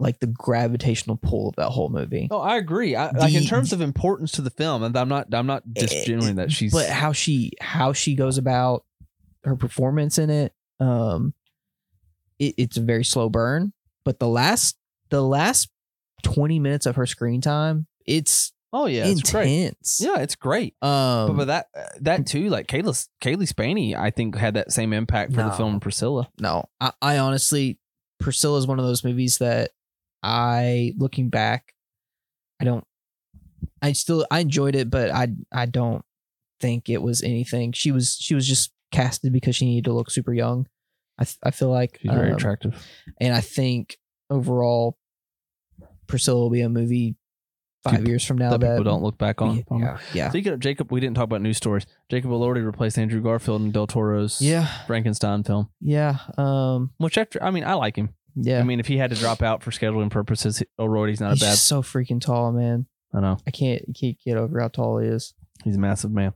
[SPEAKER 2] like the gravitational pull of that whole movie.
[SPEAKER 1] No, I agree. I, like in
[SPEAKER 2] The-
[SPEAKER 1] terms of importance to the film, and I'm not I'm not
[SPEAKER 2] Eh,
[SPEAKER 1] disgenuine that she's
[SPEAKER 2] but how she how she goes about her performance in it um it, it's a very slow burn but the last the last 20 minutes of her screen time it's
[SPEAKER 1] oh yeah, it's great.
[SPEAKER 2] intense
[SPEAKER 1] Yeah, it's great.
[SPEAKER 2] um
[SPEAKER 1] but, but that uh, that too, like Kayla Kaylee Spaney, I think had that same impact for the
[SPEAKER 2] No.
[SPEAKER 1] film Priscilla.
[SPEAKER 2] no I, I honestly priscilla is one of those movies that i looking back i don't i still i enjoyed it but i i don't think it was anything she was she was just casted because she needed to look super young i, th- I feel like
[SPEAKER 1] She's very
[SPEAKER 2] um,
[SPEAKER 1] attractive.
[SPEAKER 2] and i think overall priscilla will be a movie five
[SPEAKER 1] People-
[SPEAKER 2] years from now
[SPEAKER 1] That
[SPEAKER 2] that,
[SPEAKER 1] people don't look back on. on.
[SPEAKER 2] yeah yeah
[SPEAKER 1] Speaking of Jacob, we didn't talk about news stories. Jacob Elordi replaced Andrew Garfield in Del Toro's
[SPEAKER 2] yeah
[SPEAKER 1] Frankenstein film,
[SPEAKER 2] yeah um
[SPEAKER 1] which after I mean I like him.
[SPEAKER 2] yeah
[SPEAKER 1] I mean if he had to drop out for scheduling purposes, Elordi's not
[SPEAKER 2] he's
[SPEAKER 1] a bad.
[SPEAKER 2] just so freaking tall man
[SPEAKER 1] I know.
[SPEAKER 2] i can't can't get over how tall he is
[SPEAKER 1] He's a massive man.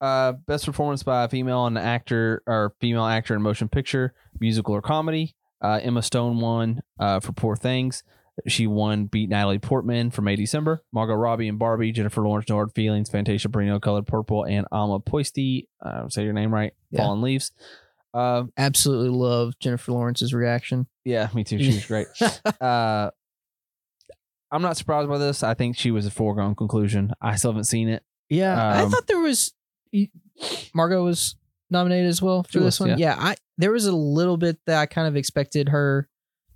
[SPEAKER 1] Uh, best performance by a female and actor or female actor in motion picture, musical or comedy. Uh, Emma Stone won uh, for Poor Things. She won beat Natalie Portman for May December. Margot Robbie and Barbie, Jennifer Lawrence, No Hard Feelings, Fantasia Perino, Colored Purple, and Alma Poisty. Uh, say your name right.
[SPEAKER 2] Yeah.
[SPEAKER 1] Fallen Leaves. Uh,
[SPEAKER 2] absolutely love Jennifer Lawrence's reaction.
[SPEAKER 1] yeah, me too. She was great. Uh, I'm not surprised by this. I think she was a foregone conclusion. I still haven't seen it.
[SPEAKER 2] yeah, I
[SPEAKER 1] Um,
[SPEAKER 2] thought there was Margot was nominated as well
[SPEAKER 1] She
[SPEAKER 2] for this
[SPEAKER 1] was,
[SPEAKER 2] one. Yeah. I there was a little bit that I kind of expected her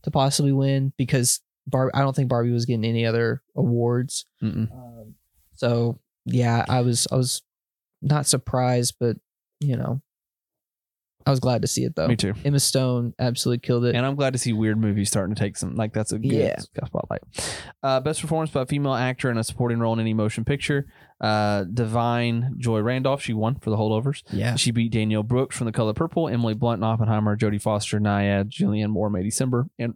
[SPEAKER 2] to possibly win because Barb. I don't think Barbie was getting any other awards.
[SPEAKER 1] Mm-mm.
[SPEAKER 2] Um, so yeah, I was I was not surprised, but you know, I was glad to see it though.
[SPEAKER 1] Me too.
[SPEAKER 2] Emma Stone absolutely killed it.
[SPEAKER 1] And I'm glad to see weird movies starting to take some like that's a good
[SPEAKER 2] Yeah.
[SPEAKER 1] spotlight. Uh, best performance by a female actor in a supporting role in any motion picture. Uh, Divine Joy Randolph, she won for the holdovers.
[SPEAKER 2] yeah.
[SPEAKER 1] She beat Danielle Brooks from The Color Purple, Emily Blunt, and Oppenheimer, Jodie Foster, Nyad, Julianne Moore, May December, and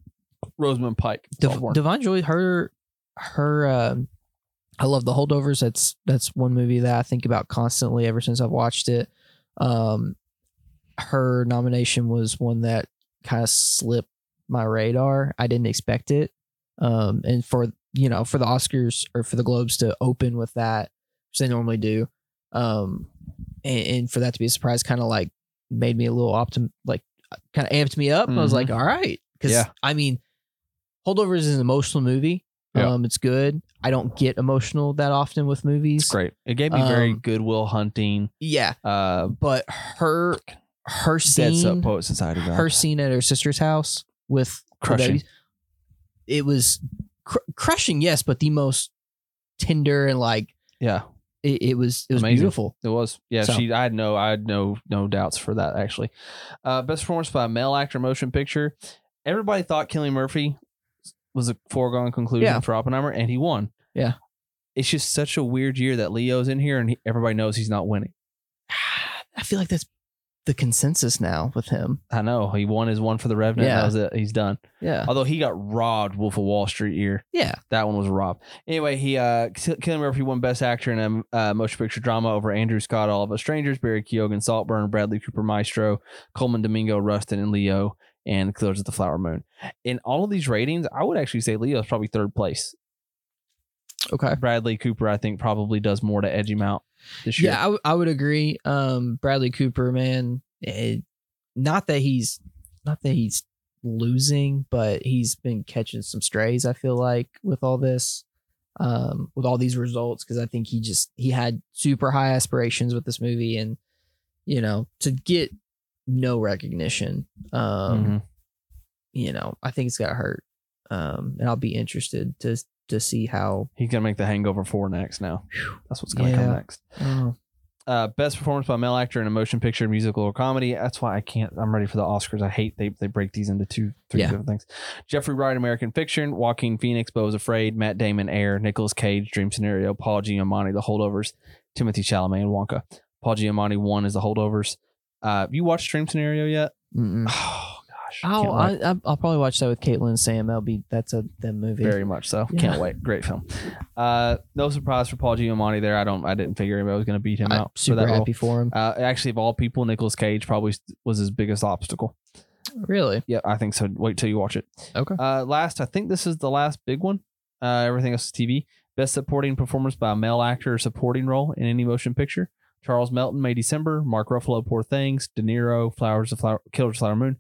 [SPEAKER 1] Rosamund Pike.
[SPEAKER 2] Div-
[SPEAKER 1] All won.
[SPEAKER 2] Devon Joy, her, her, um, I love the holdovers. That's that's one movie that I think about constantly ever since I've watched it. Um, her nomination was one that kind of slipped my radar. I didn't expect it. Um, and for you know for the Oscars or for the Globes to open with that, which they normally do, um, and, and for that to be a surprise, kind of like made me a little optim like kind of amped me up. I was
[SPEAKER 1] Mhm.
[SPEAKER 2] like, all right, because
[SPEAKER 1] Yeah.
[SPEAKER 2] I mean, Holdovers is an emotional movie.
[SPEAKER 1] Yeah.
[SPEAKER 2] Um, it's good. I don't get emotional that often with movies.
[SPEAKER 1] It's great. It gave me very
[SPEAKER 2] Um,
[SPEAKER 1] Goodwill Hunting.
[SPEAKER 2] Yeah,
[SPEAKER 1] Uh,
[SPEAKER 2] but her her
[SPEAKER 1] Dead Sub
[SPEAKER 2] scene,
[SPEAKER 1] Poet Society. God.
[SPEAKER 2] her scene at her sister's house with the
[SPEAKER 1] Crushing.
[SPEAKER 2] babies, it was cr- crushing. Yes, but the most tender and like
[SPEAKER 1] yeah,
[SPEAKER 2] it, it was it was
[SPEAKER 1] Amazing.
[SPEAKER 2] beautiful.
[SPEAKER 1] it was. Yeah,
[SPEAKER 2] So-
[SPEAKER 1] she. I had no. I had no no doubts for that actually. Uh, best performance by a male actor, in motion picture. Everybody thought Killian Murphy was a foregone conclusion
[SPEAKER 2] Yeah.
[SPEAKER 1] for Oppenheimer, and he won.
[SPEAKER 2] Yeah.
[SPEAKER 1] It's just such a weird year that Leo's in here, and he, everybody knows he's not winning.
[SPEAKER 2] I feel like that's the consensus now with him.
[SPEAKER 1] I know he won his one for the Revenant.
[SPEAKER 2] Yeah.
[SPEAKER 1] That was it. He's done.
[SPEAKER 2] Yeah,
[SPEAKER 1] Although he got robbed, Wolf of Wall Street year.
[SPEAKER 2] yeah,
[SPEAKER 1] That one was robbed. Anyway, he uh, Kill- Killian Murphy won Best Actor in a uh, Motion Picture Drama over Andrew Scott, All of Us Strangers, Barry Keoghan, Saltburn, Bradley Cooper, Maestro, Coleman Domingo, Rustin, and Leo, and Killers of the Flower Moon. In all of these ratings, I would actually say Leo is probably third place.
[SPEAKER 2] okay.
[SPEAKER 1] Bradley Cooper, I think, probably does more to edge him out this year.
[SPEAKER 2] Yeah, I, w- I would agree. Um, Bradley Cooper, man, eh, not that he's not that he's losing, but he's been catching some strays. I feel like with all this, um, with all these results, because I think he just he had super high aspirations with this movie, and you know to get no recognition, um,
[SPEAKER 1] Mhm.
[SPEAKER 2] you know, I think it's got to hurt. Um, and I'll be interested to to see how.
[SPEAKER 1] He's gonna make the Hangover Four next. Now, that's what's gonna come
[SPEAKER 2] Yeah.
[SPEAKER 1] next. uh, best performance by male actor in a motion picture, musical, or comedy. That's why I can't. I'm ready for the Oscars. I hate they they break these into two, three
[SPEAKER 2] Yeah.
[SPEAKER 1] different things. Jeffrey Wright, American Fiction. Joaquin Phoenix, Bo is Afraid. Matt Damon, Air. Nicolas Cage, Dream Scenario. Paul Giamatti, The Holdovers. Timothy Chalamet and Wonka. Paul Giamatti won is The Holdovers. Uh, you watched Dream Scenario yet?
[SPEAKER 2] Mm-mm.
[SPEAKER 1] Oh gosh,
[SPEAKER 2] I'll,
[SPEAKER 1] can't wait.
[SPEAKER 2] Mm. I, I'll- I'll probably watch that with Caitlin and Sam. That'll be that's a that movie.
[SPEAKER 1] Very much so.
[SPEAKER 2] Yeah.
[SPEAKER 1] Can't wait. Great film. Uh, no surprise for Paul Giamatti there. I don't. I didn't figure anybody was going to beat him
[SPEAKER 2] I'm
[SPEAKER 1] out for
[SPEAKER 2] super
[SPEAKER 1] that role.
[SPEAKER 2] happy for him.
[SPEAKER 1] Uh, actually, of all people, Nicolas Cage probably was his biggest obstacle.
[SPEAKER 2] really?
[SPEAKER 1] Yeah, I think so. Wait till you watch it.
[SPEAKER 2] Okay.
[SPEAKER 1] Uh, last, I think this is the last big one. Uh, everything else is TV. Best supporting performance by a male actor or supporting role in any motion picture. Charles Melton, May December. Mark Ruffalo, Poor Things. De Niro, Flowers of Flower, Killers of Flower Moon.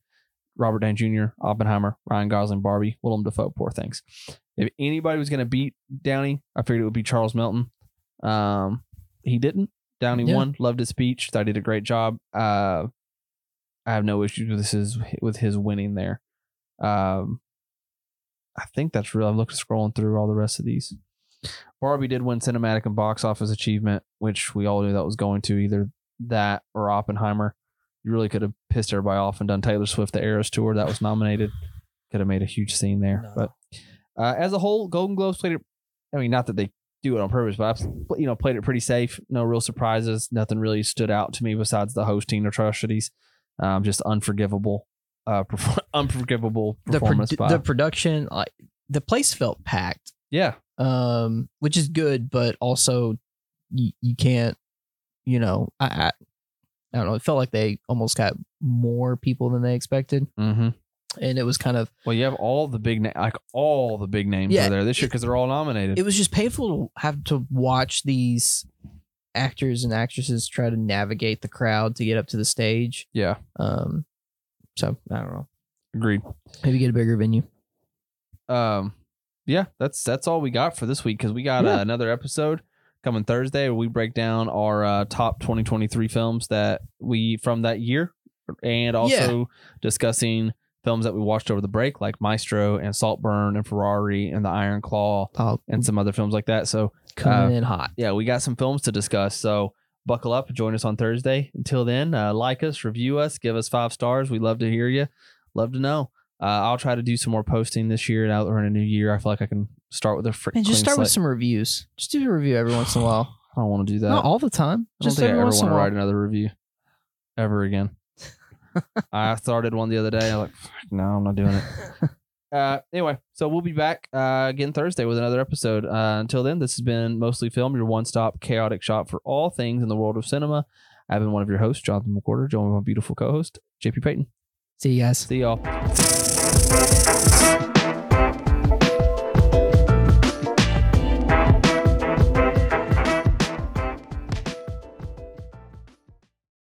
[SPEAKER 1] Robert Downey Jr., Oppenheimer, Ryan Gosling, Barbie, Willem Dafoe, Poor Things. If anybody was going to beat Downey, I figured it would be Charles Melton. Um, he didn't. Downey
[SPEAKER 2] Yeah.
[SPEAKER 1] won. Loved his speech. Thought he did a great job. Uh, I have no issues with this is with his winning there. Um, I think that's real. I'm looking scrolling through all the rest of these. Barbie did win cinematic and box office achievement, which we all knew that was going to either that or Oppenheimer. You really could have pissed everybody off and done Taylor Swift the Eras Tour that was nominated. Could have made a huge scene there,
[SPEAKER 2] No.
[SPEAKER 1] but uh, as a whole, Golden Globes played it. I mean, not that they do it on purpose, but I, you know, played it pretty safe. No real surprises. Nothing really stood out to me besides the hosting atrocities. Um, just unforgivable, uh, perfor- unforgivable
[SPEAKER 2] The pro-
[SPEAKER 1] performance by
[SPEAKER 2] the production, like the place felt packed,
[SPEAKER 1] yeah,
[SPEAKER 2] um, which is good, but also you, you can't, you know, I, I I don't know. It felt like they almost got more people than they expected,
[SPEAKER 1] Mm-hmm.
[SPEAKER 2] and it was kind of
[SPEAKER 1] Well, you have all the big na- like all the big names
[SPEAKER 2] Yeah.
[SPEAKER 1] are there this year because they're all nominated.
[SPEAKER 2] it was just painful to have to watch these actors and actresses try to navigate the crowd to get up to the stage.
[SPEAKER 1] yeah,
[SPEAKER 2] Um, so I don't know.
[SPEAKER 1] agreed.
[SPEAKER 2] Maybe get a bigger venue.
[SPEAKER 1] Um, yeah, that's that's all we got for this week because we got
[SPEAKER 2] Yeah.
[SPEAKER 1] uh, another episode coming Thursday where we break down our uh, top 2023 films that we from that year, and also discussing films that we watched over the break like Maestro and Saltburn and Ferrari and The Iron Claw
[SPEAKER 2] Oh,
[SPEAKER 1] and some other films like that. So
[SPEAKER 2] coming in hot.
[SPEAKER 1] yeah, we got some films to discuss. So buckle up. Join us on Thursday. Until then, uh, like us, review us, give us five stars. We love to hear you. Love to know. Uh, I'll try to do some more posting this year. Now that we're in a new year, I feel like I can start with a fr-
[SPEAKER 2] And just
[SPEAKER 1] clean
[SPEAKER 2] start with
[SPEAKER 1] slate.
[SPEAKER 2] some reviews. Just do a review every once in a while.
[SPEAKER 1] I don't want to do that.
[SPEAKER 2] Not all the time.
[SPEAKER 1] I don't
[SPEAKER 2] Just
[SPEAKER 1] think I
[SPEAKER 2] every
[SPEAKER 1] ever
[SPEAKER 2] once
[SPEAKER 1] want
[SPEAKER 2] in
[SPEAKER 1] to
[SPEAKER 2] a while.
[SPEAKER 1] write another review ever again. I started one the other day. I'm like, "Fuck, no, I'm not doing it. Uh, anyway, so we'll be back uh, again Thursday with another episode. Uh, until then, this has been Mostly Film, your one stop chaotic shop for all things in the world of cinema. I've been one of your hosts, Jonathan McWhorter, joined with my beautiful co host, JP Payton.
[SPEAKER 2] See you guys.
[SPEAKER 1] See y'all.